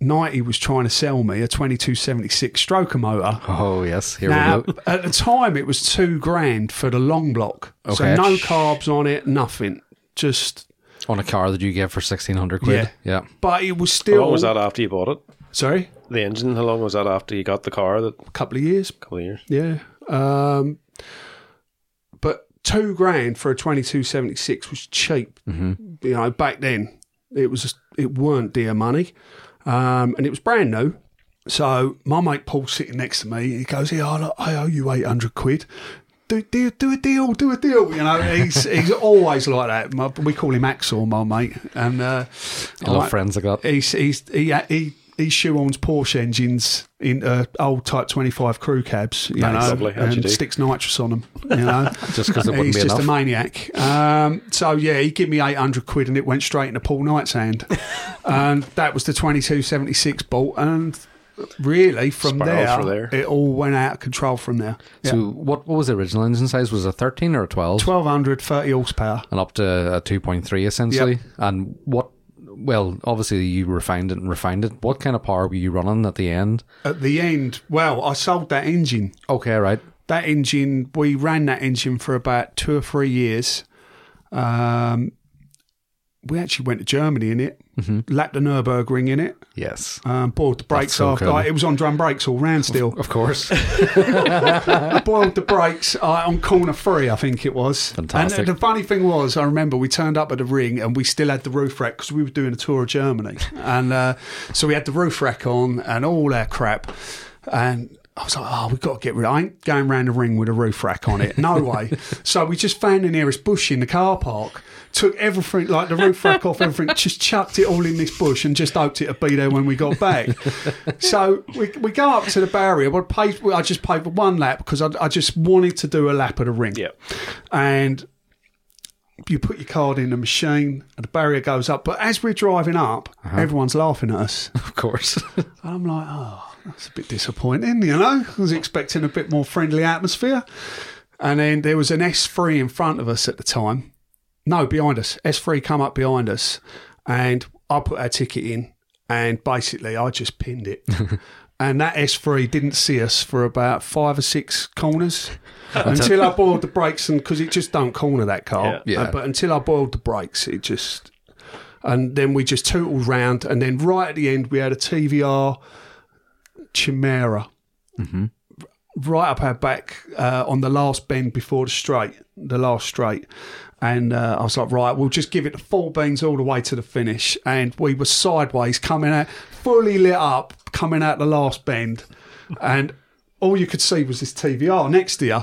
Speaker 4: Nighty was trying to sell me a twenty two seventy six stroker motor.
Speaker 2: Oh yes, here
Speaker 4: Now,
Speaker 2: we go.
Speaker 4: at the time, it was two grand for the long block.
Speaker 2: Okay.
Speaker 4: So no carbs on it, nothing. Just,
Speaker 2: On a car that you get for sixteen hundred quid. Yeah.
Speaker 4: but it was
Speaker 1: How
Speaker 4: still.
Speaker 1: long was that after you bought it?
Speaker 4: Sorry,
Speaker 1: The engine, how long was that after you got the car? That
Speaker 4: a couple of years.
Speaker 1: couple of years.
Speaker 4: Yeah. Um, but two grand for a twenty two seventy six was cheap.
Speaker 2: Mm-hmm.
Speaker 4: You know, back then it was it weren't dear money, um, and it was brand new. So my mate Paul's sitting next to me. He goes, "Yeah, I I owe you eight hundred quid." Do, do, do a deal, do a deal. You know, he's he's always like that. My, we call him Axel, my mate, and uh,
Speaker 2: I love
Speaker 4: like-
Speaker 2: friends like that.
Speaker 4: he's, he's, he, he, he shoehorns Porsche engines into old Type 25 crew cabs, you
Speaker 1: Nice.
Speaker 4: know,
Speaker 1: Lovely. How'd you
Speaker 4: and
Speaker 1: do?
Speaker 4: sticks nitrous on them, you know.
Speaker 2: Just because it wouldn't
Speaker 4: He's
Speaker 2: be
Speaker 4: just
Speaker 2: enough.
Speaker 4: a maniac. Um, so, yeah, he gave me 800 quid and it went straight into Paul Knight's hand. and that was the 2276 bolt. And really, from there,
Speaker 1: Spiraled from there.
Speaker 4: it all went out of control from there. Yeah.
Speaker 2: So what what was the original engine size? Was it a thirteen or a twelve?
Speaker 4: 1200, 30 horsepower.
Speaker 2: and up to a two point three essentially. And what? Well, obviously you refined it and refined it. What kind of power were you running at the end?
Speaker 4: At the end, well, I sold that engine.
Speaker 2: Okay, right.
Speaker 4: that engine we ran that engine for about two or three years um, we actually went to germany in it lapped the nürburgring in it
Speaker 2: Yes,
Speaker 4: um, boiled the brakes
Speaker 2: so
Speaker 4: after
Speaker 2: cool.
Speaker 4: like, it was on drum brakes all round still
Speaker 2: of course.
Speaker 4: i boiled the brakes uh, on corner three i think it was
Speaker 2: Fantastic.
Speaker 4: and the funny thing was i remember we turned up at the ring and we still had the roof rack because we were doing a tour of germany and uh, so we had the roof rack on and all our crap and I was like, oh, we've got to get rid of I ain't going round the ring with a roof rack on it. No way. so we just found the nearest bush in the car park, took everything, like the roof rack off everything, just chucked it all in this bush and just hoped it'd be there when we got back. so we, we go up to the barrier. We paid, I just paid for one lap because I, I just wanted to do a lap of the ring.
Speaker 1: Yeah.
Speaker 4: And you put your card in the machine and the barrier goes up. But as we're driving up, everyone's laughing at us.
Speaker 2: of course.
Speaker 4: And I'm like, oh, that's a bit disappointing, you know? I was expecting a bit more friendly atmosphere. And then there was an S3 in front of us at the time. No, behind us. S3 come up behind us. And I put our ticket in. And basically, I just pinned it. and that S3 didn't see us for about five or six corners until I boiled the brakes. And because it just don't corner that car.
Speaker 2: Yeah. Yeah.
Speaker 4: Uh, but until I boiled the brakes, it just and then we just totaled round. And then right at the end, we had a TVR Chimera right up our back uh, on the last bend before the straight, the last straight. And uh, I was like, right, we'll just give it the full beans all the way to the finish. And we were sideways coming out, fully lit up, coming out the last bend. And all you could see was this TVR next to you.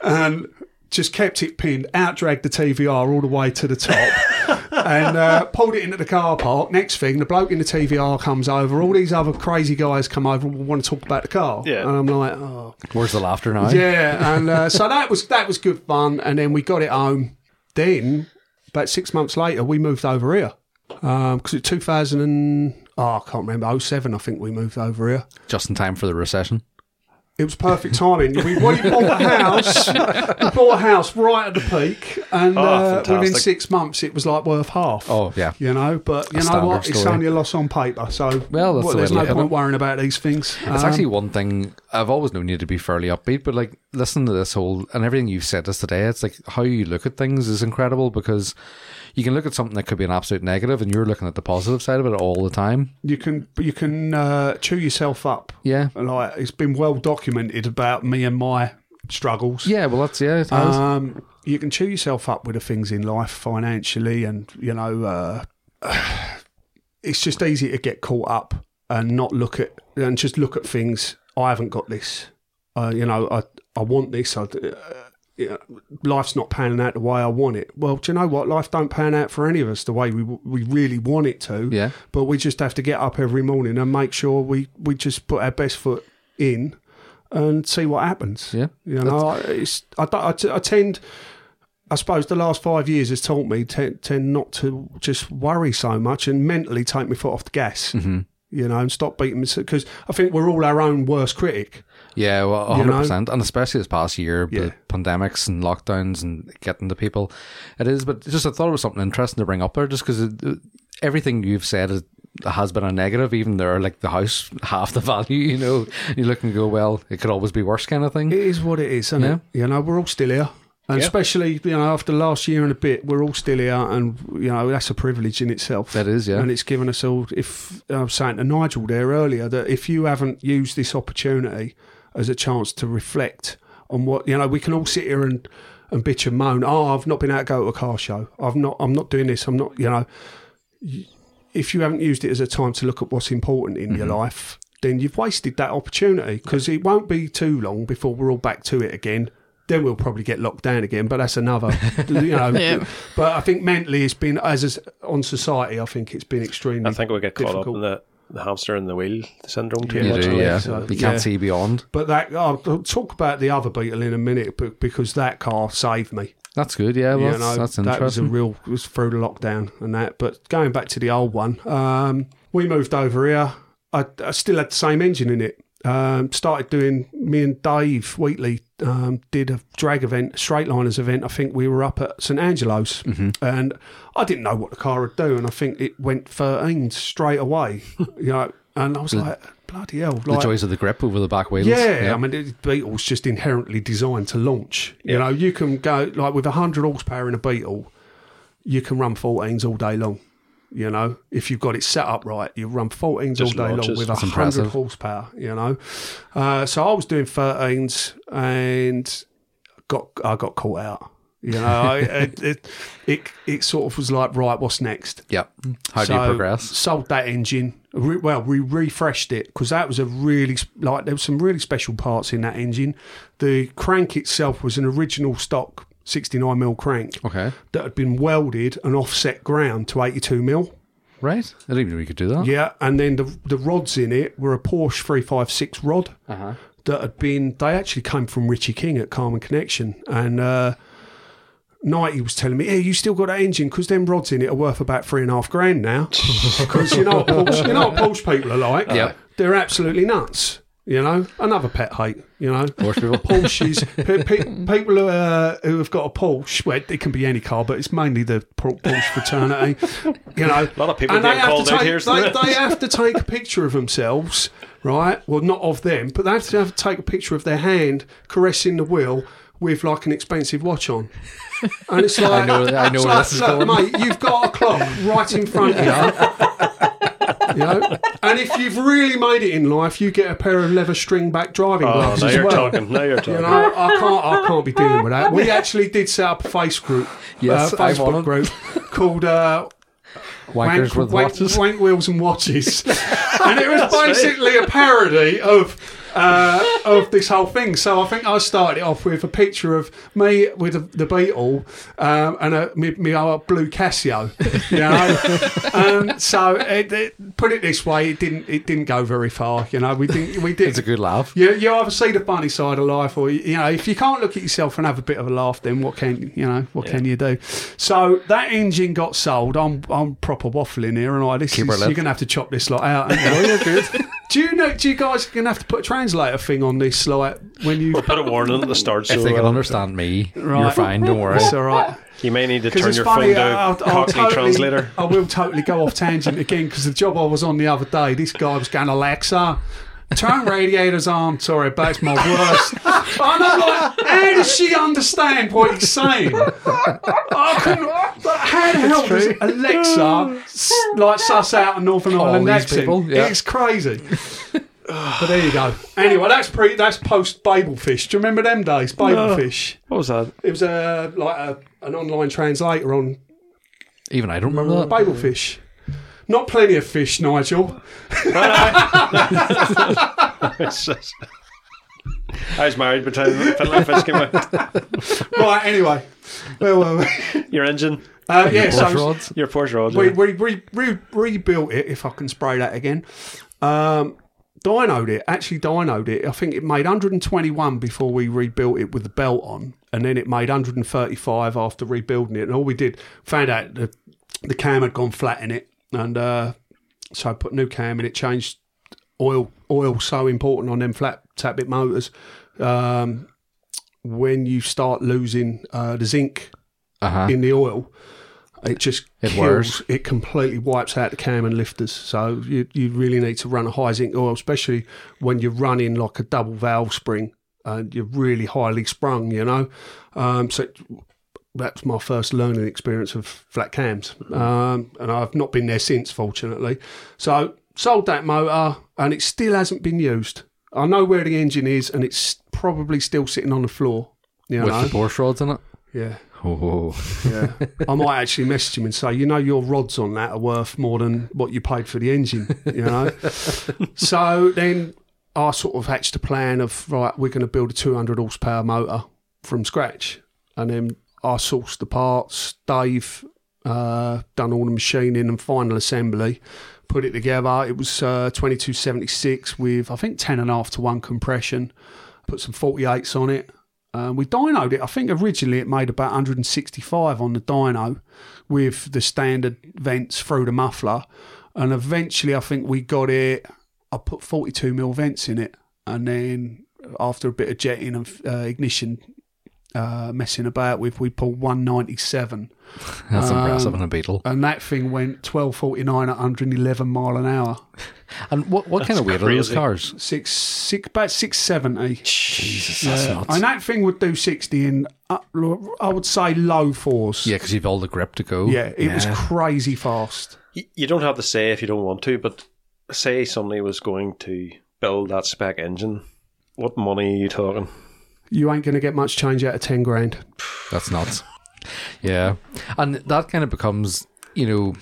Speaker 4: and just kept it pinned, out dragged the TVR all the way to the top and uh, pulled it into the car park. Next thing, the bloke in the TVR comes over. All these other crazy guys come over and want to talk about the car.
Speaker 1: Yeah.
Speaker 4: And I'm like, oh,
Speaker 2: Where's the laughter now?
Speaker 4: yeah. And uh, so that was that was good fun. And then we got it home. Then about six months later, we moved over here Um, because it 2000 and oh, I can't remember 07, I think we moved over here.
Speaker 2: Just in time for the recession.
Speaker 4: It was perfect timing. We, we bought a house, we bought a house right at the peak, and
Speaker 1: Oh,
Speaker 4: uh, within
Speaker 1: fantastic.
Speaker 4: six months it was like worth half.
Speaker 2: Ah, Oh yeah.
Speaker 4: You know, but you know
Speaker 2: standard
Speaker 4: what? It's
Speaker 2: story.
Speaker 4: only a loss on paper, so
Speaker 2: Well, that's the way
Speaker 4: there's
Speaker 2: to
Speaker 4: no
Speaker 2: look at
Speaker 4: point
Speaker 2: it.
Speaker 4: worrying about these things.
Speaker 2: It's
Speaker 4: Um,
Speaker 2: actually one thing I've always known you to be fairly upbeat, but like listen to this whole and everything you've said us today, it's like how you look at things is incredible because you can look at something that could be an absolute negative and you're looking at the positive side of it all the time.
Speaker 4: you can you can uh, chew yourself up.
Speaker 2: Yeah.
Speaker 4: Like it's been well documented about me and my struggles.
Speaker 2: Yeah, well that's yeah, it has.
Speaker 4: Um, you can chew yourself up with the things in life financially, and you know, uh, it's just easy to get caught up and not look at and just look at things. I haven't got this. Uh, you know, I I want this. I, uh, you know, life's not panning out the way I want it. Well, do you know what? Life don't pan out for any of us the way we we really want it to.
Speaker 2: Yeah.
Speaker 4: But we just have to get up every morning and make sure we we just put our best foot in and see what happens.
Speaker 2: Yeah.
Speaker 4: You know, I, it's, I, don't- I, t- I tend, I suppose the last five years has taught me tend, tend not to just worry so much and mentally take my foot off the gas. you know, and stop beating because I think we're all our own worst critic.
Speaker 2: Yeah, well,
Speaker 4: You know?
Speaker 2: 100%. And especially this past year,
Speaker 4: Yeah.
Speaker 2: with pandemics and lockdowns and getting to people. It is, but just I thought it was something interesting to bring up there just because everything you've said is, has been a negative, even there, like the house, half the value, you know. You look and go, well, it could always be worse kind of thing.
Speaker 4: It is what it is, isn't it? You know, we're all still here. And
Speaker 2: Yeah.
Speaker 4: especially, you know, after last year and a bit, we're all still here, and you know that's a privilege in itself.
Speaker 2: That is, yeah.
Speaker 4: and it's given us all. If I was saying to Nigel there earlier that if you haven't used this opportunity as a chance to reflect on what you know, we can all sit here and and bitch and moan. Oh, I've not been out to go to a car show. I've not. I'm not doing this. I'm not. You know, Y- if you haven't used it as a time to look at what's important in
Speaker 1: Mm-hmm.
Speaker 4: your life, then you've wasted that opportunity because it won't be too long before we're all back to it again. Then we'll probably get locked down again, but that's another, you know.
Speaker 3: Yeah.
Speaker 4: But I think mentally, it's been as is on society. I think it's been extremely.
Speaker 1: I think we get caught
Speaker 4: Mm-hmm.
Speaker 1: up
Speaker 4: difficult.
Speaker 1: in the, the hamster and the wheel syndrome too
Speaker 4: Yeah,
Speaker 2: You
Speaker 1: much.
Speaker 2: do,
Speaker 4: logically,
Speaker 2: yeah.
Speaker 4: so-
Speaker 2: you can't
Speaker 4: yeah.
Speaker 2: see beyond.
Speaker 4: But that I'll I'll talk about the other Beetle in a minute, but because that car saved me.
Speaker 2: That's good, yeah. Well,
Speaker 4: Yeah,
Speaker 2: that's,
Speaker 4: no,
Speaker 2: that's
Speaker 4: That was a
Speaker 2: interesting.
Speaker 4: real it was through the lockdown and that. But going back to the old one, um, we moved over here. I, I still had the same engine in it. Um, started doing me and Dave Wheatley um, did a drag event, straight liners event. I think we were up at St Angelo's,
Speaker 2: Mm-hmm.
Speaker 4: and I didn't know what the car would do, and I think it went 13 straight away. you know, and I was like, bloody hell!
Speaker 2: the
Speaker 4: like,
Speaker 2: joys of the grip over the back wheels.
Speaker 4: yeah, I mean, the Beetle's just inherently designed to launch. You know, you can go like with hundred horsepower in a Beetle, you can run 14s all day long. You know, if you've got it set up right, you run 14s
Speaker 1: Just
Speaker 4: all day
Speaker 1: launches.
Speaker 4: long with
Speaker 1: That's
Speaker 2: impressive.
Speaker 4: hundred horsepower. You know, uh, so I was doing 13s and got I got caught out. You know, I, it, it it it sort of was like right, what's next?
Speaker 2: Yep. How do you
Speaker 4: So,
Speaker 2: progress?
Speaker 4: Sold that engine. Re- well, we refreshed it because that was a really s- like there were some really special parts in that engine. The crank itself was an original stock 69 mil crank
Speaker 2: Okay.
Speaker 4: that had been welded and offset ground to 82 mil.
Speaker 2: Right. I didn't even know you could do that.
Speaker 4: Yeah, and then the the rods in it were a Porsche 356 rod
Speaker 2: Uh-huh.
Speaker 4: that had been they actually came from Richie King at Carmen Connection and uh Knighty was telling me, "Yeah, you still got that engine because them rods in it are worth about three and a half grand now." Because you know, what Porsche, you know what Porsche people are like.
Speaker 2: Yep.
Speaker 4: they're absolutely nuts. You know, another pet hate. You know,
Speaker 2: Porsche people.
Speaker 4: Porsches. pe- pe- people who, uh, who have got a Porsche. Well, it can be any car, but it's mainly the Por- Porsche fraternity. You know,
Speaker 1: A lot of people
Speaker 4: and they
Speaker 1: getting
Speaker 4: have
Speaker 1: called
Speaker 4: to
Speaker 1: out
Speaker 4: take,
Speaker 1: here, isn't
Speaker 4: They,
Speaker 1: it?
Speaker 4: they have to take a picture of themselves, right? Well, not of them, but they have to, have to take a picture of their hand caressing the wheel with like an expensive watch on. And it's like, I
Speaker 2: know- I know where this is going.
Speaker 4: mate. You've got a clock right in front of you. You know, and if you've really made it in life, you get a pair of leather string back driving
Speaker 1: Oh,
Speaker 4: gloves
Speaker 1: now
Speaker 4: as
Speaker 1: you're
Speaker 4: well.
Speaker 1: talking. Now you're talking.
Speaker 4: You know, I can't, I can't be dealing with that. We actually did set up a face group,
Speaker 2: Yes,
Speaker 4: uh,
Speaker 2: I'm on
Speaker 4: Facebook
Speaker 2: it.
Speaker 4: group called uh,
Speaker 2: Wankers
Speaker 4: Wank-
Speaker 2: with
Speaker 4: Wank-
Speaker 2: watches.
Speaker 4: Wank Wheels and Watches, and it was basically a parody of uh, of this whole thing. So I think I started it off with a picture of me with a, the Beetle um, and a me, me old blue Casio, you know. um, so it, it, put it this way, it didn't it didn't go very far, you know. We didn't we did
Speaker 2: It's a good laugh.
Speaker 4: you, you either see the funny side of life, or you know, if you can't look at yourself and have a bit of a laugh, then what can you know? What can you do? So that engine got sold. I'm I'm proper waffling here, and I this
Speaker 2: Keep
Speaker 4: is,
Speaker 2: her left. Oh,
Speaker 4: you're gonna have to chop this lot out. aren't you? do you know? Do you guys gonna have to put a translator thing on this? Like when you
Speaker 1: Put a warning at the start,
Speaker 2: If
Speaker 1: so
Speaker 2: they can
Speaker 1: uh,
Speaker 2: understand me, you're
Speaker 4: Right.
Speaker 2: fine. Don't worry.
Speaker 4: it's all right.
Speaker 1: you may need to
Speaker 4: 'Cause
Speaker 1: turn
Speaker 4: it's
Speaker 1: your phone
Speaker 4: funny, uh,
Speaker 1: down.
Speaker 4: I'll- I'll
Speaker 1: Cockney translator.
Speaker 4: I will totally go off tangent again because the job I was on the other day, this guy was going Alexa. Turn radiators on. Sorry, but it's my worst. I'm like, how does she understand what he's saying? I couldn't. like, How the hell does Alexa s- like suss out a Northern
Speaker 1: Oh,
Speaker 4: Ireland
Speaker 2: these
Speaker 4: accent?
Speaker 2: people, yeah.
Speaker 4: It's crazy. but there you go. Anyway, that's pre. That's post Babelfish. Do you remember them days? Babelfish.
Speaker 1: What was that?
Speaker 4: It was a like a, an online translator on
Speaker 2: Even I don't remember that.
Speaker 4: Babelfish. Not plenty of fish, Nigel.
Speaker 1: It's just- I was married by the time Fiddler Fish came out.
Speaker 4: Right, anyway. Where were we?
Speaker 1: Your engine,
Speaker 4: Uh, yeah,
Speaker 2: Porsche
Speaker 4: so
Speaker 2: rods.
Speaker 1: your Porsche Roger.
Speaker 4: we, we, we, we rebuilt it, if I can spray that again. Um, dynoed it, actually dynoed it. I think it made 121 before we rebuilt it with the belt on, and then it made 135 after rebuilding it. And all we did, found out the, the cam had gone flat in it, and uh, So I put new cam in it, changed oil. Oil so important on them flat tap bit motors. Um, when you start losing uh, the zinc
Speaker 2: Uh-huh.
Speaker 4: in the oil, it just
Speaker 2: It
Speaker 4: kills.
Speaker 2: wears.
Speaker 4: It completely wipes out the cam and lifters. So you you really need to run a high zinc oil, especially when you're running like a double valve spring and you're really highly sprung. You know, um, so. it- that's my first learning experience of flat cams,
Speaker 2: Mm.
Speaker 4: um, and I've not been there since, fortunately. So sold that motor, and it still hasn't been used. I know where the engine is, and it's probably still sitting on the floor. You
Speaker 2: With
Speaker 4: know?
Speaker 2: the Porsche rods in it.
Speaker 4: yeah.
Speaker 2: Oh,
Speaker 4: Yeah. I might actually message him and say, you know, your rods on that are worth more than what you paid for the engine, you know? so then I sort of hatched a plan of, right, we're going to build a 200 horsepower motor from scratch. And then I sourced the parts. Dave uh, done all the machining and final assembly, put it together. It was uh, 2276 with, I think, 10.5 to 1 compression. Put some 48s on it. Um, we dynoed it. I think originally it made about 165 on the dyno with the standard vents through the muffler. And eventually, I think we got it. I put 42 mil vents in it. And then after a bit of jetting and uh, ignition uh, messing about with, we pulled 197.
Speaker 2: that's
Speaker 4: Um,
Speaker 2: impressive in a Beetle.
Speaker 4: And that thing went 1249 at 111 mile an hour.
Speaker 2: And what, what kind of weight are those
Speaker 1: crazy.
Speaker 2: cars?
Speaker 4: Six, six, about 670.
Speaker 2: Jesus, that's
Speaker 4: Yeah.
Speaker 2: nuts.
Speaker 4: And that thing would do 60 in, uh, I would say, low fours.
Speaker 2: Yeah, because you've all the grip to go.
Speaker 4: Yeah, it was crazy fast.
Speaker 1: Y- You don't have to say if you don't want to, but say somebody was going to build that spec engine. What money are you talking?
Speaker 4: You ain't going to get much change out of 10 grand.
Speaker 2: That's nuts. yeah. And that kind of becomes, you know,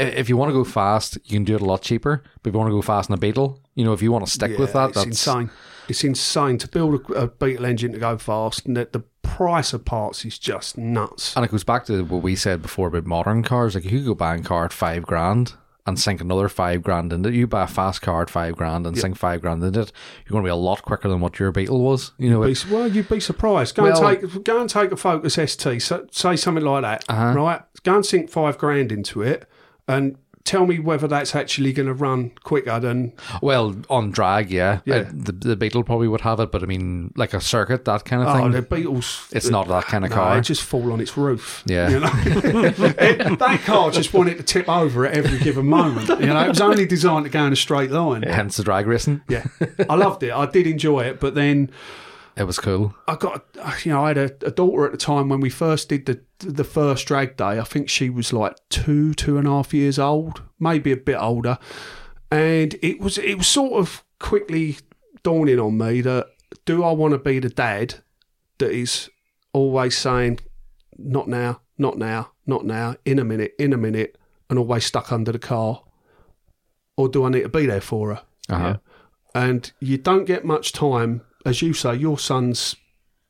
Speaker 2: i- if you want to go fast, you can do it a lot cheaper. But if you want to go fast in a Beetle, you know, if you want to stick with
Speaker 4: Yeah,
Speaker 2: that,
Speaker 4: it's
Speaker 2: that's
Speaker 4: insane. It's insane to build a, a Beetle engine to go fast, and that the price of parts is just nuts.
Speaker 2: And it goes back to what we said before about modern cars. Like, you could go buy a car at five grand and sink another five grand into it. You buy a fast car at five grand and sink five grand into it. You're going to be a lot quicker than what your Beetle was. You know,
Speaker 4: Be,
Speaker 2: it-
Speaker 4: well, you'd be surprised. Go
Speaker 2: Well-
Speaker 4: and take go and take a Focus ST. So, say something like that,
Speaker 2: Uh-huh.
Speaker 4: right? Go and sink five grand into it, and tell me whether that's actually going to run quicker than
Speaker 2: well, on drag, yeah.
Speaker 4: Yeah.
Speaker 2: Uh, the, the Beetle probably would have it, but I mean, like a circuit, that kind of
Speaker 4: oh,
Speaker 2: thing.
Speaker 4: the Beatles.
Speaker 2: it's not that kind of
Speaker 4: No,
Speaker 2: car.
Speaker 4: it just fall on its roof.
Speaker 2: Yeah.
Speaker 4: you know? It- that car just wanted to tip over at every given moment. You know, it was only designed to go in a straight line.
Speaker 2: Hence the drag racing.
Speaker 4: Yeah, I loved it. I did enjoy it, but then
Speaker 2: It was cool.
Speaker 4: I got, you know, I had a, a daughter at the time when we first did the the first drag day. I think she was like two, two and a half years old, maybe a bit older, and it was it was sort of quickly dawning on me that do I want to be the dad that is always saying, not now, not now, not now, in a minute, in a minute, and always stuck under the car, or do I need to be there for her?
Speaker 2: Uh-huh.
Speaker 4: And you don't get much time, as you say. Your son's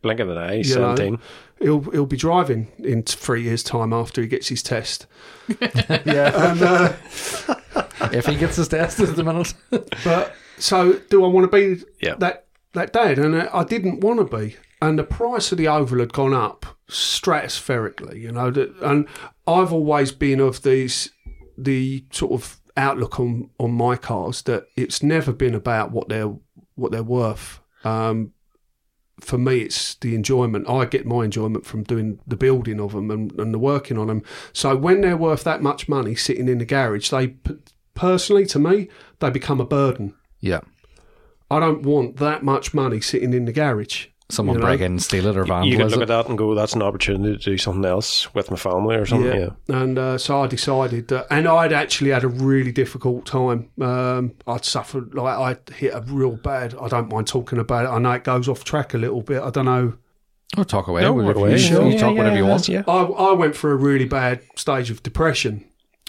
Speaker 1: Blink of an eye,
Speaker 4: You know.
Speaker 1: seventeen.
Speaker 4: he'll he'll be driving in t- three years' time after he gets his test. yeah, and, uh,
Speaker 2: if he gets his test at the minute.
Speaker 4: but so do I want to be
Speaker 1: Yeah.
Speaker 4: that that dad? And uh, I I didn't want to be. And the price of the oval had gone up stratospherically, you know. That, and I've always been of these the sort of outlook on on my cars that it's never been about what they're what they're worth. Um, for me, it's the enjoyment. I get my enjoyment from doing the building of them and, and the working on them. So when they're worth that much money sitting in the garage, they p- personally, to me, they become a burden.
Speaker 2: Yeah.
Speaker 4: I don't want that much money sitting in the garage.
Speaker 2: Someone
Speaker 4: You know?
Speaker 2: break in, steal it, or
Speaker 1: You could
Speaker 2: vandalize
Speaker 1: look
Speaker 2: it.
Speaker 1: at that and go, "That's an opportunity to do something else with my family or something." Yeah,
Speaker 4: And uh, so I decided that, and I'd actually had a really difficult time. Um, I'd suffered, like, I hit a real bad, I don't mind talking about it. I know it goes off track a little bit. I don't know.
Speaker 2: Oh, talk away.
Speaker 1: No,
Speaker 2: whatever
Speaker 1: walk away.
Speaker 2: You,
Speaker 1: Sure.
Speaker 2: you
Speaker 1: Yeah,
Speaker 2: talk whatever you want.
Speaker 1: yeah.
Speaker 4: I, I went through a really bad stage of depression.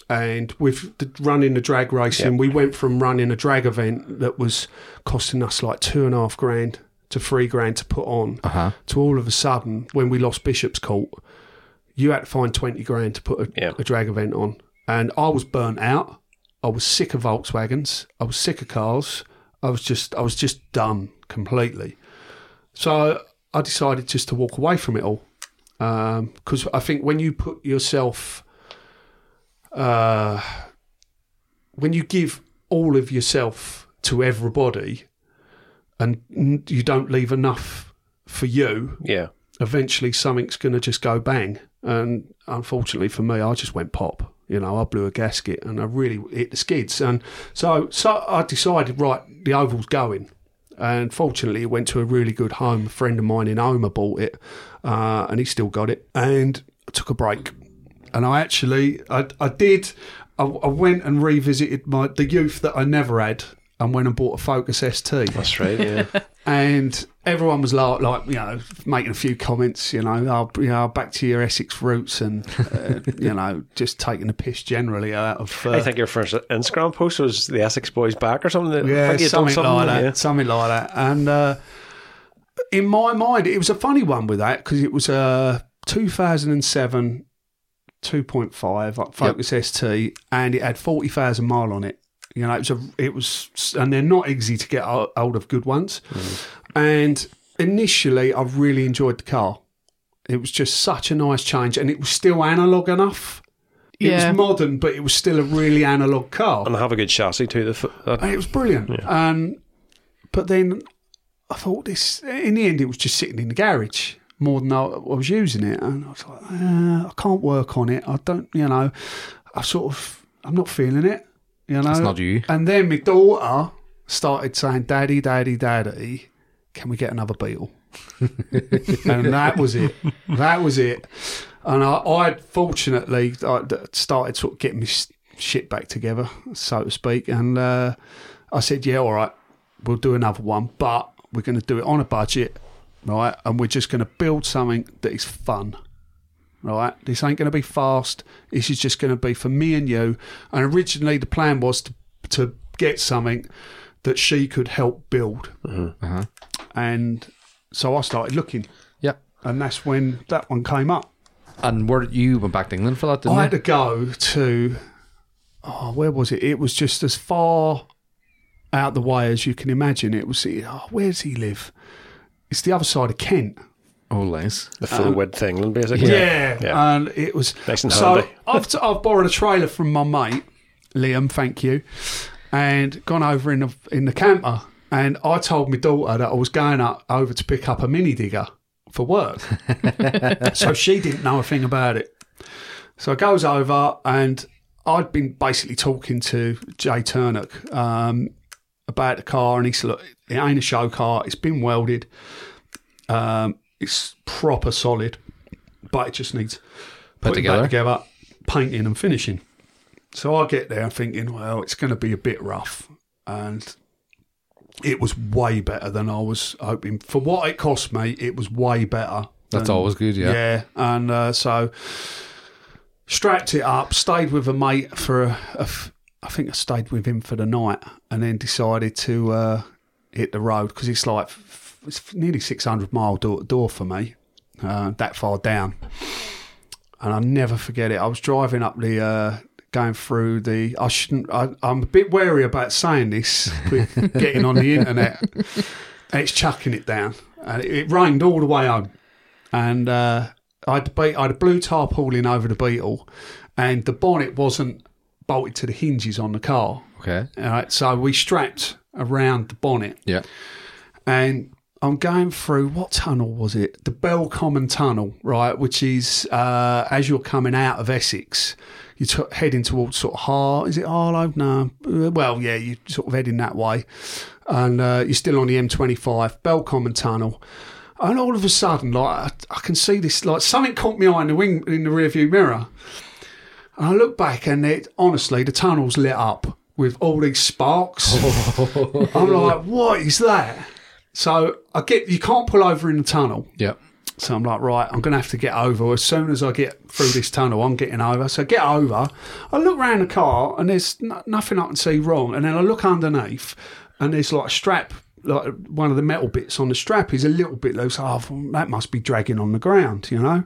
Speaker 4: And with the, running the drag racing, we went from running a drag event that was costing us like two and a half grand to three grand to put on
Speaker 2: Uh-huh.
Speaker 4: to all of a sudden when we lost Bishop's Court, you had to find twenty grand to put a,
Speaker 1: Yeah.
Speaker 4: a drag event on, and I was burnt out. I was sick of Volkswagens. I was sick of cars. I was just I was just done completely. So I decided just to walk away from it all because I think when you put yourself uh, when you give all of yourself to everybody and n- you don't leave enough for you,
Speaker 1: Yeah.
Speaker 4: eventually something's going to just go bang. And unfortunately for me, I just went pop. You know, I blew a gasket and I really hit the skids. And so, so I decided, right, the oval's going. And fortunately, it went to a really good home. A friend of mine in Homer bought it, uh, and he still got it. And I took a break. And I actually, I, I did, I, I went and revisited my the youth that I never had, and went and bought a Focus ST
Speaker 1: That's right. Yeah.
Speaker 4: and everyone was like, like you know, making a few comments, you know, I'll, you know, back to your Essex roots, and uh, you know, just taking the piss generally out of. Uh,
Speaker 1: I think your first Instagram post was the Essex Boys back or something. I
Speaker 4: yeah,
Speaker 1: think you'd done
Speaker 4: something, like that,
Speaker 1: yeah.
Speaker 4: something like that, and uh, in my mind, it was a funny one with that because it was uh, a 2007 2.5 like Focus ST, and it had 40,000 mile on it. You know, it was a, it was, and they're not easy to get ho- hold of good ones. And initially, I really enjoyed the car. It was just such a nice change, and it was still analog enough. It
Speaker 3: Yeah.
Speaker 4: was modern, but it was still a really analog car.
Speaker 1: And have a good chassis too. The f- uh, that-
Speaker 4: And it was brilliant. Um, but then I thought this. In the end, it was just sitting in the garage more than I, I was using it, and I was like, uh, I can't work on it. I don't, you know. I sort of, I'm not feeling it. You know,
Speaker 2: It's not you.
Speaker 4: And then my daughter started saying, "Daddy, Daddy, Daddy, can we get another Beetle?" and that was it. That was it. And I, I fortunately I started sort of getting my s- shit back together, so to speak. And uh, I said, yeah, all right, we'll do another one, but we're going to do it on a budget, right? And we're just going to build something that is fun, right? This ain't going to be fast. This is just going to be for me and you. And originally, the plan was to, to get something that she could help build.
Speaker 2: Uh-huh.
Speaker 4: And so I started looking
Speaker 2: Yep.
Speaker 4: and that's when that one came up.
Speaker 2: And where you went back to England for that, didn't
Speaker 4: Oh, I
Speaker 2: you?
Speaker 4: had to go to, oh, where was it? It was just as far out the way as you can imagine. It was, oh, where does he live? It's the other side of Kent.
Speaker 2: Oh, nice.
Speaker 1: the full width England, basically.
Speaker 4: Yeah,
Speaker 1: Yeah.
Speaker 4: and it was
Speaker 1: Nice and
Speaker 4: so.
Speaker 1: handy.
Speaker 4: I've, I've borrowed a trailer from my mate Liam, thank you, and gone over in the in the camper. And I told my daughter that I was going up over to pick up a mini digger for work, so she didn't know a thing about it. So I goes over, and I'd been basically talking to Jay Turnock um, about the car, and he said, "Look, it ain't a show car. It's been welded. Um, it's proper solid." but it just needs putting
Speaker 2: together.
Speaker 4: back together, painting and finishing. So I get there thinking, well, it's going to be a bit rough, and it was way better than I was hoping. For what it cost me, it was way better.
Speaker 2: That's
Speaker 4: than-
Speaker 2: always good, yeah.
Speaker 4: and uh, so strapped it up, stayed with a mate for a, a f- I think I stayed with him for the night, and then decided to uh, hit the road because it's like f- it's nearly six hundred mile door to door for me, uh, that far down. And I'll never forget it. I was driving up the. Uh, Going through the, I shouldn't. I, I'm a bit wary about saying this with getting on the internet. And it's chucking it down, and it, it rained all the way home and uh, I had the be- I had a blue tarpaulin over the Beetle, and the bonnet wasn't bolted to the hinges on the car.
Speaker 2: Okay.
Speaker 4: All right, so we strapped around the bonnet,
Speaker 2: Yeah.
Speaker 4: and I'm going through what tunnel was it? The Bell Common Tunnel, right? Which is uh, as you're coming out of Essex, you're t- heading towards sort of Har. Is it Harlow? No. Uh, Well, yeah, you're sort of heading that way, and uh, you're still on the M25 Bell Common Tunnel. And all of a sudden, like I, I can see this, like something caught me eye in the wing in the rearview mirror. And I look back, and it honestly, the tunnel's lit up with all these sparks. I'm like, what is that? So I get you can't pull over in the tunnel.
Speaker 2: Yeah.
Speaker 4: So I'm like, right, I'm going to have to get over. As soon as I get through this tunnel, I'm getting over. So I get over. I look round the car and there's n- nothing I can see wrong. And then I look underneath and there's like a strap, like one of the metal bits on the strap is a little bit loose. Oh, I thought, that must be dragging on the ground, you know?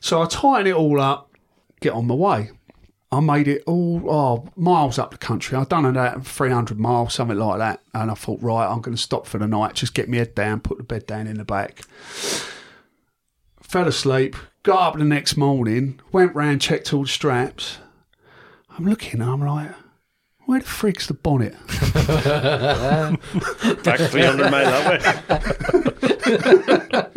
Speaker 4: So I tighten it all up, get on my way. I made it all oh, miles up the country. I'd done about 300 miles, something like that. And I thought, right, I'm going to stop for the night, just get my head down, put the bed down in the back fell asleep, got up the next morning, went round, checked all the straps. I'm looking, I'm like, Where the frig's the bonnet?
Speaker 1: Back 300 mile that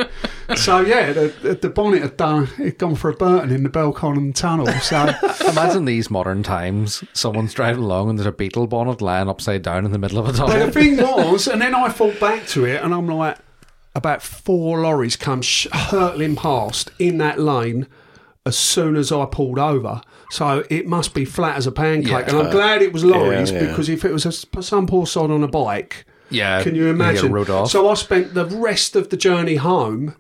Speaker 1: way.
Speaker 4: so yeah, the, the- the bonnet had done it gone for a Burton in the Belconnen Tunnel. So
Speaker 2: Imagine these modern times. Someone's driving along and there's a beetle bonnet lying upside down in the middle of a
Speaker 4: But the
Speaker 2: tunnel.
Speaker 4: thing was, and then I thought back to it, and I'm like, about four lorries come sh- hurtling past in that lane as soon as I pulled over. So it must be flat as a pancake.
Speaker 2: Yeah.
Speaker 4: and I'm glad it was lorries
Speaker 1: uh, yeah.
Speaker 4: because if it was a s some poor sod on a bike,
Speaker 2: yeah.
Speaker 4: can you
Speaker 2: get
Speaker 4: imagine?
Speaker 2: rode off.
Speaker 4: So I spent the rest of the journey home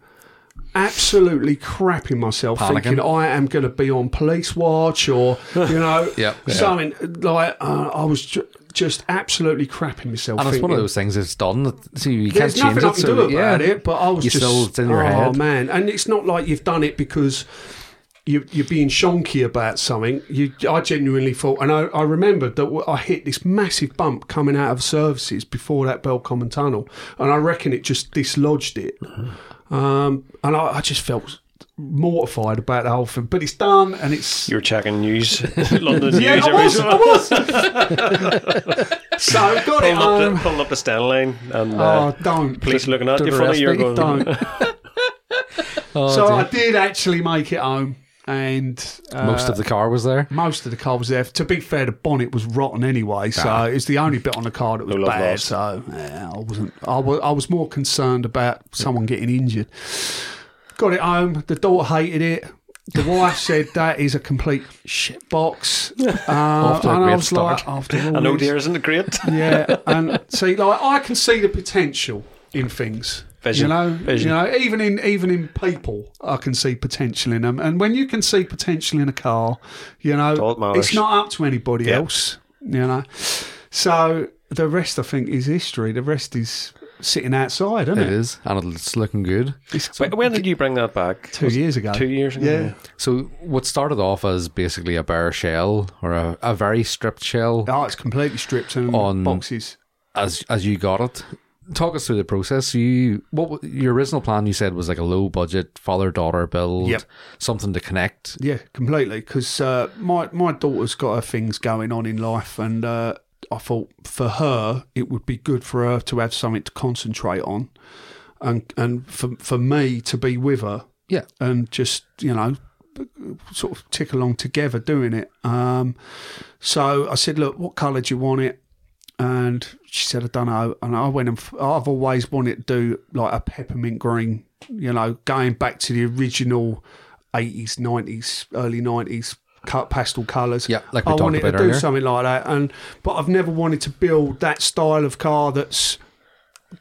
Speaker 4: absolutely crapping myself,
Speaker 2: Panicking.
Speaker 4: thinking I am going to be on police watch or you know
Speaker 2: Yep.
Speaker 4: something like uh, I was ju- just absolutely crapping myself.
Speaker 2: and it's one of
Speaker 4: thinking,
Speaker 2: those things that's done. So you
Speaker 4: There's
Speaker 2: can't change
Speaker 4: nothing
Speaker 2: it.
Speaker 4: I can
Speaker 2: so
Speaker 4: do about eh?
Speaker 2: yeah.
Speaker 4: it, but I was
Speaker 2: You
Speaker 4: just
Speaker 2: still- it's in your
Speaker 4: oh
Speaker 2: head.
Speaker 4: man, and it's not like you've done it because you, you're being shonky about something. You, I genuinely thought, and I, I remembered that w- I hit this massive bump coming out of services before that Bell Common Tunnel, and I reckon it just dislodged it,
Speaker 2: Mm-hmm.
Speaker 4: um, and I, I just felt mortified about the whole thing. But it's done, and it's
Speaker 1: You were checking news, London
Speaker 4: yeah,
Speaker 1: news
Speaker 4: I
Speaker 1: every
Speaker 4: was,
Speaker 1: so
Speaker 4: I was. so I got it.
Speaker 1: Pulling
Speaker 4: um,
Speaker 1: up,
Speaker 2: Um,
Speaker 1: the,
Speaker 4: home.
Speaker 1: pulling up the stand line and uh,
Speaker 4: Oh, don't
Speaker 1: police looking at
Speaker 2: don't
Speaker 1: you funny.
Speaker 2: arrest
Speaker 1: You're
Speaker 2: me.
Speaker 1: going,
Speaker 4: don't.
Speaker 2: Oh,
Speaker 4: so
Speaker 2: dear.
Speaker 4: I did actually make it home, and uh,
Speaker 2: Most of the car was there.
Speaker 4: most of the car was there. To be fair, the bonnet was rotten anyway, so it's the only bit on the car that was
Speaker 1: No love
Speaker 4: bad.
Speaker 1: lost.
Speaker 4: So yeah, I wasn't. I was, I was more concerned about someone getting injured. Got it home. The daughter hated it. The wife said that is a complete shit box. Uh,
Speaker 2: to a
Speaker 4: and I
Speaker 2: great
Speaker 4: was like, after all
Speaker 1: I know
Speaker 4: this-
Speaker 1: oh dear, isn't it great?
Speaker 4: yeah, and see, like I can see the potential in things.
Speaker 1: Vision.
Speaker 4: You know,
Speaker 1: Vision.
Speaker 4: you know, even in even in people, I can see potential in them. And when you can see potential in a car, you
Speaker 1: all
Speaker 4: know,
Speaker 1: that matters.
Speaker 4: it's not up to anybody
Speaker 1: Yeah.
Speaker 4: else. You know, so the rest, I think, is history. The rest is sitting outside, isn't
Speaker 2: It
Speaker 4: it?
Speaker 2: is, and it's looking good.
Speaker 4: It's
Speaker 1: Wait, when did you bring that back?
Speaker 4: two years ago.
Speaker 1: Two years ago?
Speaker 4: Yeah.
Speaker 2: So what started off as basically a bare shell or a, a very stripped shell,
Speaker 4: Oh, it's completely stripped and
Speaker 2: On-
Speaker 4: boxes.
Speaker 2: as as you got it. Talk us through the process. You what wa- your original plan you said was like a low budget father daughter build,
Speaker 4: Yep.
Speaker 2: something to connect.
Speaker 4: Yeah, completely. Because uh, my my daughter's got her things going on in life, and uh, I thought for her it would be good for her to have something to concentrate on, and and for for me to be with her
Speaker 2: Yeah,
Speaker 4: and just you know sort of tick along together doing it. Um, so I said, look, what colour do you want it? And she said, I don't know. And I went and f- I've always wanted to do like a peppermint green, you know, going back to the original 80s, 90s, early 90s co- pastel colours.
Speaker 2: Yeah, like we
Speaker 4: I
Speaker 2: talked
Speaker 4: wanted
Speaker 2: about
Speaker 4: to do
Speaker 2: earlier.
Speaker 4: something like that. And but I've never wanted to build that style of car that's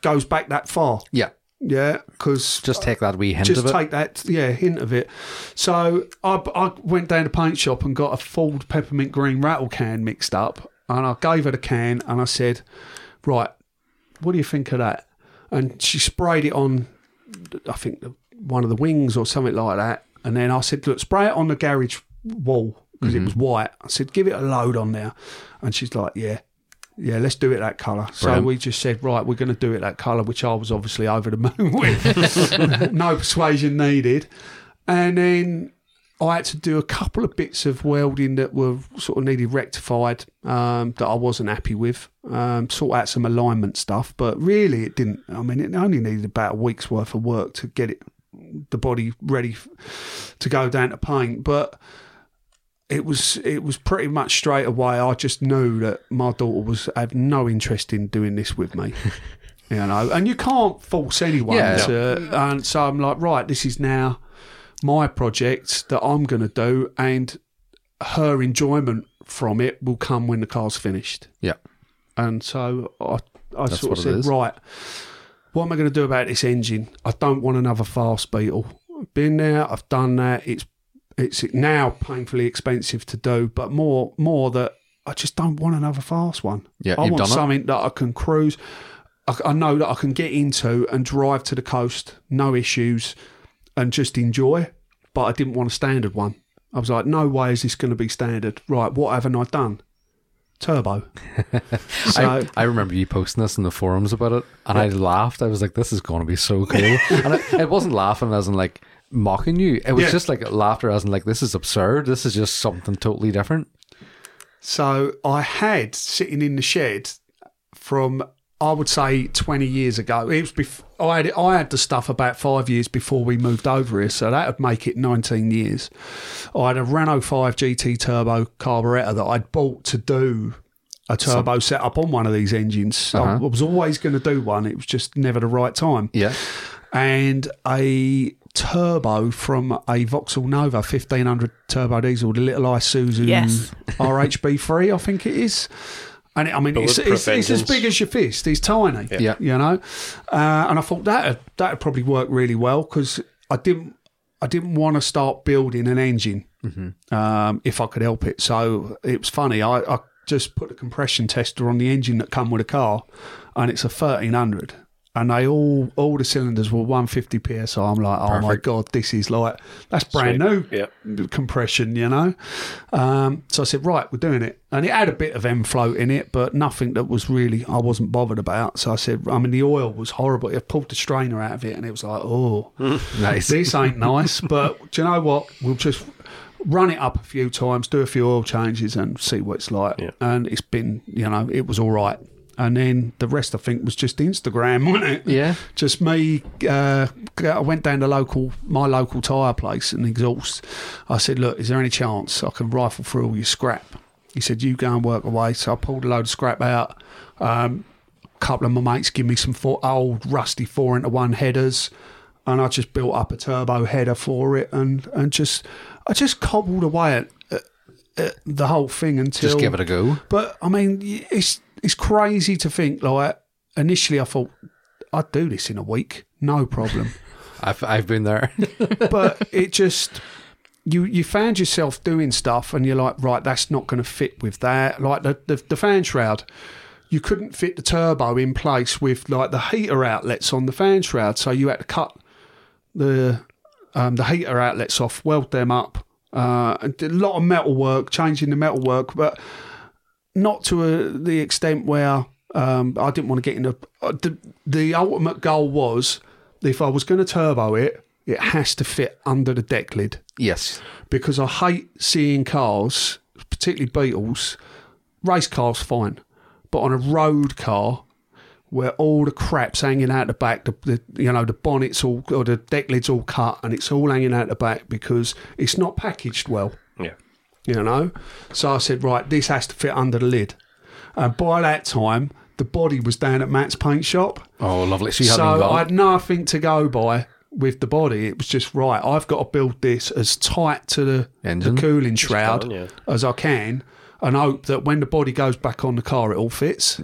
Speaker 4: goes back that far.
Speaker 2: yeah.
Speaker 4: Yeah, because
Speaker 2: Just take that wee hint
Speaker 4: just
Speaker 2: of it.
Speaker 4: take that yeah hint of it so I, I went down to paint shop and got a fooled peppermint green rattle can mixed up and i gave her the can and i said right what do you think of that and she sprayed it on i think the- one of the wings or something like that and then i said look spray it on the garage wall because
Speaker 2: Mm-hmm.
Speaker 4: it was white i said give it a load on there and she's like yeah yeah, let's do it that colour. So
Speaker 2: Brilliant.
Speaker 4: we just said, right, we're going to do it that colour, which I was obviously over the moon with. no persuasion needed. And then I had to do a couple of bits of welding that were sort of needed rectified um, that I wasn't happy with. Um, sort out some alignment stuff, but really it didn't. I mean, it only needed about a week's worth of work to get it, the body ready f- to go down to paint. But it was it was pretty much straight away. I just knew that my daughter was had no interest in doing this with me. you know, and you can't force anyone
Speaker 2: Yeah.
Speaker 4: to. And so I'm like, right, this is now my project that I'm going to do, and her enjoyment from it will come when the car's finished.
Speaker 2: Yeah.
Speaker 4: And so I, I sort
Speaker 2: what it
Speaker 4: of said,
Speaker 2: is.
Speaker 4: right, what am I going to do about this engine? I don't want another fast beetle. I've been there, I've done that. It's it's now painfully expensive to do, but more more that I just don't want another fast one.
Speaker 2: Yeah,
Speaker 4: I
Speaker 2: you've
Speaker 4: want
Speaker 2: done it.
Speaker 4: something that I can cruise. I, I know that I can get into and drive to the coast, no issues, and just enjoy. But I didn't want a standard one. I was like, no way is this going to be standard. Right, what haven't I done? Turbo. so,
Speaker 2: I, I remember you posting this in the forums about it, and I laughed. I was like, "This is going to be so cool." and it, it wasn't laughing as in like mocking you. It was
Speaker 4: Yeah.
Speaker 2: just like laughter as in like, "This is absurd. This is just something totally different."
Speaker 4: So I had sitting in the shed from I would say twenty years ago. It was bef- I had I had the stuff about five years before we moved over here, so that would make it nineteen years. I had a Renault Five GT Turbo carburetor that I'd bought to do a turbo setup on one of these engines. I- I was always going to do one. It was just never the right time
Speaker 2: Yeah.
Speaker 4: and a turbo from a Vauxhall Nova 1500 turbo diesel, the little Isuzu
Speaker 3: Yes.
Speaker 4: RHB3, I think it is. And it, I mean, it's, it's,
Speaker 1: Bulletproof
Speaker 4: it's as
Speaker 1: engines.
Speaker 4: big as your fist. It's tiny,
Speaker 2: Yeah.
Speaker 4: you know. Uh, and I thought that that would probably work really well because I didn't I didn't want to start building an engine um, if I could help it. So it was funny. I, I just put a compression tester on the engine that come with a car, and it's a thirteen hundred. And they all all the cylinders were one fifty psi. I'm like, oh my god, this is like that's brand
Speaker 1: Yep.
Speaker 4: new compression, you know. Um, so I said, right, we're doing it. And it had a bit of M float in it, but nothing that was really I wasn't bothered about. So I said, I mean, the oil was horrible. It pulled the strainer out of it, and it was like, oh,
Speaker 2: Nice.
Speaker 4: this ain't nice, but do you know what? We'll just run it up a few times, do a few oil changes, and see what it's like.
Speaker 1: Yeah.
Speaker 4: And it's been, you know, it was all right. And then the rest, I think, was just Instagram, wasn't it?
Speaker 2: Yeah.
Speaker 4: Just me. Uh, I went down to local, my local tyre place and exhaust. I said, "Look, is there any chance I can rifle through all your scrap?" He said, "You go and work away." So I pulled a load of scrap out. Um, couple of my mates give me some four, old rusty four into one headers, and I just built up a turbo header for it, and and just I just cobbled away at, at, at the whole thing until
Speaker 2: Just give it a go.
Speaker 4: But I mean, y- it's it's crazy to think like initially I thought I'd do this in a week, no problem,
Speaker 2: I've, I've been there.
Speaker 4: but it just. You, you found yourself doing stuff and you're like right that's not going to fit with that like the, the the fan shroud you couldn't fit the turbo in place with like the heater outlets on the fan shroud, so you had to cut the um, the heater outlets off, weld them up, uh, and did a lot of metal work, changing the metal work, but not to a, the extent where um, I didn't want to get into uh, the the ultimate goal was if I was going to turbo it, it has to fit under the deck lid
Speaker 2: yes.
Speaker 4: because I hate seeing cars, particularly Beetles. Race cars, fine, but on a road car where all the crap's hanging out the back, the, the you know the bonnets all or the deck lids all cut, and it's all hanging out the back because it's not packaged well
Speaker 1: Yeah.
Speaker 4: you know. So I said, right, this has to fit under the lid. And by that time, the body was down at Matt's paint shop.
Speaker 2: Oh, lovely. So you
Speaker 4: so
Speaker 2: haven't
Speaker 4: I
Speaker 2: got
Speaker 4: had nothing to go by with the body. It was just, right, I've got to build this as tight to the, the
Speaker 2: Engine?
Speaker 4: cooling shroud
Speaker 1: fine, yeah.
Speaker 4: as I can and hope that when the body goes back on the car, it all fits.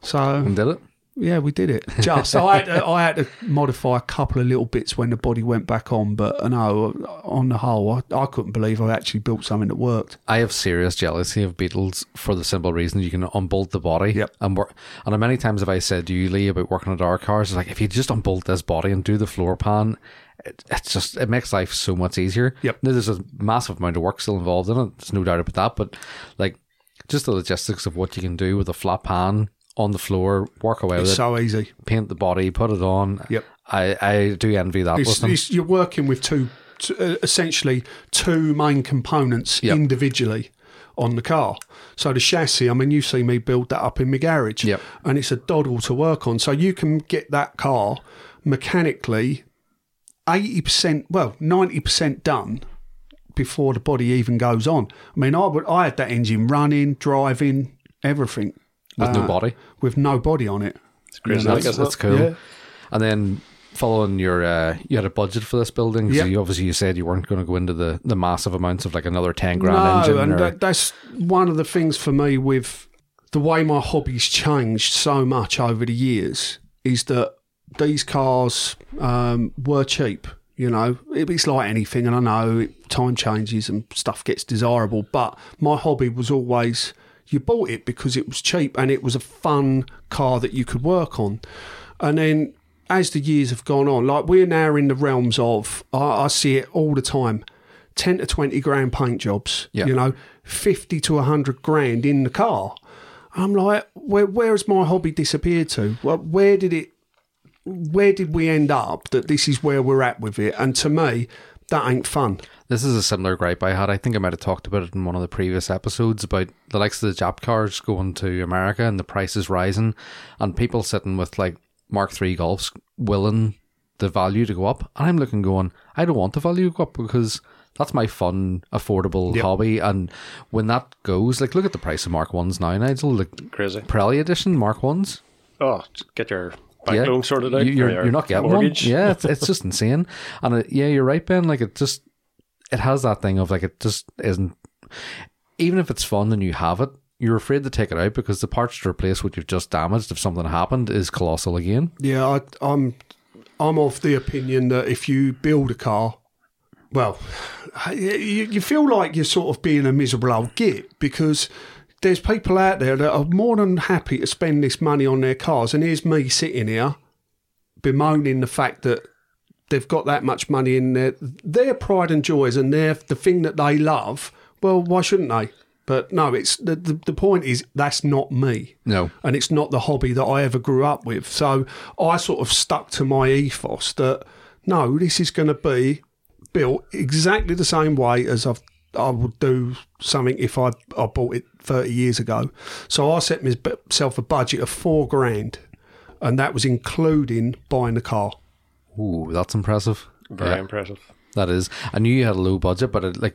Speaker 4: So
Speaker 2: and did it.
Speaker 4: yeah, we did it. Just I had to, I had to modify a couple of little bits when the body went back on, but uh, no, on the whole, I, I couldn't believe I actually built something that worked.
Speaker 2: I have serious jealousy of Beatles for the simple reason you can unbolt the body.
Speaker 4: Yep.
Speaker 2: And work. And many times have I said to you, Lee, about working at our cars, it's like if you just unbolt this body and do the floor pan, it, it's just it makes life so much easier.
Speaker 4: Yep.
Speaker 2: Now, there's a massive amount of work still involved in it. There's no doubt about that. But like, just the logistics of what you can do with a flat pan on the floor, work away with
Speaker 4: It's
Speaker 2: it,
Speaker 4: so easy.
Speaker 2: paint the body, put it on.
Speaker 4: Yep.
Speaker 2: I, I do envy that.
Speaker 4: It's,
Speaker 2: with them.
Speaker 4: it's, you're working with two, t- uh, essentially two main components
Speaker 2: Yep.
Speaker 4: individually on the car. So the chassis, I mean, you see me build that up in my garage,
Speaker 2: Yep.
Speaker 4: and it's a doddle to work on. So you can get that car mechanically eighty percent, well, ninety percent done before the body even goes on. I mean, I would, I had that engine running, driving, everything
Speaker 2: with no
Speaker 4: uh,
Speaker 2: body.
Speaker 4: with no body on it.
Speaker 1: It's crazy.
Speaker 2: That's,
Speaker 1: like, isn't
Speaker 2: that's
Speaker 1: it?
Speaker 2: cool.
Speaker 4: Yeah.
Speaker 2: And then following your, uh, you had a budget for this building. 'cause
Speaker 4: Yep.
Speaker 2: you obviously you said you weren't going to go into the, the massive amounts of like another ten grand engine.
Speaker 4: and
Speaker 2: or-
Speaker 4: that, that's one of the things for me with the way my hobby's changed so much over the years is that these cars um, were cheap. You know, It- it's like anything, and I know it, time changes and stuff gets desirable, but my hobby was always you bought it because it was cheap and it was a fun car that you could work on. And then as the years have gone on, like we're now in the realms of, I, I see it all the time 10 to 20 grand paint jobs,
Speaker 2: Yeah.
Speaker 4: you know, 50 to 100 grand in the car. I'm like, where, where has my hobby disappeared to? Well, where did it, where did we end up that this is where we're at with it? And to me, that ain't fun.
Speaker 2: This is a similar gripe I had. I think I might have talked about it in one of the previous episodes about the likes of the Jap cars going to America and the prices rising, and people sitting with like Mark III Golfs willing the value to go up. And I'm looking, going, I don't want the value to go up because that's my fun, affordable hobby. And when that goes, like, look at the price of Mark 1s now, Nigel. Like,
Speaker 1: Crazy.
Speaker 2: Pirelli Edition Mark 1s.
Speaker 1: Oh, get your bank loan sorted out.
Speaker 2: You- You're,
Speaker 1: or your
Speaker 2: you're not getting
Speaker 1: mortgage.
Speaker 2: one. Yeah, it's, it's just insane. And uh yeah, you're right, Ben. Like it just it has that thing of like it just isn't. Even if it's fun and you have it, you're afraid to take it out because the parts to replace what you've just damaged if something happened is colossal again.
Speaker 4: Yeah, I, I'm I'm of the opinion that if you build a car, well, you, you feel like you're sort of being a miserable old git because there's people out there that are more than happy to spend this money on their cars, and here's me sitting here bemoaning the fact that they've got that much money in their their pride and joys and their the thing that they love. Well, why shouldn't they? But no, it's the, the, the point is that's not me
Speaker 2: No,
Speaker 4: and it's not the hobby that I ever grew up with. So I sort of stuck to my ethos that no, this is going to be built exactly the same way as I've, I would do something if I, I bought it 30 years ago. So I set myself a budget of four grand, and that was including buying the car.
Speaker 2: ooh, that's impressive.
Speaker 1: Very
Speaker 2: Yeah.
Speaker 1: impressive.
Speaker 2: That is. I knew you had a low budget, but it, like,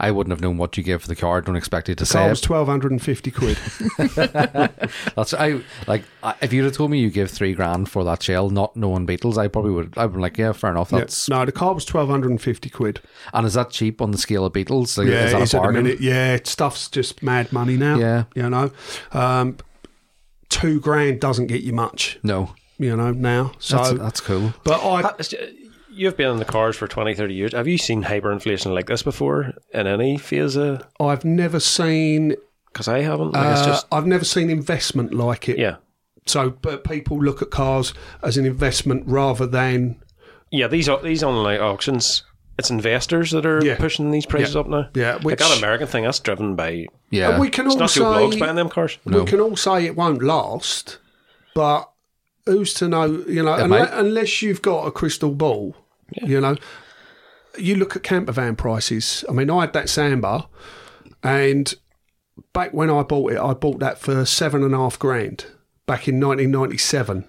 Speaker 2: I wouldn't have known what you gave for the car. I don't expect you to say
Speaker 4: Car
Speaker 2: it.
Speaker 4: was 1250 quid.
Speaker 2: That's I like. I, if you'd have told me you gave three grand for that shell, not knowing Beatles, I probably would. I'd been like, yeah, fair enough.
Speaker 4: Yeah.
Speaker 2: That's
Speaker 4: No, the car was 1250 quid.
Speaker 2: and is that cheap on the scale of Beatles? Like,
Speaker 4: Yeah,
Speaker 2: is that
Speaker 4: it's
Speaker 2: a
Speaker 4: at the
Speaker 2: bargain?
Speaker 4: minute. Yeah, stuff's just mad money now.
Speaker 2: Yeah.
Speaker 4: you know, um, two grand doesn't get you much.
Speaker 2: No,
Speaker 4: You know now. So,
Speaker 2: that's, that's cool.
Speaker 4: but I
Speaker 1: It's, uh, You've been in the cars for 20, 30 years. Have you seen hyperinflation like this before in any phase? Because
Speaker 4: I've never seen.
Speaker 1: I haven't. Like, it's
Speaker 4: uh,
Speaker 1: just
Speaker 4: I've never seen investment like it.
Speaker 1: yeah,
Speaker 4: So, but people look at cars as an investment rather than
Speaker 1: yeah. These au- these online auctions, it's investors that are
Speaker 4: Yeah.
Speaker 1: pushing these prices up now.
Speaker 4: Yeah,
Speaker 1: like
Speaker 4: which-
Speaker 1: that American thing that's driven by.
Speaker 2: Yeah,
Speaker 4: we can
Speaker 1: It's
Speaker 4: all
Speaker 1: not
Speaker 4: say
Speaker 1: two blogs buying them cars.
Speaker 4: we can all say it won't last, but who's to know? You know,
Speaker 2: might.
Speaker 4: unless, unless you've got a crystal ball, you know. You look at camper van prices. I mean, I had that Samba, and back when I bought it, I bought that for seven and a half grand back in 1997.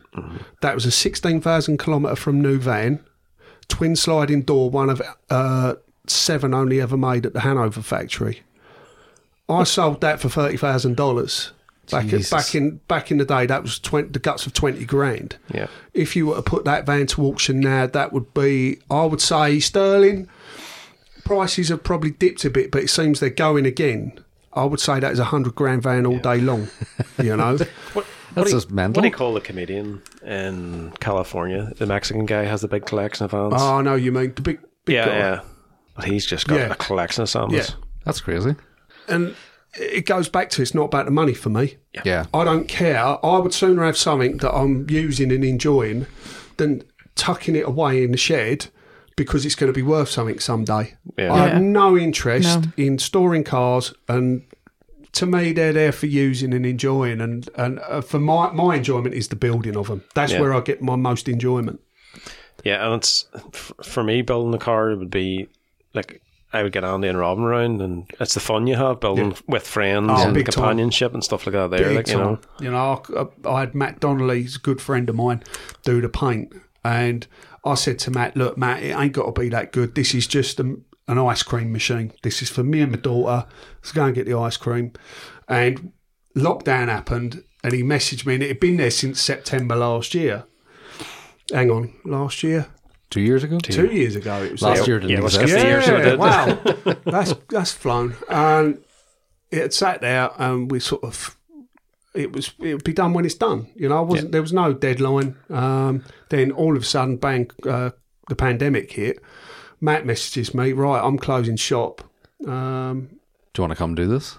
Speaker 4: That was a 16,000 kilometre from new van, twin sliding door, one of uh, seven only ever made at the Hanover factory. I sold that for thirty thousand dollars back
Speaker 2: Jesus.
Speaker 4: back in back in the day. That was 20, the guts of twenty grand.
Speaker 1: Yeah,
Speaker 4: If you were to put that van to auction now, that would be I would say sterling. Prices have probably dipped a bit, but it seems they're going again. I would say that is a hundred grand van all day long. You know,
Speaker 1: what, what
Speaker 2: that's
Speaker 1: do you-
Speaker 2: just mental.
Speaker 1: What do you call the comedian in California? The Mexican guy has the big collection of vans.
Speaker 4: oh, I know you mean the big, big
Speaker 1: yeah,
Speaker 4: guy.
Speaker 1: yeah. But he's just got
Speaker 4: Yeah.
Speaker 1: a collection of samples.
Speaker 4: Yeah.
Speaker 2: that's crazy.
Speaker 4: and it goes back to it's not about the money for me.
Speaker 2: Yeah,
Speaker 4: I don't care. I would sooner have something that I'm using and enjoying than tucking it away in the shed because it's going to be worth something someday.
Speaker 1: Yeah.
Speaker 4: I have
Speaker 3: Yeah.
Speaker 4: no interest
Speaker 3: No.
Speaker 4: in storing cars and to me they're there for using and enjoying and and uh, for my my enjoyment is the building of them. That's
Speaker 1: Yeah.
Speaker 4: where I get my most enjoyment.
Speaker 1: Yeah, and it's f- for me building the car would be like I would get Andy and Robin around, and it's the fun you have building f- with friends
Speaker 4: Oh,
Speaker 1: and
Speaker 4: big time.
Speaker 1: companionship and stuff like that. There,
Speaker 4: Big
Speaker 1: like you
Speaker 4: time.
Speaker 1: know,
Speaker 4: You know, I, I had Matt Donnelly, he's a good friend of mine, do the paint. And I said to Matt, look, Matt, it ain't got to be that good. This is just a, an ice cream machine. This is for me and my daughter. Let's go and get the ice cream. And lockdown happened, and he messaged me, and it had been there since September last year. Hang on, last year?
Speaker 2: two years ago.
Speaker 4: Two years ago. It was
Speaker 2: Last
Speaker 4: there.
Speaker 2: year didn't
Speaker 1: Yeah, it was
Speaker 2: exist.
Speaker 1: just- the year, so it did.
Speaker 4: Wow, that's that's flown. And it sat there, and we sort of it was it would be done when it's done. You know, I wasn't there was no deadline. Um, then all of a sudden, bang, uh, the pandemic hit. Matt messages me, right? I'm closing shop. Um,
Speaker 2: Do you want to come do this?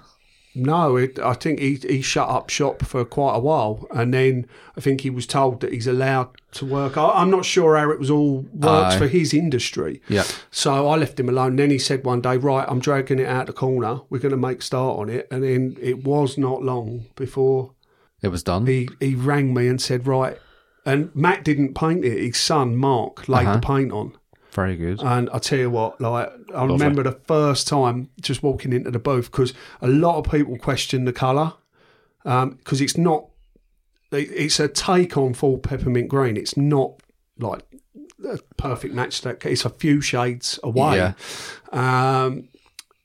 Speaker 4: no, it, I think he he shut up shop for quite a while, and then I think he was told that he's allowed to work. I, I'm not sure how it was all works
Speaker 2: Aye.
Speaker 4: for his industry.
Speaker 2: Yeah,
Speaker 4: So I left him alone. Then he said one day, "Right, I'm dragging it out the corner. We're going to make start on it." And then it was not long before
Speaker 2: it was done.
Speaker 4: he he rang me and said, "Right." And Matt didn't paint it. His son Mark laid
Speaker 2: Uh-huh.
Speaker 4: the paint on.
Speaker 2: Very good.
Speaker 4: And I tell you what, like I
Speaker 1: Lovely.
Speaker 4: remember the first time just walking into the booth because a lot of people question the colour because it's not. it- It's a take on full peppermint green. It's not like a perfect match. That it's a few shades away.
Speaker 2: Yeah.
Speaker 4: Um,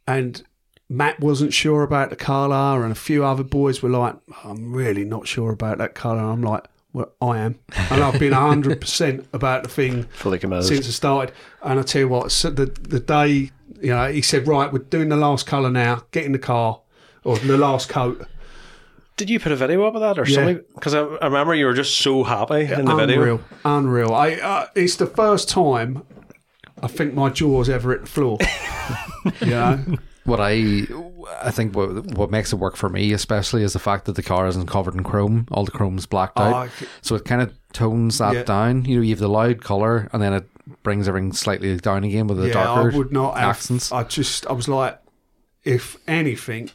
Speaker 4: and Matt wasn't sure about the colour, and a few other boys were like, "I'm really not sure about that colour." And I'm like, "Well, I am," and I've been hundred percent about the thing
Speaker 1: fully committed.
Speaker 4: since I started. And I tell you what, so the the day you know, he said, "Right, we're doing the last colour now. Get in the car." Or the last coat.
Speaker 1: Did you put a video up of that or
Speaker 4: Yeah.
Speaker 1: something? Because I, I remember you were just so happy in the video.
Speaker 4: unreal, unreal. I, uh, it's the first time I think my jaw's ever hit the floor. you know,
Speaker 2: What I I think what what makes it work for me especially is the fact that the car isn't covered in chrome. All the chrome's blacked
Speaker 4: Oh,
Speaker 2: out,
Speaker 4: I c-
Speaker 2: so it kind of tones that
Speaker 4: Yeah.
Speaker 2: down. You know, you have the loud color, and then it brings everything slightly down again with the
Speaker 4: yeah, I
Speaker 2: darker
Speaker 4: would not have-
Speaker 2: accents.
Speaker 4: I just, I was like, if anything,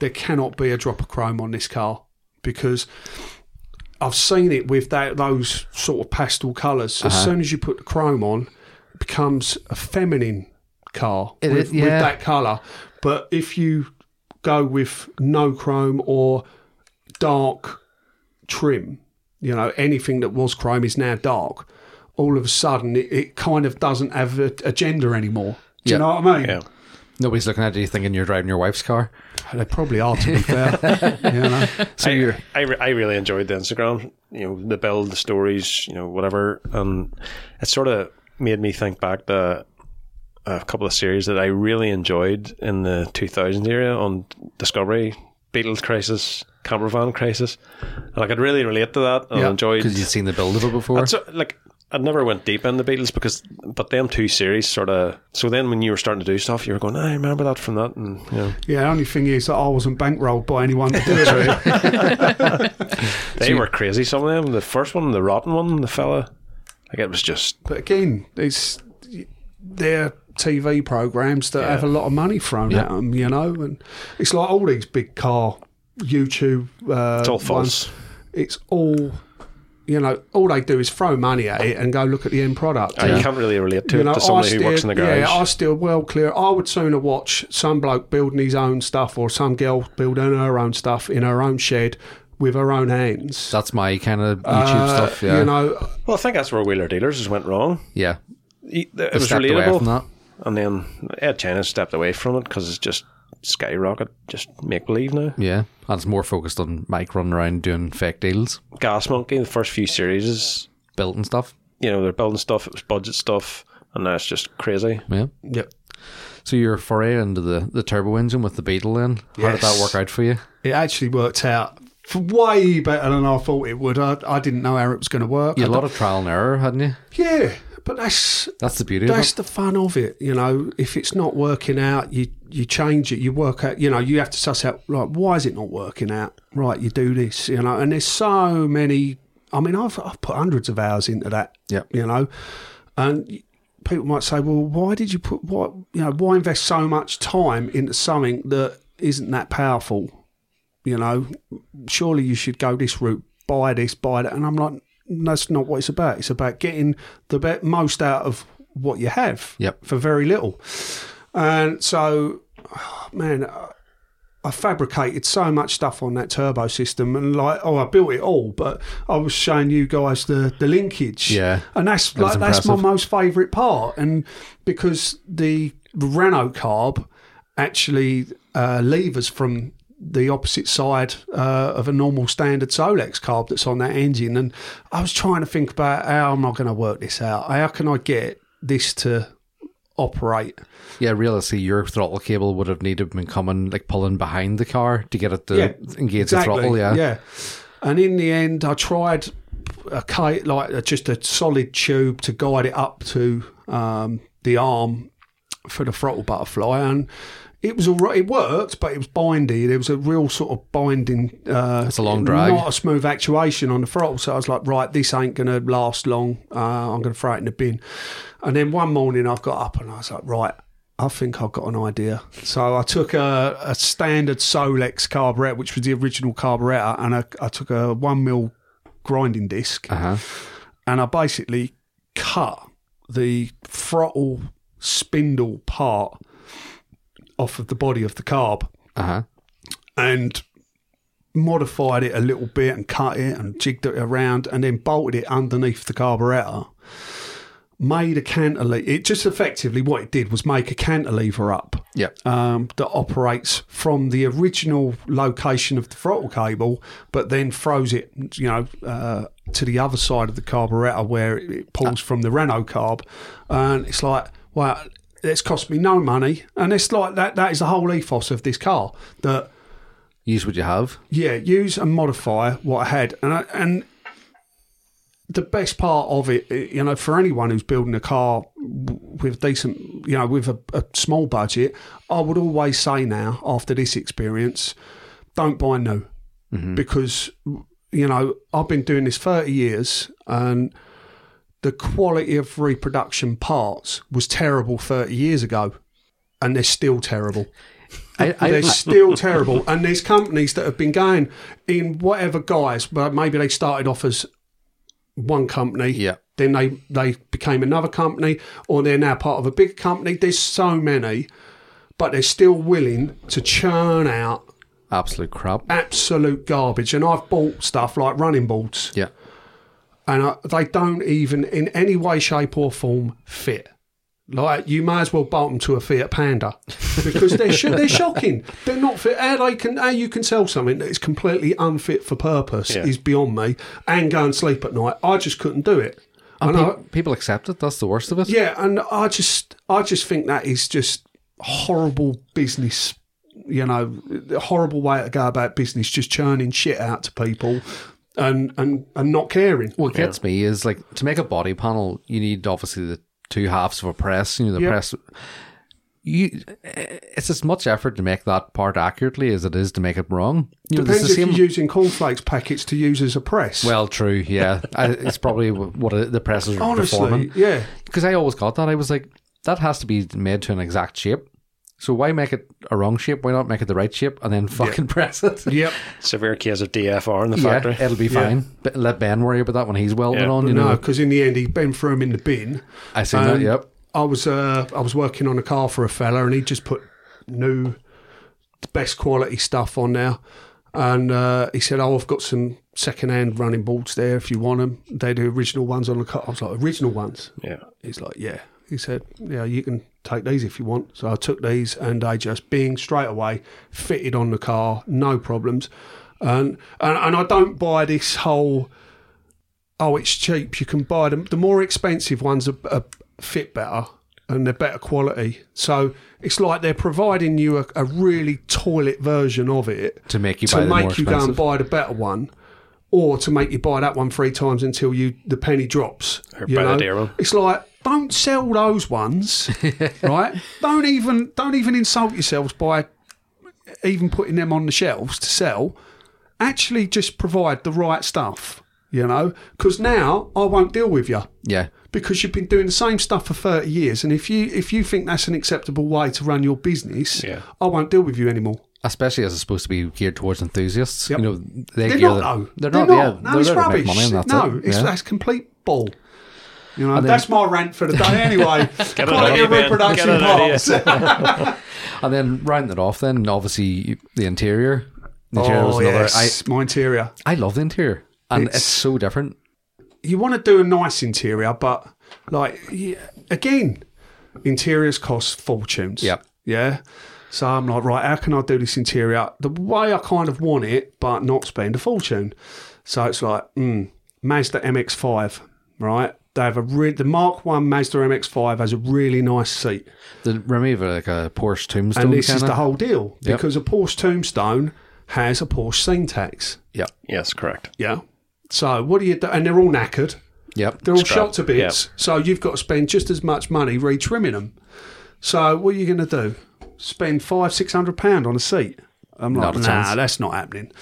Speaker 4: there cannot be a drop of chrome on this car because I've seen it with that those sort of pastel colours. As
Speaker 2: Uh-huh.
Speaker 4: soon as you put the chrome on, it becomes a feminine car
Speaker 2: It
Speaker 4: with,
Speaker 2: is,
Speaker 4: with
Speaker 2: yeah.
Speaker 4: that colour. But if you go with no chrome or dark trim, you know, anything that was chrome is now dark. All of a sudden, it, it kind of doesn't have a, a gender anymore. Do
Speaker 2: Yeah.
Speaker 4: you know what I mean?
Speaker 1: Yeah.
Speaker 2: Nobody's looking at you thinking you're driving your wife's car.
Speaker 4: They probably are, to be fair. you know?
Speaker 2: So you're
Speaker 1: I, re- I really enjoyed the Instagram, you know, the build, the stories, you know, whatever. And it sort of made me think back to a couple of series that I really enjoyed in the 2000s era on Discovery, Beatles Crisis, Campervan Crisis. And I could really relate to that and
Speaker 4: Yeah,
Speaker 1: enjoyed
Speaker 2: because you'd seen the build of it before.
Speaker 1: so, like I never went deep in the Beatles because, but them two series sort of. So then, when you were starting to do stuff, you were going, "I remember that from that," and you know,
Speaker 4: Yeah, the only thing is that I wasn't bankrolled by anyone to do it. really.
Speaker 1: they were crazy. Some of them, the first one, the rotten one, the fella, like it was just
Speaker 4: But again, it's they're TV programs that
Speaker 1: Yeah.
Speaker 4: have a lot of money thrown at 'em, at them, you know? And it's like all these big car YouTube. Uh,
Speaker 1: it's all
Speaker 4: ones.
Speaker 1: false.
Speaker 4: it's all you know all they do is throw money at it and go look at the end product
Speaker 1: I can't really relate to
Speaker 4: you
Speaker 1: it
Speaker 4: know,
Speaker 1: to somebody who works in the garage.
Speaker 4: Yeah, I steer well clear. I would sooner watch some bloke building his own stuff or some girl building her own stuff in her own shed with her own hands.
Speaker 2: That's my kind of YouTube
Speaker 4: Uh,
Speaker 2: stuff. Yeah,
Speaker 4: You know,
Speaker 1: well, I think that's where Wheeler Dealers just went wrong.
Speaker 2: yeah.
Speaker 1: He- th- It
Speaker 2: They
Speaker 1: was
Speaker 2: stepped away
Speaker 1: relatable,
Speaker 2: from that.
Speaker 1: and then Ed China stepped away from it because it's just skyrocket, just make believe now.
Speaker 2: Yeah, and it's more focused on Mike running around doing fake deals,
Speaker 1: Gas Monkey, the first few series, is,
Speaker 2: built and stuff.
Speaker 1: you know, they're building stuff. It was budget stuff, and now it's just crazy.
Speaker 2: Yeah.
Speaker 4: Yep.
Speaker 2: So your foray into the, the turbo engine with the Beetle then, how did that
Speaker 4: Yes.
Speaker 2: work out for you?
Speaker 4: it actually worked out f- way better than I thought it would. I, I didn't know how it was going to work.
Speaker 2: You had
Speaker 4: I
Speaker 2: a lot
Speaker 4: don't-
Speaker 2: of trial and error, hadn't you?
Speaker 4: yeah, but that's
Speaker 2: That's the beauty
Speaker 4: That's
Speaker 2: of
Speaker 4: the fun of it, you know. If it's not working out, you you change it. You work out, you know. You have to suss out like why is it not working out? Right, you do this, you know. And there's so many. I mean, I've I've put hundreds of hours into that.
Speaker 2: Yep.
Speaker 4: You know, and y- people might say, well, why did you put what you know? Why invest so much time into something that isn't that powerful? You know, surely you should go this route, buy this, buy that. And I'm like, that's not what it's about. It's about getting the be- most out of what you have
Speaker 2: Yep.
Speaker 4: for very little. And so, man, I- I fabricated so much stuff on that turbo system, and like, oh, I built it all, but I was showing you guys the the linkage,
Speaker 2: Yeah.
Speaker 4: and that's
Speaker 2: was
Speaker 4: like that's my
Speaker 2: impressive.
Speaker 4: most favourite part, and because the Renault carb actually uh, levers from the opposite side uh, of a normal standard Solex carb that's on that engine, and I was trying to think about how am I going to work this out? How can I get this to operate?
Speaker 2: Yeah, realistically, your throttle cable would have needed been coming, like pulling behind the car to get it to
Speaker 4: Yeah,
Speaker 2: engage the throttle. Yeah.
Speaker 4: And in the end, I tried a kite, like uh, just a solid tube to guide it up to um, the arm for the throttle butterfly, and it was all right. It worked, but it was bindy. There was a real sort of binding. Uh,
Speaker 2: It's a long drag.
Speaker 4: Not a smooth actuation on the throttle. So I was like, right, this ain't going to last long. Uh, I'm going to throw it in the bin. And then one morning, I got up and I was like, right. I think I've got an idea. So I took a, a standard Solex carburetor, which was the original carburetor, and I, I took a one mil grinding disc
Speaker 2: Uh huh.
Speaker 4: and I basically cut the throttle spindle part off of the body of the carb
Speaker 2: Uh huh.
Speaker 4: and modified it a little bit and cut it and jigged it around and then bolted it underneath the carburetor. Made a cantilever. It just effectively what it did was make a cantilever up
Speaker 2: Yep.
Speaker 4: um, that operates from the original location of the throttle cable, but then throws it, you know, uh, to the other side of the carburetor where it, it pulls from the Renault carb, and it's like, wow, it's cost me no money, and it's like that. That is the whole ethos of this car that
Speaker 2: Use what you have.
Speaker 4: yeah, use and modify what I had, and I, and the best part of it, eh, you know, for anyone who's building a car w- with decent, you know, with a, a small budget, I would always say now after this experience, don't buy new because you know I've been doing this thirty years and. The quality of reproduction parts was terrible 30 years ago, and they're still terrible
Speaker 2: I, I,
Speaker 4: they're still terrible. And there's companies that have been going in whatever guise, but maybe they started off as one company.
Speaker 2: Yeah.
Speaker 4: Then they, they became another company, or they're now part of a big company. There's so many, but they're still willing to churn out
Speaker 2: absolute crap.
Speaker 4: absolute garbage. And I've bought stuff like running boards,
Speaker 2: Yeah.
Speaker 4: and I, they don't even in any way, shape, or form fit. Like you may as well bolt them to a Fiat Panda because they're sh- they're shocking. They're not fit. How they can how you can sell something that is completely unfit for purpose
Speaker 1: Yeah.
Speaker 4: is beyond me. And go and sleep at night. I just couldn't do it.
Speaker 2: And
Speaker 4: And I,
Speaker 2: pe- people accept it. That's the worst of it.
Speaker 4: yeah, and I just I just think that is just horrible business. You know, a horrible way to go about business, just churning shit out to people and and and not caring.
Speaker 2: What gets me is like to make a body panel, you need obviously the two halves of a press. You know, the
Speaker 4: Yep.
Speaker 2: press. You, it's as much effort to make that part accurately as it is to make it wrong. You know, there's
Speaker 4: Depends
Speaker 2: the
Speaker 4: if
Speaker 2: same.
Speaker 4: you're using cornflakes packets to use as a press.
Speaker 2: well, true. Yeah, I, it's probably what it- the press is
Speaker 4: honestly,
Speaker 2: performing.
Speaker 4: yeah,
Speaker 2: Because I always got that. I was like, that has to be made to an exact shape. So why make it a wrong shape? Why not make it the right shape and then fucking press it?
Speaker 4: yep.
Speaker 1: Severe case of DFR in the
Speaker 2: Yeah,
Speaker 1: factory.
Speaker 2: it'll be fine. But let Ben worry about that when he's welding
Speaker 1: Yeah.
Speaker 2: on. You
Speaker 4: No,
Speaker 2: know,
Speaker 4: because in the end, he Ben threw him in the bin.
Speaker 2: I see that.
Speaker 4: Um,
Speaker 2: Yep.
Speaker 4: I was uh, I was working on a car for a fella, and he just put new, best quality stuff on there. And uh, he said, "Oh, I've got some second-hand running boards there. If you want them, they do original ones on the car." I was like, "Original ones?"
Speaker 1: Yeah.
Speaker 4: He's like, "Yeah." He said, "Yeah, you can take these if you want." So I took these, and they just being straight away fitted on the car, no problems. And and, and I don't buy this whole oh, it's cheap. You can buy them. The more expensive ones are, are fit better and they're better quality. So it's like they're providing you a, a really toilet version of it
Speaker 2: To make you
Speaker 4: to
Speaker 2: buy the more
Speaker 4: make you go and
Speaker 2: expensive.
Speaker 4: buy the better one. Or to make you buy that one three times until you the penny drops.
Speaker 1: Or
Speaker 4: you
Speaker 1: buy the
Speaker 4: know?
Speaker 1: dear one.
Speaker 4: It's like don't sell those ones, right? Don't even don't even insult yourselves by even putting them on the shelves to sell actually just provide the right stuff, you know? Because now I won't deal with you
Speaker 2: Yeah.
Speaker 4: because you've been doing the same stuff for 30 years. And if you if you think that's an acceptable way to run your business,
Speaker 1: Yeah.
Speaker 4: I won't deal with you anymore.
Speaker 2: especially as it's supposed to be geared towards enthusiasts.
Speaker 4: Yep.
Speaker 2: You know, they
Speaker 4: They're
Speaker 2: gear
Speaker 4: not,
Speaker 2: the-
Speaker 4: though.
Speaker 2: They're, not. Yeah,
Speaker 4: No, it's
Speaker 2: there to make
Speaker 4: rubbish.
Speaker 2: money and that's
Speaker 4: no,
Speaker 2: it.
Speaker 4: it's,
Speaker 2: Yeah.
Speaker 4: that's complete bull. You know, that's my rant for the day anyway.
Speaker 1: Get it
Speaker 4: Quality
Speaker 1: out,
Speaker 4: of
Speaker 1: Ben. Get
Speaker 4: reproduction
Speaker 1: it out,
Speaker 4: parts.
Speaker 2: and then rounding it off, then obviously the interior. The interior was
Speaker 4: oh,
Speaker 2: another.
Speaker 4: yes. my interior.
Speaker 2: I I love the interior, and it's,
Speaker 4: It's-
Speaker 2: so different.
Speaker 4: you want to do a nice interior, but like yeah, again, interiors cost fortunes.
Speaker 2: Yep.
Speaker 4: Yeah. So I'm like, right, how can I do this interior the way I kind of want it, but not spend a fortune? So it's like, mm, Mazda MX-5, right? They have a re- the Mark One Mazda MX-5 has a really nice seat,
Speaker 2: The remove of like a Porsche tombstone.
Speaker 4: and this is
Speaker 2: kinda.
Speaker 4: the whole deal
Speaker 2: Yep.
Speaker 4: because a Porsche Tombstone has a Porsche scene tax.
Speaker 2: Yep.
Speaker 1: Yes, correct.
Speaker 4: Yeah. So what do you do? And they're all knackered.
Speaker 2: Yep.
Speaker 4: They're all
Speaker 1: Scrap,
Speaker 4: shot to bits, so you've got to spend just as much money retrimming them. So what are you going to do? Spend five, six hundred pound on a seat? I'm like,
Speaker 2: Not a
Speaker 4: nah,
Speaker 2: chance."
Speaker 4: that's not happening.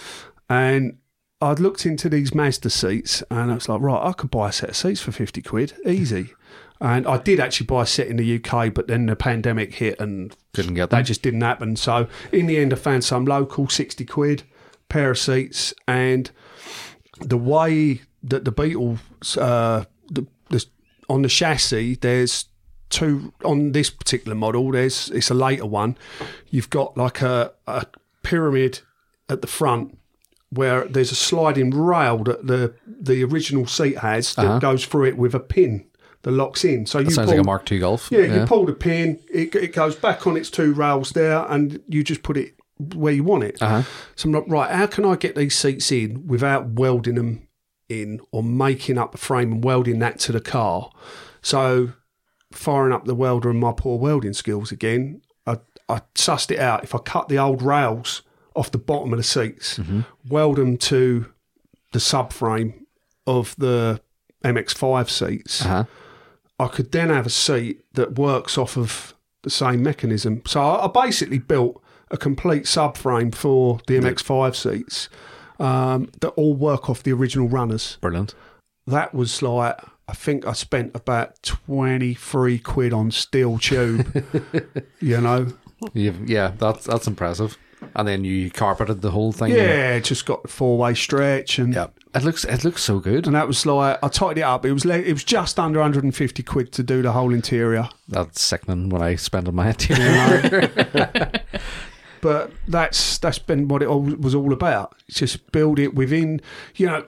Speaker 4: And I'd looked into these Mazda seats, and I was like, right, I could buy a set of seats for fifty quid, easy. And I did actually buy a set in the UK, but then the pandemic hit, and
Speaker 2: Couldn't get
Speaker 4: that
Speaker 2: that.
Speaker 4: just didn't happen. So in the end, I found some local, sixty quid pair of seats, and the way that the Beatles, uh, the, the on the chassis, there's two on this particular model. There's it's a later one. You've got like a, a pyramid at the front where there's a sliding rail that the the original seat has that
Speaker 2: Uh-huh.
Speaker 4: goes through it with a pin that locks in. So you
Speaker 2: Sounds
Speaker 4: pull,
Speaker 2: like a Mark II Golf.
Speaker 4: yeah, you pull the pin, it, it goes back on its two rails there, and you just put it where you want it.
Speaker 2: Uh-huh.
Speaker 4: So I'm like, right, how can I get these seats in without welding them in or making up a frame and welding that to the car? So firing up the welder and my poor welding skills again, I, I sussed it out. If I cut the old rails off the bottom of the seats,
Speaker 2: Mm-hmm.
Speaker 4: weld them to the subframe of the MX5 seats,
Speaker 2: Uh-huh.
Speaker 4: I could then have a seat that works off of the same mechanism. So I, I basically built a complete subframe for the MX5 seats um, that all work off the original runners.
Speaker 2: Brilliant.
Speaker 4: That was like, I think I spent about 23 quid on steel tube, you know?
Speaker 2: You've, yeah, that's that's impressive. And then you carpeted the whole thing.
Speaker 4: Yeah, it just got the four way stretch and.
Speaker 2: Yep. It looks it looks so good.
Speaker 4: And that was like I tied it up. It was le- it was just under 150 quid to do the whole interior.
Speaker 2: That's sickening when I spend on my interior.
Speaker 4: but that's that's been what it all, was all about. It's just build it within. You know,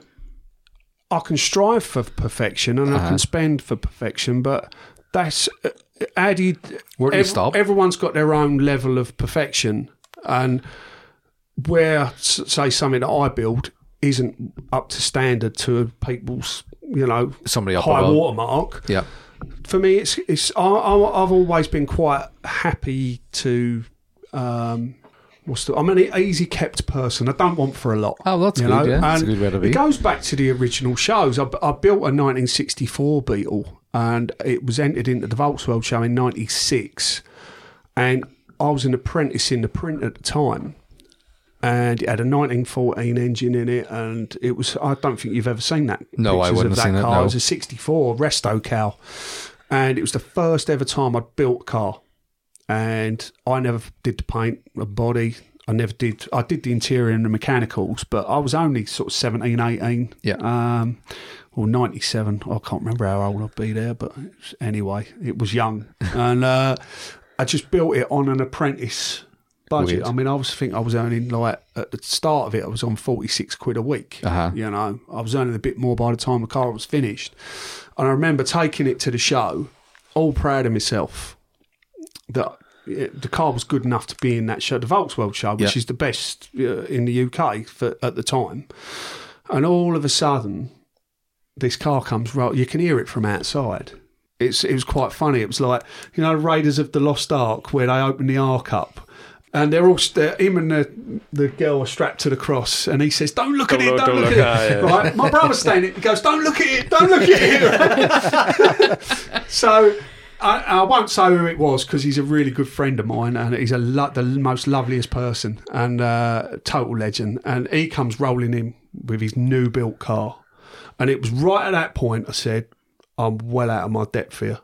Speaker 4: I can strive for perfection and I
Speaker 2: Uh-huh.
Speaker 4: can spend for perfection, but that's uh, how do you?
Speaker 2: Where do you stop?
Speaker 4: Everyone's got their own level of perfection, and where s- say something that I build isn't up to standard to people's you know
Speaker 2: Somebody up
Speaker 4: high
Speaker 2: above.
Speaker 4: watermark
Speaker 2: yeah.
Speaker 4: for me, it's it's I, I, I've always been quite happy to. Um, what's the, I'm an easy kept person. I don't want for a lot.
Speaker 2: Oh, that's
Speaker 4: you
Speaker 2: good.
Speaker 4: know,
Speaker 2: yeah, that's a
Speaker 4: and
Speaker 2: good way to be.
Speaker 4: It goes back to the original shows. I, I built a 1964 Beetle, and it was entered into the Volkswagen show in '96, and I was an apprentice in the print at the time. And it had a 1914 engine in it, and it was. I don't think you've ever seen that.
Speaker 2: No, I
Speaker 4: pictures of
Speaker 2: wouldn't have
Speaker 4: that
Speaker 2: seen it,
Speaker 4: car.
Speaker 2: no.
Speaker 4: was a 64 Resto cow, and it was the first ever time I'd built a car. And I never did the paint, the body. I never did. I did the interior and the mechanicals, but I was only sort of 17, 18.
Speaker 2: Yeah.
Speaker 4: Um, or 97. I can't remember how old I'd be there, but it's- anyway, it was young. and uh, I just built it on an apprentice budget.
Speaker 2: Weird.
Speaker 4: I mean, I was think I was earning like at the start of it, I was on 46 quid a week.
Speaker 2: Uh-huh.
Speaker 4: You know, I was earning a bit more by the time the car was finished. And I remember taking it to the show, all proud of myself that it, the car was good enough to be in that show, the Volkswagen show, which
Speaker 2: Yeah.
Speaker 4: is the best uh, in the UK for, at the time. And all of a sudden, this car comes roll. You can hear it from outside. It's it was quite funny. It was like you know Raiders of the Lost Ark where they open the ark up. And they're all, st- him and the, the girl are strapped to the cross, and he says, Don't look at
Speaker 1: Don't
Speaker 4: it,
Speaker 1: look-
Speaker 4: don't,
Speaker 1: don't
Speaker 4: look,
Speaker 1: look,
Speaker 4: at
Speaker 1: ah,
Speaker 4: it.
Speaker 1: yeah.
Speaker 4: Right? My brother's standing it, he goes, Don't look at it, don't look at it. so I, I won't say who it was because he's a really good friend of mine, and he's a lo- the most loveliest person and uh, total legend. And he comes rolling in with his new built car. And it was right at that point I said, I'm well out of my depth here,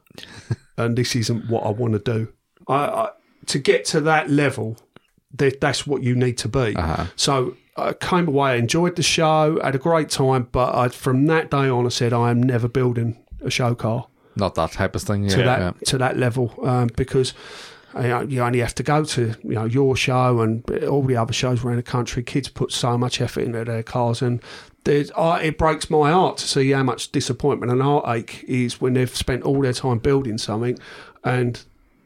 Speaker 4: and this isn't what I want to do. I, I to get to that level, that, that's what you need to be.
Speaker 2: Uh-huh.
Speaker 4: So I came away, enjoyed the show, had a great time, but I, from that day on, I said I am never building a show car
Speaker 2: Not that type of thing. Yeah.
Speaker 4: to that
Speaker 2: yeah.
Speaker 4: to that level um, because. uh, You, know, you only have to go to you know your show and all the other shows around the country. Kids put so much effort into their cars, and there's, I, it breaks my heart to see how much disappointment and heartache is when they've spent all their time building something, and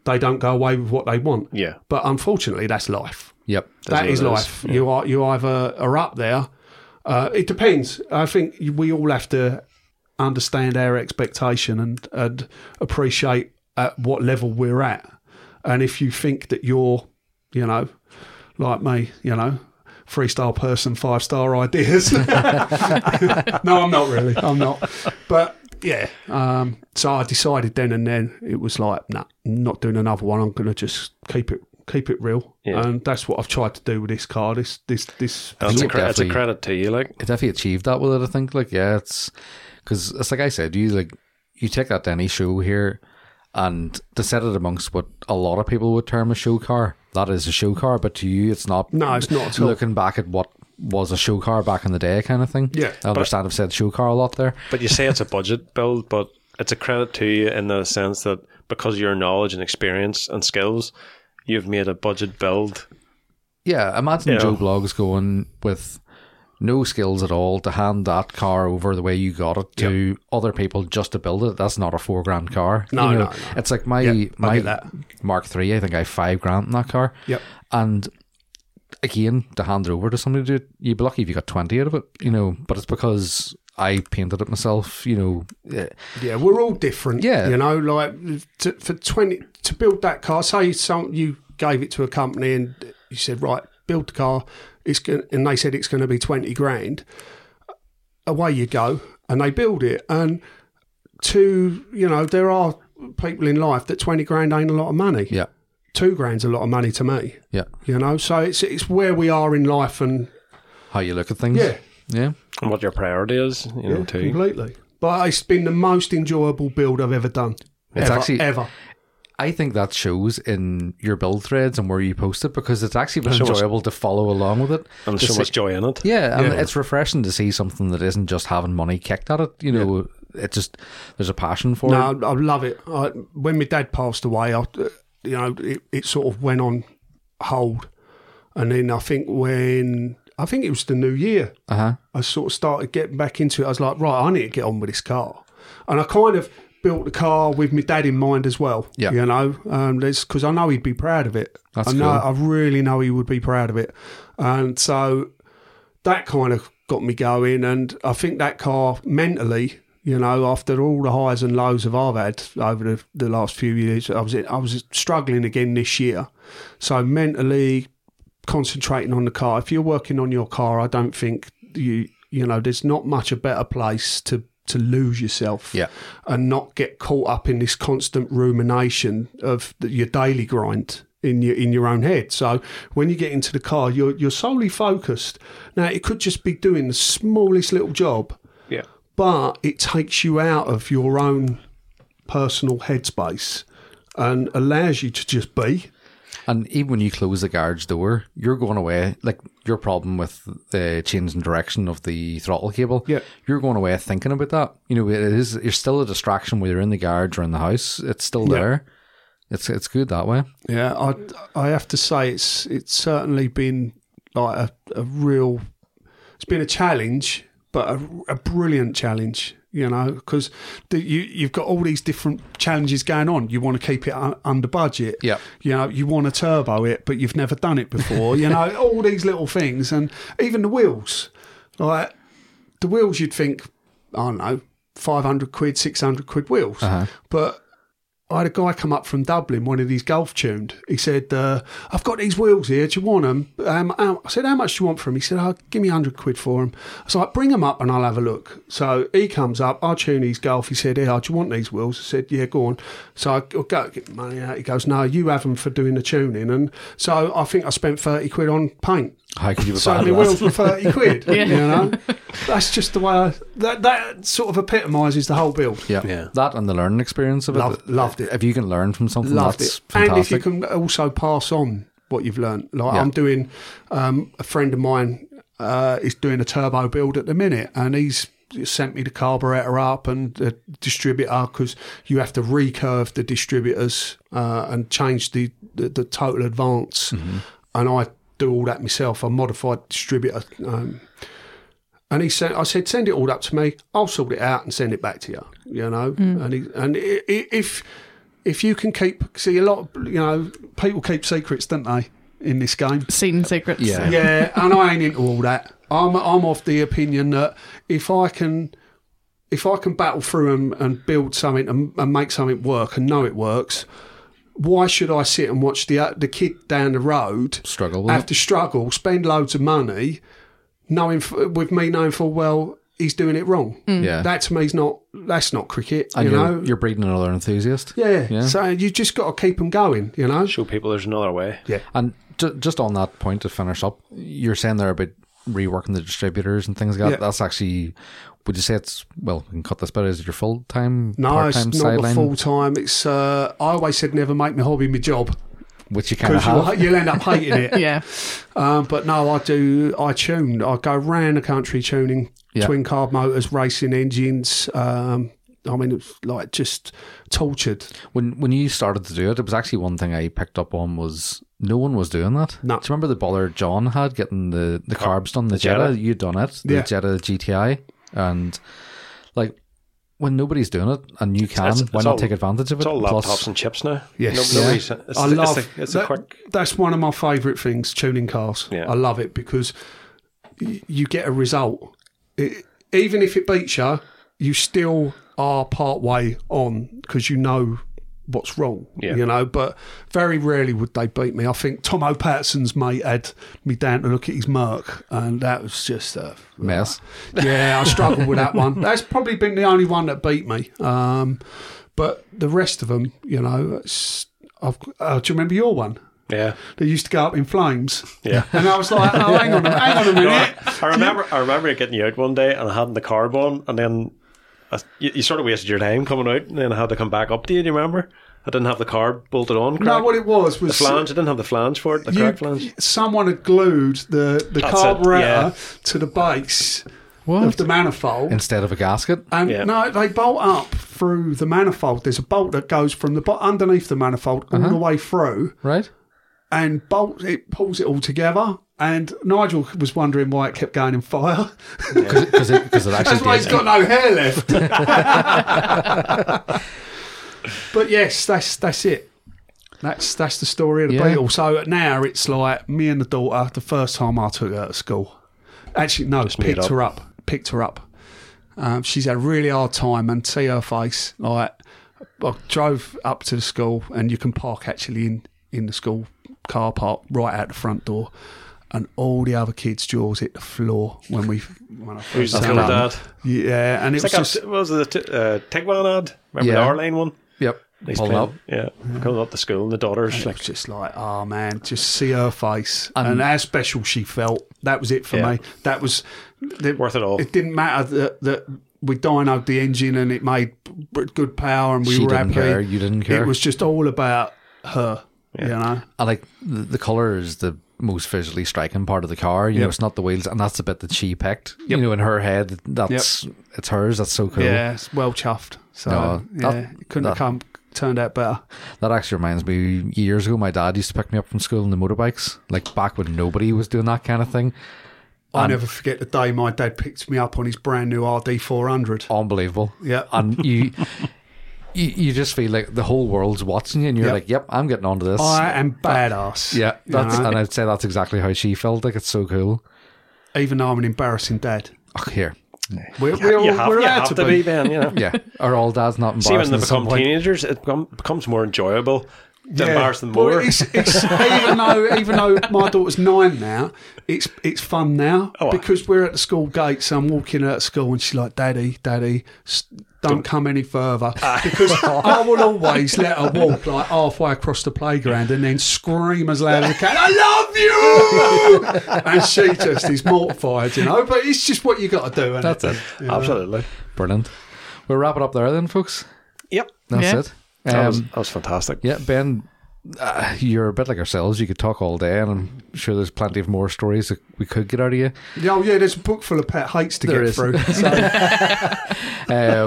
Speaker 4: they don't go away with what they want.
Speaker 1: Yeah.
Speaker 4: But unfortunately, that's life.
Speaker 2: Yep.
Speaker 4: That
Speaker 1: what
Speaker 4: is
Speaker 1: it is.
Speaker 4: life. You are you either are up there. Uh, it depends. I think we all have to understand our expectation and and appreciate at what level we're at. And if you think that you're, you know, like me, you know, freestyle person, five star ideas. no, I'm not really. I'm not. But yeah. Um, so I decided then and then it was like, nah, I'm not doing another one. I'm gonna just keep it keep it real.
Speaker 1: Yeah.
Speaker 4: And that's what I've tried to do with this car. This this this
Speaker 1: That's a,
Speaker 2: You've
Speaker 1: cre- that's a
Speaker 2: definitely-
Speaker 1: credit to you, like.
Speaker 2: it definitely achieved that with it. I think, like, yeah, it's because it's like I said, you like you take that to any show here, and to set it amongst what a lot of people would term a show car, that is a show car, but to you, it's not.
Speaker 4: No, it's not at all.
Speaker 2: Looking back at what was a show car back in the day, kind of thing.
Speaker 4: Yeah,
Speaker 2: I understand. I've said show car a lot there.
Speaker 1: But you say it's a budget build, but it's a credit to you in the sense that because of your knowledge and experience and skills, you've made a budget build.
Speaker 2: Yeah, imagine
Speaker 1: Yeah.
Speaker 2: Joe Bloggs going with no skills at all to hand that car over the way you got it to other people just to build it. That's not a four grand car.
Speaker 4: No,
Speaker 2: You
Speaker 4: no, no.
Speaker 2: It's like my my
Speaker 4: get that.
Speaker 2: Mark Three. I think I have five grand in that car.
Speaker 4: Yep.
Speaker 2: And again, to hand it over to somebody to do it, you'd be lucky if you got twenty out of it. You know, but it's because I painted it myself. You know, eh,
Speaker 4: Yeah, we're all different.
Speaker 2: Yeah.
Speaker 4: you know, like to, for twenty to build that car. Say some you gave it to a company and you said, right, build the car. It's going and they said it's going to be twenty grand. Away you go, and they build it. And to you know, there are people in life that twenty grand ain't a lot of money.
Speaker 2: yeah,
Speaker 4: Two grand's a lot of money to me.
Speaker 2: yeah.
Speaker 4: You know, so it's it's where we are in life, and
Speaker 2: How you look at things.
Speaker 4: Yeah.
Speaker 2: yeah.
Speaker 1: And what your priority is, you know, too.
Speaker 4: completely. But it's been the most enjoyable build I've ever done.
Speaker 2: It's
Speaker 4: ever,
Speaker 2: actually-
Speaker 4: ever.
Speaker 2: I think that shows in your build threads and where you post it because it's actually been
Speaker 1: much-
Speaker 2: enjoyable to follow along with it.
Speaker 1: And
Speaker 2: To
Speaker 1: so
Speaker 2: see-
Speaker 1: much joy in it.
Speaker 2: Yeah, and it's refreshing to see something that isn't just having money kicked at it. You know, it just there's a passion for it.
Speaker 4: No, I, I love it. I, when my dad passed away, I, uh, you know, it, it sort of went on hold, and then I think when I think it was the new year,
Speaker 2: Uh-huh.
Speaker 4: I sort of started getting back into it. I was like, right, I need to get on with this car, and I kind of built the car with my dad in mind as well.
Speaker 2: Yeah.
Speaker 4: you know, because I know he'd be proud of it.
Speaker 2: That's
Speaker 4: I know,
Speaker 2: cool.
Speaker 4: I really know he would be proud of it, and so that kind of got me going. And I think that car mentally, you know, after all the highs and lows that I've had over the, the last few years, I was I was struggling again this year. So mentally concentrating on the car. If you're working on your car, I don't think you you know there's not much a better place to to lose yourself
Speaker 2: Yeah.
Speaker 4: and not get caught up in this constant rumination of the, your daily grind in your in your own head. So when you get into the car, you're you're solely focused. Now it could just be doing the smallest little job,
Speaker 1: Yeah.
Speaker 4: but it takes you out of your own personal headspace and allows you to just be.
Speaker 2: And even when you close the garage door, you're going away. Like your problem with the change in direction of the throttle cable,
Speaker 4: Yeah.
Speaker 2: you're going away thinking about that. You know, it is. You're still a distraction whether you're in the garage or in the house. It's still there. It's it's good that way.
Speaker 4: Yeah, I I have to say it's it's certainly been like a, a real it's been a challenge, but a, a brilliant challenge. You know, because you you've got all these different challenges going on. You want to keep it un- under budget.
Speaker 2: Yep.
Speaker 4: You know, you want to turbo it, but you've never done it before. you know, all these little things, and even the wheels. Like the wheels, you'd think, I don't know, five hundred quid, six hundred quid wheels, but I had a guy come up from Dublin, one of these golf tuned. He said, uh, I've got these wheels here. Do you want them? Um, how- I said, How much do you want for them? He said, oh, Give me 100 quid for them. I was like, Bring them up and I'll have a look. So he comes up. I tune his golf. He said, Yeah, do you want these wheels? I said, Yeah, go on. So I go go get the money out. He goes, No, you have them for doing the tuning. And so I think I spent 30 quid on paint.
Speaker 2: How could you be
Speaker 4: So
Speaker 2: bad
Speaker 4: my
Speaker 2: at that?
Speaker 4: wheels were 30 quid. You know, that's just the way I, that, that sort of epitomises the whole build.
Speaker 2: Yeah.
Speaker 1: Yeah.
Speaker 2: that and the learning experience of
Speaker 4: Loved-
Speaker 2: it.
Speaker 4: loved it.
Speaker 2: If you can learn from something,
Speaker 4: loved
Speaker 2: that's
Speaker 4: it.
Speaker 2: fantastic.
Speaker 4: And if you can also pass on what you've learned, like
Speaker 2: Yeah.
Speaker 4: I'm doing, um, a friend of mine uh, is doing a turbo build at the minute, and he's sent me the carburetor up and the distributor because you have to recurve the distributors uh, and change the the, the total advance, and I do all that myself. I modified distributor. Um, and he said, I said, send it all up to me. I'll sort it out and send it back to you. You know, and he, and i- i- if if you can keep see a lot, of, you know, people keep secrets, don't they, in this game?
Speaker 3: Scene secrets.
Speaker 2: Yeah.
Speaker 4: Yeah, and I ain't into all that. I'm I'm of the opinion that if I can, if I can battle through and, and build something and, and make something work and know it works, why should I sit and watch the uh, the kid down the road
Speaker 2: struggle with
Speaker 4: have to struggle, spend loads of money, knowing f- with me knowing full well he's doing it wrong.
Speaker 2: it. Yeah,
Speaker 4: That to me's not that's not cricket,
Speaker 2: and
Speaker 4: you
Speaker 2: you are
Speaker 4: know.
Speaker 2: you're breeding another enthusiast.
Speaker 4: yeah.
Speaker 2: Yeah.
Speaker 4: so you just got to keep them going, you know.
Speaker 1: Show people there's another way.
Speaker 2: And ju- just on that point to finish up, you're saying there about reworking the distributors and things like that.
Speaker 4: Yeah.
Speaker 2: That's actually, would you say it's well? We can cut this bit. Is it your full time,
Speaker 4: No,
Speaker 2: part
Speaker 4: it's
Speaker 2: time
Speaker 4: not
Speaker 2: sideline,
Speaker 4: a full time. It's uh, I always said never make my hobby my job
Speaker 2: which you kind of
Speaker 4: because you'll,
Speaker 2: have?
Speaker 4: you'll end up hating it.
Speaker 3: Yeah.
Speaker 4: um, but no, I do. I tune. I go round the country tuning
Speaker 2: Yeah.
Speaker 4: twin carb motors, racing engines. Um, I mean, it was like just tortured.
Speaker 2: When when you started to do it, it was actually one thing I picked up on was no one was doing that.
Speaker 4: No.
Speaker 2: Do you remember the bother John had getting the, the carbs done? The, Jetta,
Speaker 1: Jetta?
Speaker 2: you'd done it. The
Speaker 4: Yeah.
Speaker 2: Jetta GTI. And like when nobody's doing it and you can,
Speaker 1: it's-
Speaker 2: why
Speaker 1: it's
Speaker 2: not
Speaker 1: all-
Speaker 2: take advantage of it?
Speaker 1: It's all laptops
Speaker 2: Plus-
Speaker 1: and chips now.
Speaker 4: Yes.
Speaker 1: No,
Speaker 4: Yeah.
Speaker 1: nobody's- it's,
Speaker 4: I
Speaker 1: the-
Speaker 4: love
Speaker 1: it's, the, it's
Speaker 4: that,
Speaker 1: a quick.
Speaker 4: That's one of my favourite things, tuning cars.
Speaker 1: Yeah.
Speaker 4: I love it because y- you get a result. It, even if it beats you, you still are part way on because you know what's wrong.
Speaker 1: Yeah.
Speaker 4: You know, but very rarely would they beat me. I think Tom O'Patterson's mate had me down to look at his mark, and that was just a
Speaker 2: Mess.
Speaker 4: yeah, I struggled with that one. That's probably been the only one that beat me. Um, but the rest of them, you know, it's, I've, uh, do you remember your one?
Speaker 1: Yeah.
Speaker 4: They used to go up in flames.
Speaker 1: Yeah.
Speaker 4: And I was like, oh, hang on, a- hang on a
Speaker 1: No,
Speaker 4: minute.
Speaker 1: I, I remember. I remember getting you out one day and I hadn't the carb on, and then I, you, you sort of wasted your time coming out, and then I had to come back up. Do you, do you remember? I didn't have the carb bolted on.
Speaker 4: No,
Speaker 1: correct?
Speaker 4: what it was
Speaker 1: the
Speaker 4: was
Speaker 1: flange. I didn't have the flange for it. The
Speaker 4: you-
Speaker 1: correct flange.
Speaker 4: someone had glued the, the
Speaker 1: That's it,
Speaker 4: carburetor
Speaker 1: yeah.
Speaker 4: to the base of
Speaker 2: What?
Speaker 4: the manifold.
Speaker 2: Instead of a gasket?
Speaker 4: And
Speaker 1: Yeah.
Speaker 4: no, they bolt up through the manifold. There's a bolt that goes from the bo- underneath the manifold all the way through.
Speaker 2: Right?
Speaker 4: and bolt it pulls it all together. And Nigel was wondering why it kept going in fire.
Speaker 2: Because it, 'cause it actually
Speaker 4: That's why he's
Speaker 2: did.
Speaker 4: got no hair left. but yes, that's that's it. That's that's the story of the
Speaker 2: Yeah.
Speaker 4: Beatles. So now it's like me and the daughter. The first time I took her to school, actually no,
Speaker 1: made
Speaker 4: picked
Speaker 1: up.
Speaker 4: her up, picked her up. Um, she's had a really hard time, and see her face. Like I drove up to the school, and you can park actually in in the school car park right out the front door. And all the other kids' jaws hit the floor when we when I first
Speaker 1: Who's the
Speaker 4: saw
Speaker 1: cool
Speaker 4: her.
Speaker 1: dad?
Speaker 4: Yeah, and it
Speaker 1: It's like
Speaker 4: was
Speaker 1: just,
Speaker 4: just,
Speaker 1: what was it the t- uh, Tiguan ad? Remember
Speaker 2: Yeah.
Speaker 1: the R-Line one?
Speaker 2: Yep.
Speaker 1: He's
Speaker 2: Pull
Speaker 1: playing-
Speaker 2: up.
Speaker 1: Yeah, coming up to school, and the daughter's
Speaker 4: it
Speaker 1: like,
Speaker 4: was just like, oh man, just see her face
Speaker 2: And-
Speaker 4: and, how special she felt. That was it for
Speaker 1: Yeah.
Speaker 4: me. That was the,
Speaker 1: worth it all.
Speaker 4: It didn't matter that that we dynoed the engine and it made b- good power and we
Speaker 2: She
Speaker 4: were
Speaker 2: didn't
Speaker 4: happy.
Speaker 2: care. You didn't care.
Speaker 4: It was just all about her. You know,
Speaker 2: I like the, the color is the most visually striking part of the car. You know, it's not the wheels, and that's the bit that she picked. You know, in her head, that's it's hers. That's so cool.
Speaker 4: yeah, it's well chuffed. So
Speaker 2: No,
Speaker 4: yeah,
Speaker 2: that-
Speaker 4: it couldn't have
Speaker 2: that-
Speaker 4: come turned out better.
Speaker 2: That actually reminds me. Years ago, my dad used to pick me up from school on the motorbikes, like back when nobody was doing that kind of thing.
Speaker 4: I never forget the day my dad picked me up on his brand new RD four hundred.
Speaker 2: Unbelievable.
Speaker 4: Yeah.
Speaker 2: and you. You, you just feel like the whole world's watching you, and you're
Speaker 4: Yep.
Speaker 2: like, "Yep, I'm getting
Speaker 1: Oh,
Speaker 2: onto this."
Speaker 4: I am badass.
Speaker 2: yeah,
Speaker 4: you
Speaker 2: that's,
Speaker 4: know?
Speaker 2: and I'd say that's exactly how she felt. Like it's so cool.
Speaker 4: even though I'm an embarrassing dad.
Speaker 2: Oh, here,
Speaker 4: We're, we're,
Speaker 1: you
Speaker 4: all-
Speaker 1: have,
Speaker 4: we're
Speaker 1: you
Speaker 4: allowed
Speaker 1: have to, be, Ben. You know.
Speaker 2: yeah, are all dads not
Speaker 1: See, when
Speaker 2: embarrassed
Speaker 1: they
Speaker 2: at some
Speaker 1: become
Speaker 2: point?
Speaker 1: teenagers, it become, becomes more enjoyable to
Speaker 4: Yeah.
Speaker 1: embarrass them
Speaker 4: Well,
Speaker 1: more.
Speaker 4: It's, it's, even though even though my daughter's nine now, it's it's fun now
Speaker 1: Oh, wow.
Speaker 4: because we're at the school gates. I'm walking out of school and she's like, "Daddy, Daddy, s- don't come any further,"
Speaker 1: Ah.
Speaker 4: because I will always let her walk like halfway across the playground and then scream as loud as I can, "I love you!" and she just is mortified, you know. But it's just what you got to do. is
Speaker 2: That's it.
Speaker 1: Absolutely.
Speaker 2: Brilliant. We'll wrap it up there then, folks.
Speaker 1: Yep.
Speaker 2: That's
Speaker 3: Yeah.
Speaker 2: it.
Speaker 1: That, was,
Speaker 2: Um,
Speaker 1: that was fantastic.
Speaker 2: yeah, Ben, uh, you're a bit like ourselves. You could talk all day, and I'm sure there's plenty of more stories that we could get out of you.
Speaker 4: Yeah, oh yeah, there's a book full of pet hates to
Speaker 2: There
Speaker 4: get
Speaker 2: is.
Speaker 4: through. So,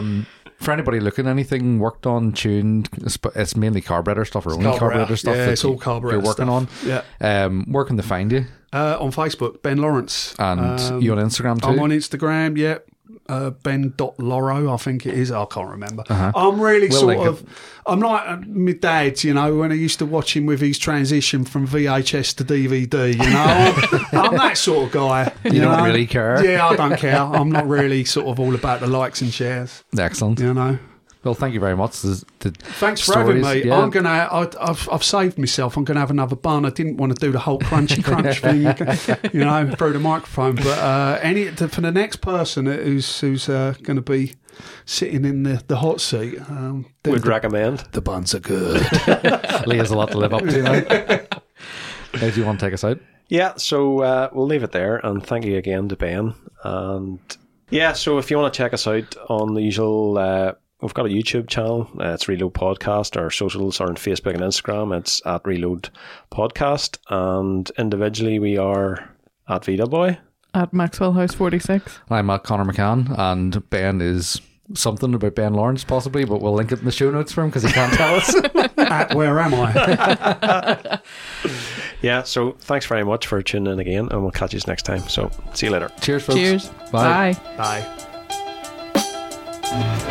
Speaker 2: Um, for anybody looking, anything worked on, tuned, it's- it's mainly carburetor stuff or only carburetor,
Speaker 4: carburetor.
Speaker 2: stuff.
Speaker 4: Yeah,
Speaker 2: that
Speaker 4: it's
Speaker 2: you-
Speaker 4: all carburetor
Speaker 2: You're working
Speaker 4: yeah,
Speaker 2: on. Um, where can they find you?
Speaker 4: uh, on Facebook, Ben Lawrence,
Speaker 2: And
Speaker 4: Um,
Speaker 2: you on Instagram too?
Speaker 4: I'm on Instagram, yeah. Uh, ben.loro, I think it is. I can't remember. I'm really
Speaker 2: Uh-huh. We'll
Speaker 4: sort
Speaker 2: link
Speaker 4: of. I'm like uh, my dad, you know, when I used to watch him with his transition from VHS to DVD, you know. I'm, I'm that sort of guy. You,
Speaker 2: don't
Speaker 4: know?
Speaker 2: really care.
Speaker 4: Yeah, I don't care. I'm not really sort of all about the likes and shares,
Speaker 2: Excellent.
Speaker 4: you know.
Speaker 2: Well, thank you very much. This- the
Speaker 4: Thanks for
Speaker 2: stories-
Speaker 4: having me.
Speaker 2: yeah.
Speaker 4: I'm gonna. I, I've, I've saved myself. I'm gonna have another bun. I didn't want to do the whole crunchy crunch thing, you know, through the microphone. But uh, any for the next person who's who's uh, going to be sitting in the, the hot seat, um, then
Speaker 1: Would
Speaker 4: the,
Speaker 1: recommend.
Speaker 4: the buns are good.
Speaker 2: Lee has a lot to live up to now. Uh, do you want to take us out?
Speaker 1: Yeah, so uh, we'll leave it there, and thank you again to Ben. And yeah, so if you want to check us out on the usual, uh, we've got a YouTube channel. Uh, it's Reload Podcast. Our socials are on Facebook and Instagram. It's at Reload Podcast, and individually we are at Vita Boy.
Speaker 3: At Maxwell House 46.
Speaker 2: I'm uh, Connor McCann, and Ben is something about Ben Lawrence, possibly, but we'll link it in the show notes for him because he can't tell us.
Speaker 4: At where am I?
Speaker 1: Yeah, so thanks very much for tuning in again, and we'll catch you next time. So, see you later.
Speaker 2: Cheers, folks.
Speaker 3: Cheers.
Speaker 2: Bye.
Speaker 3: Bye.
Speaker 4: Bye.
Speaker 5: Bye.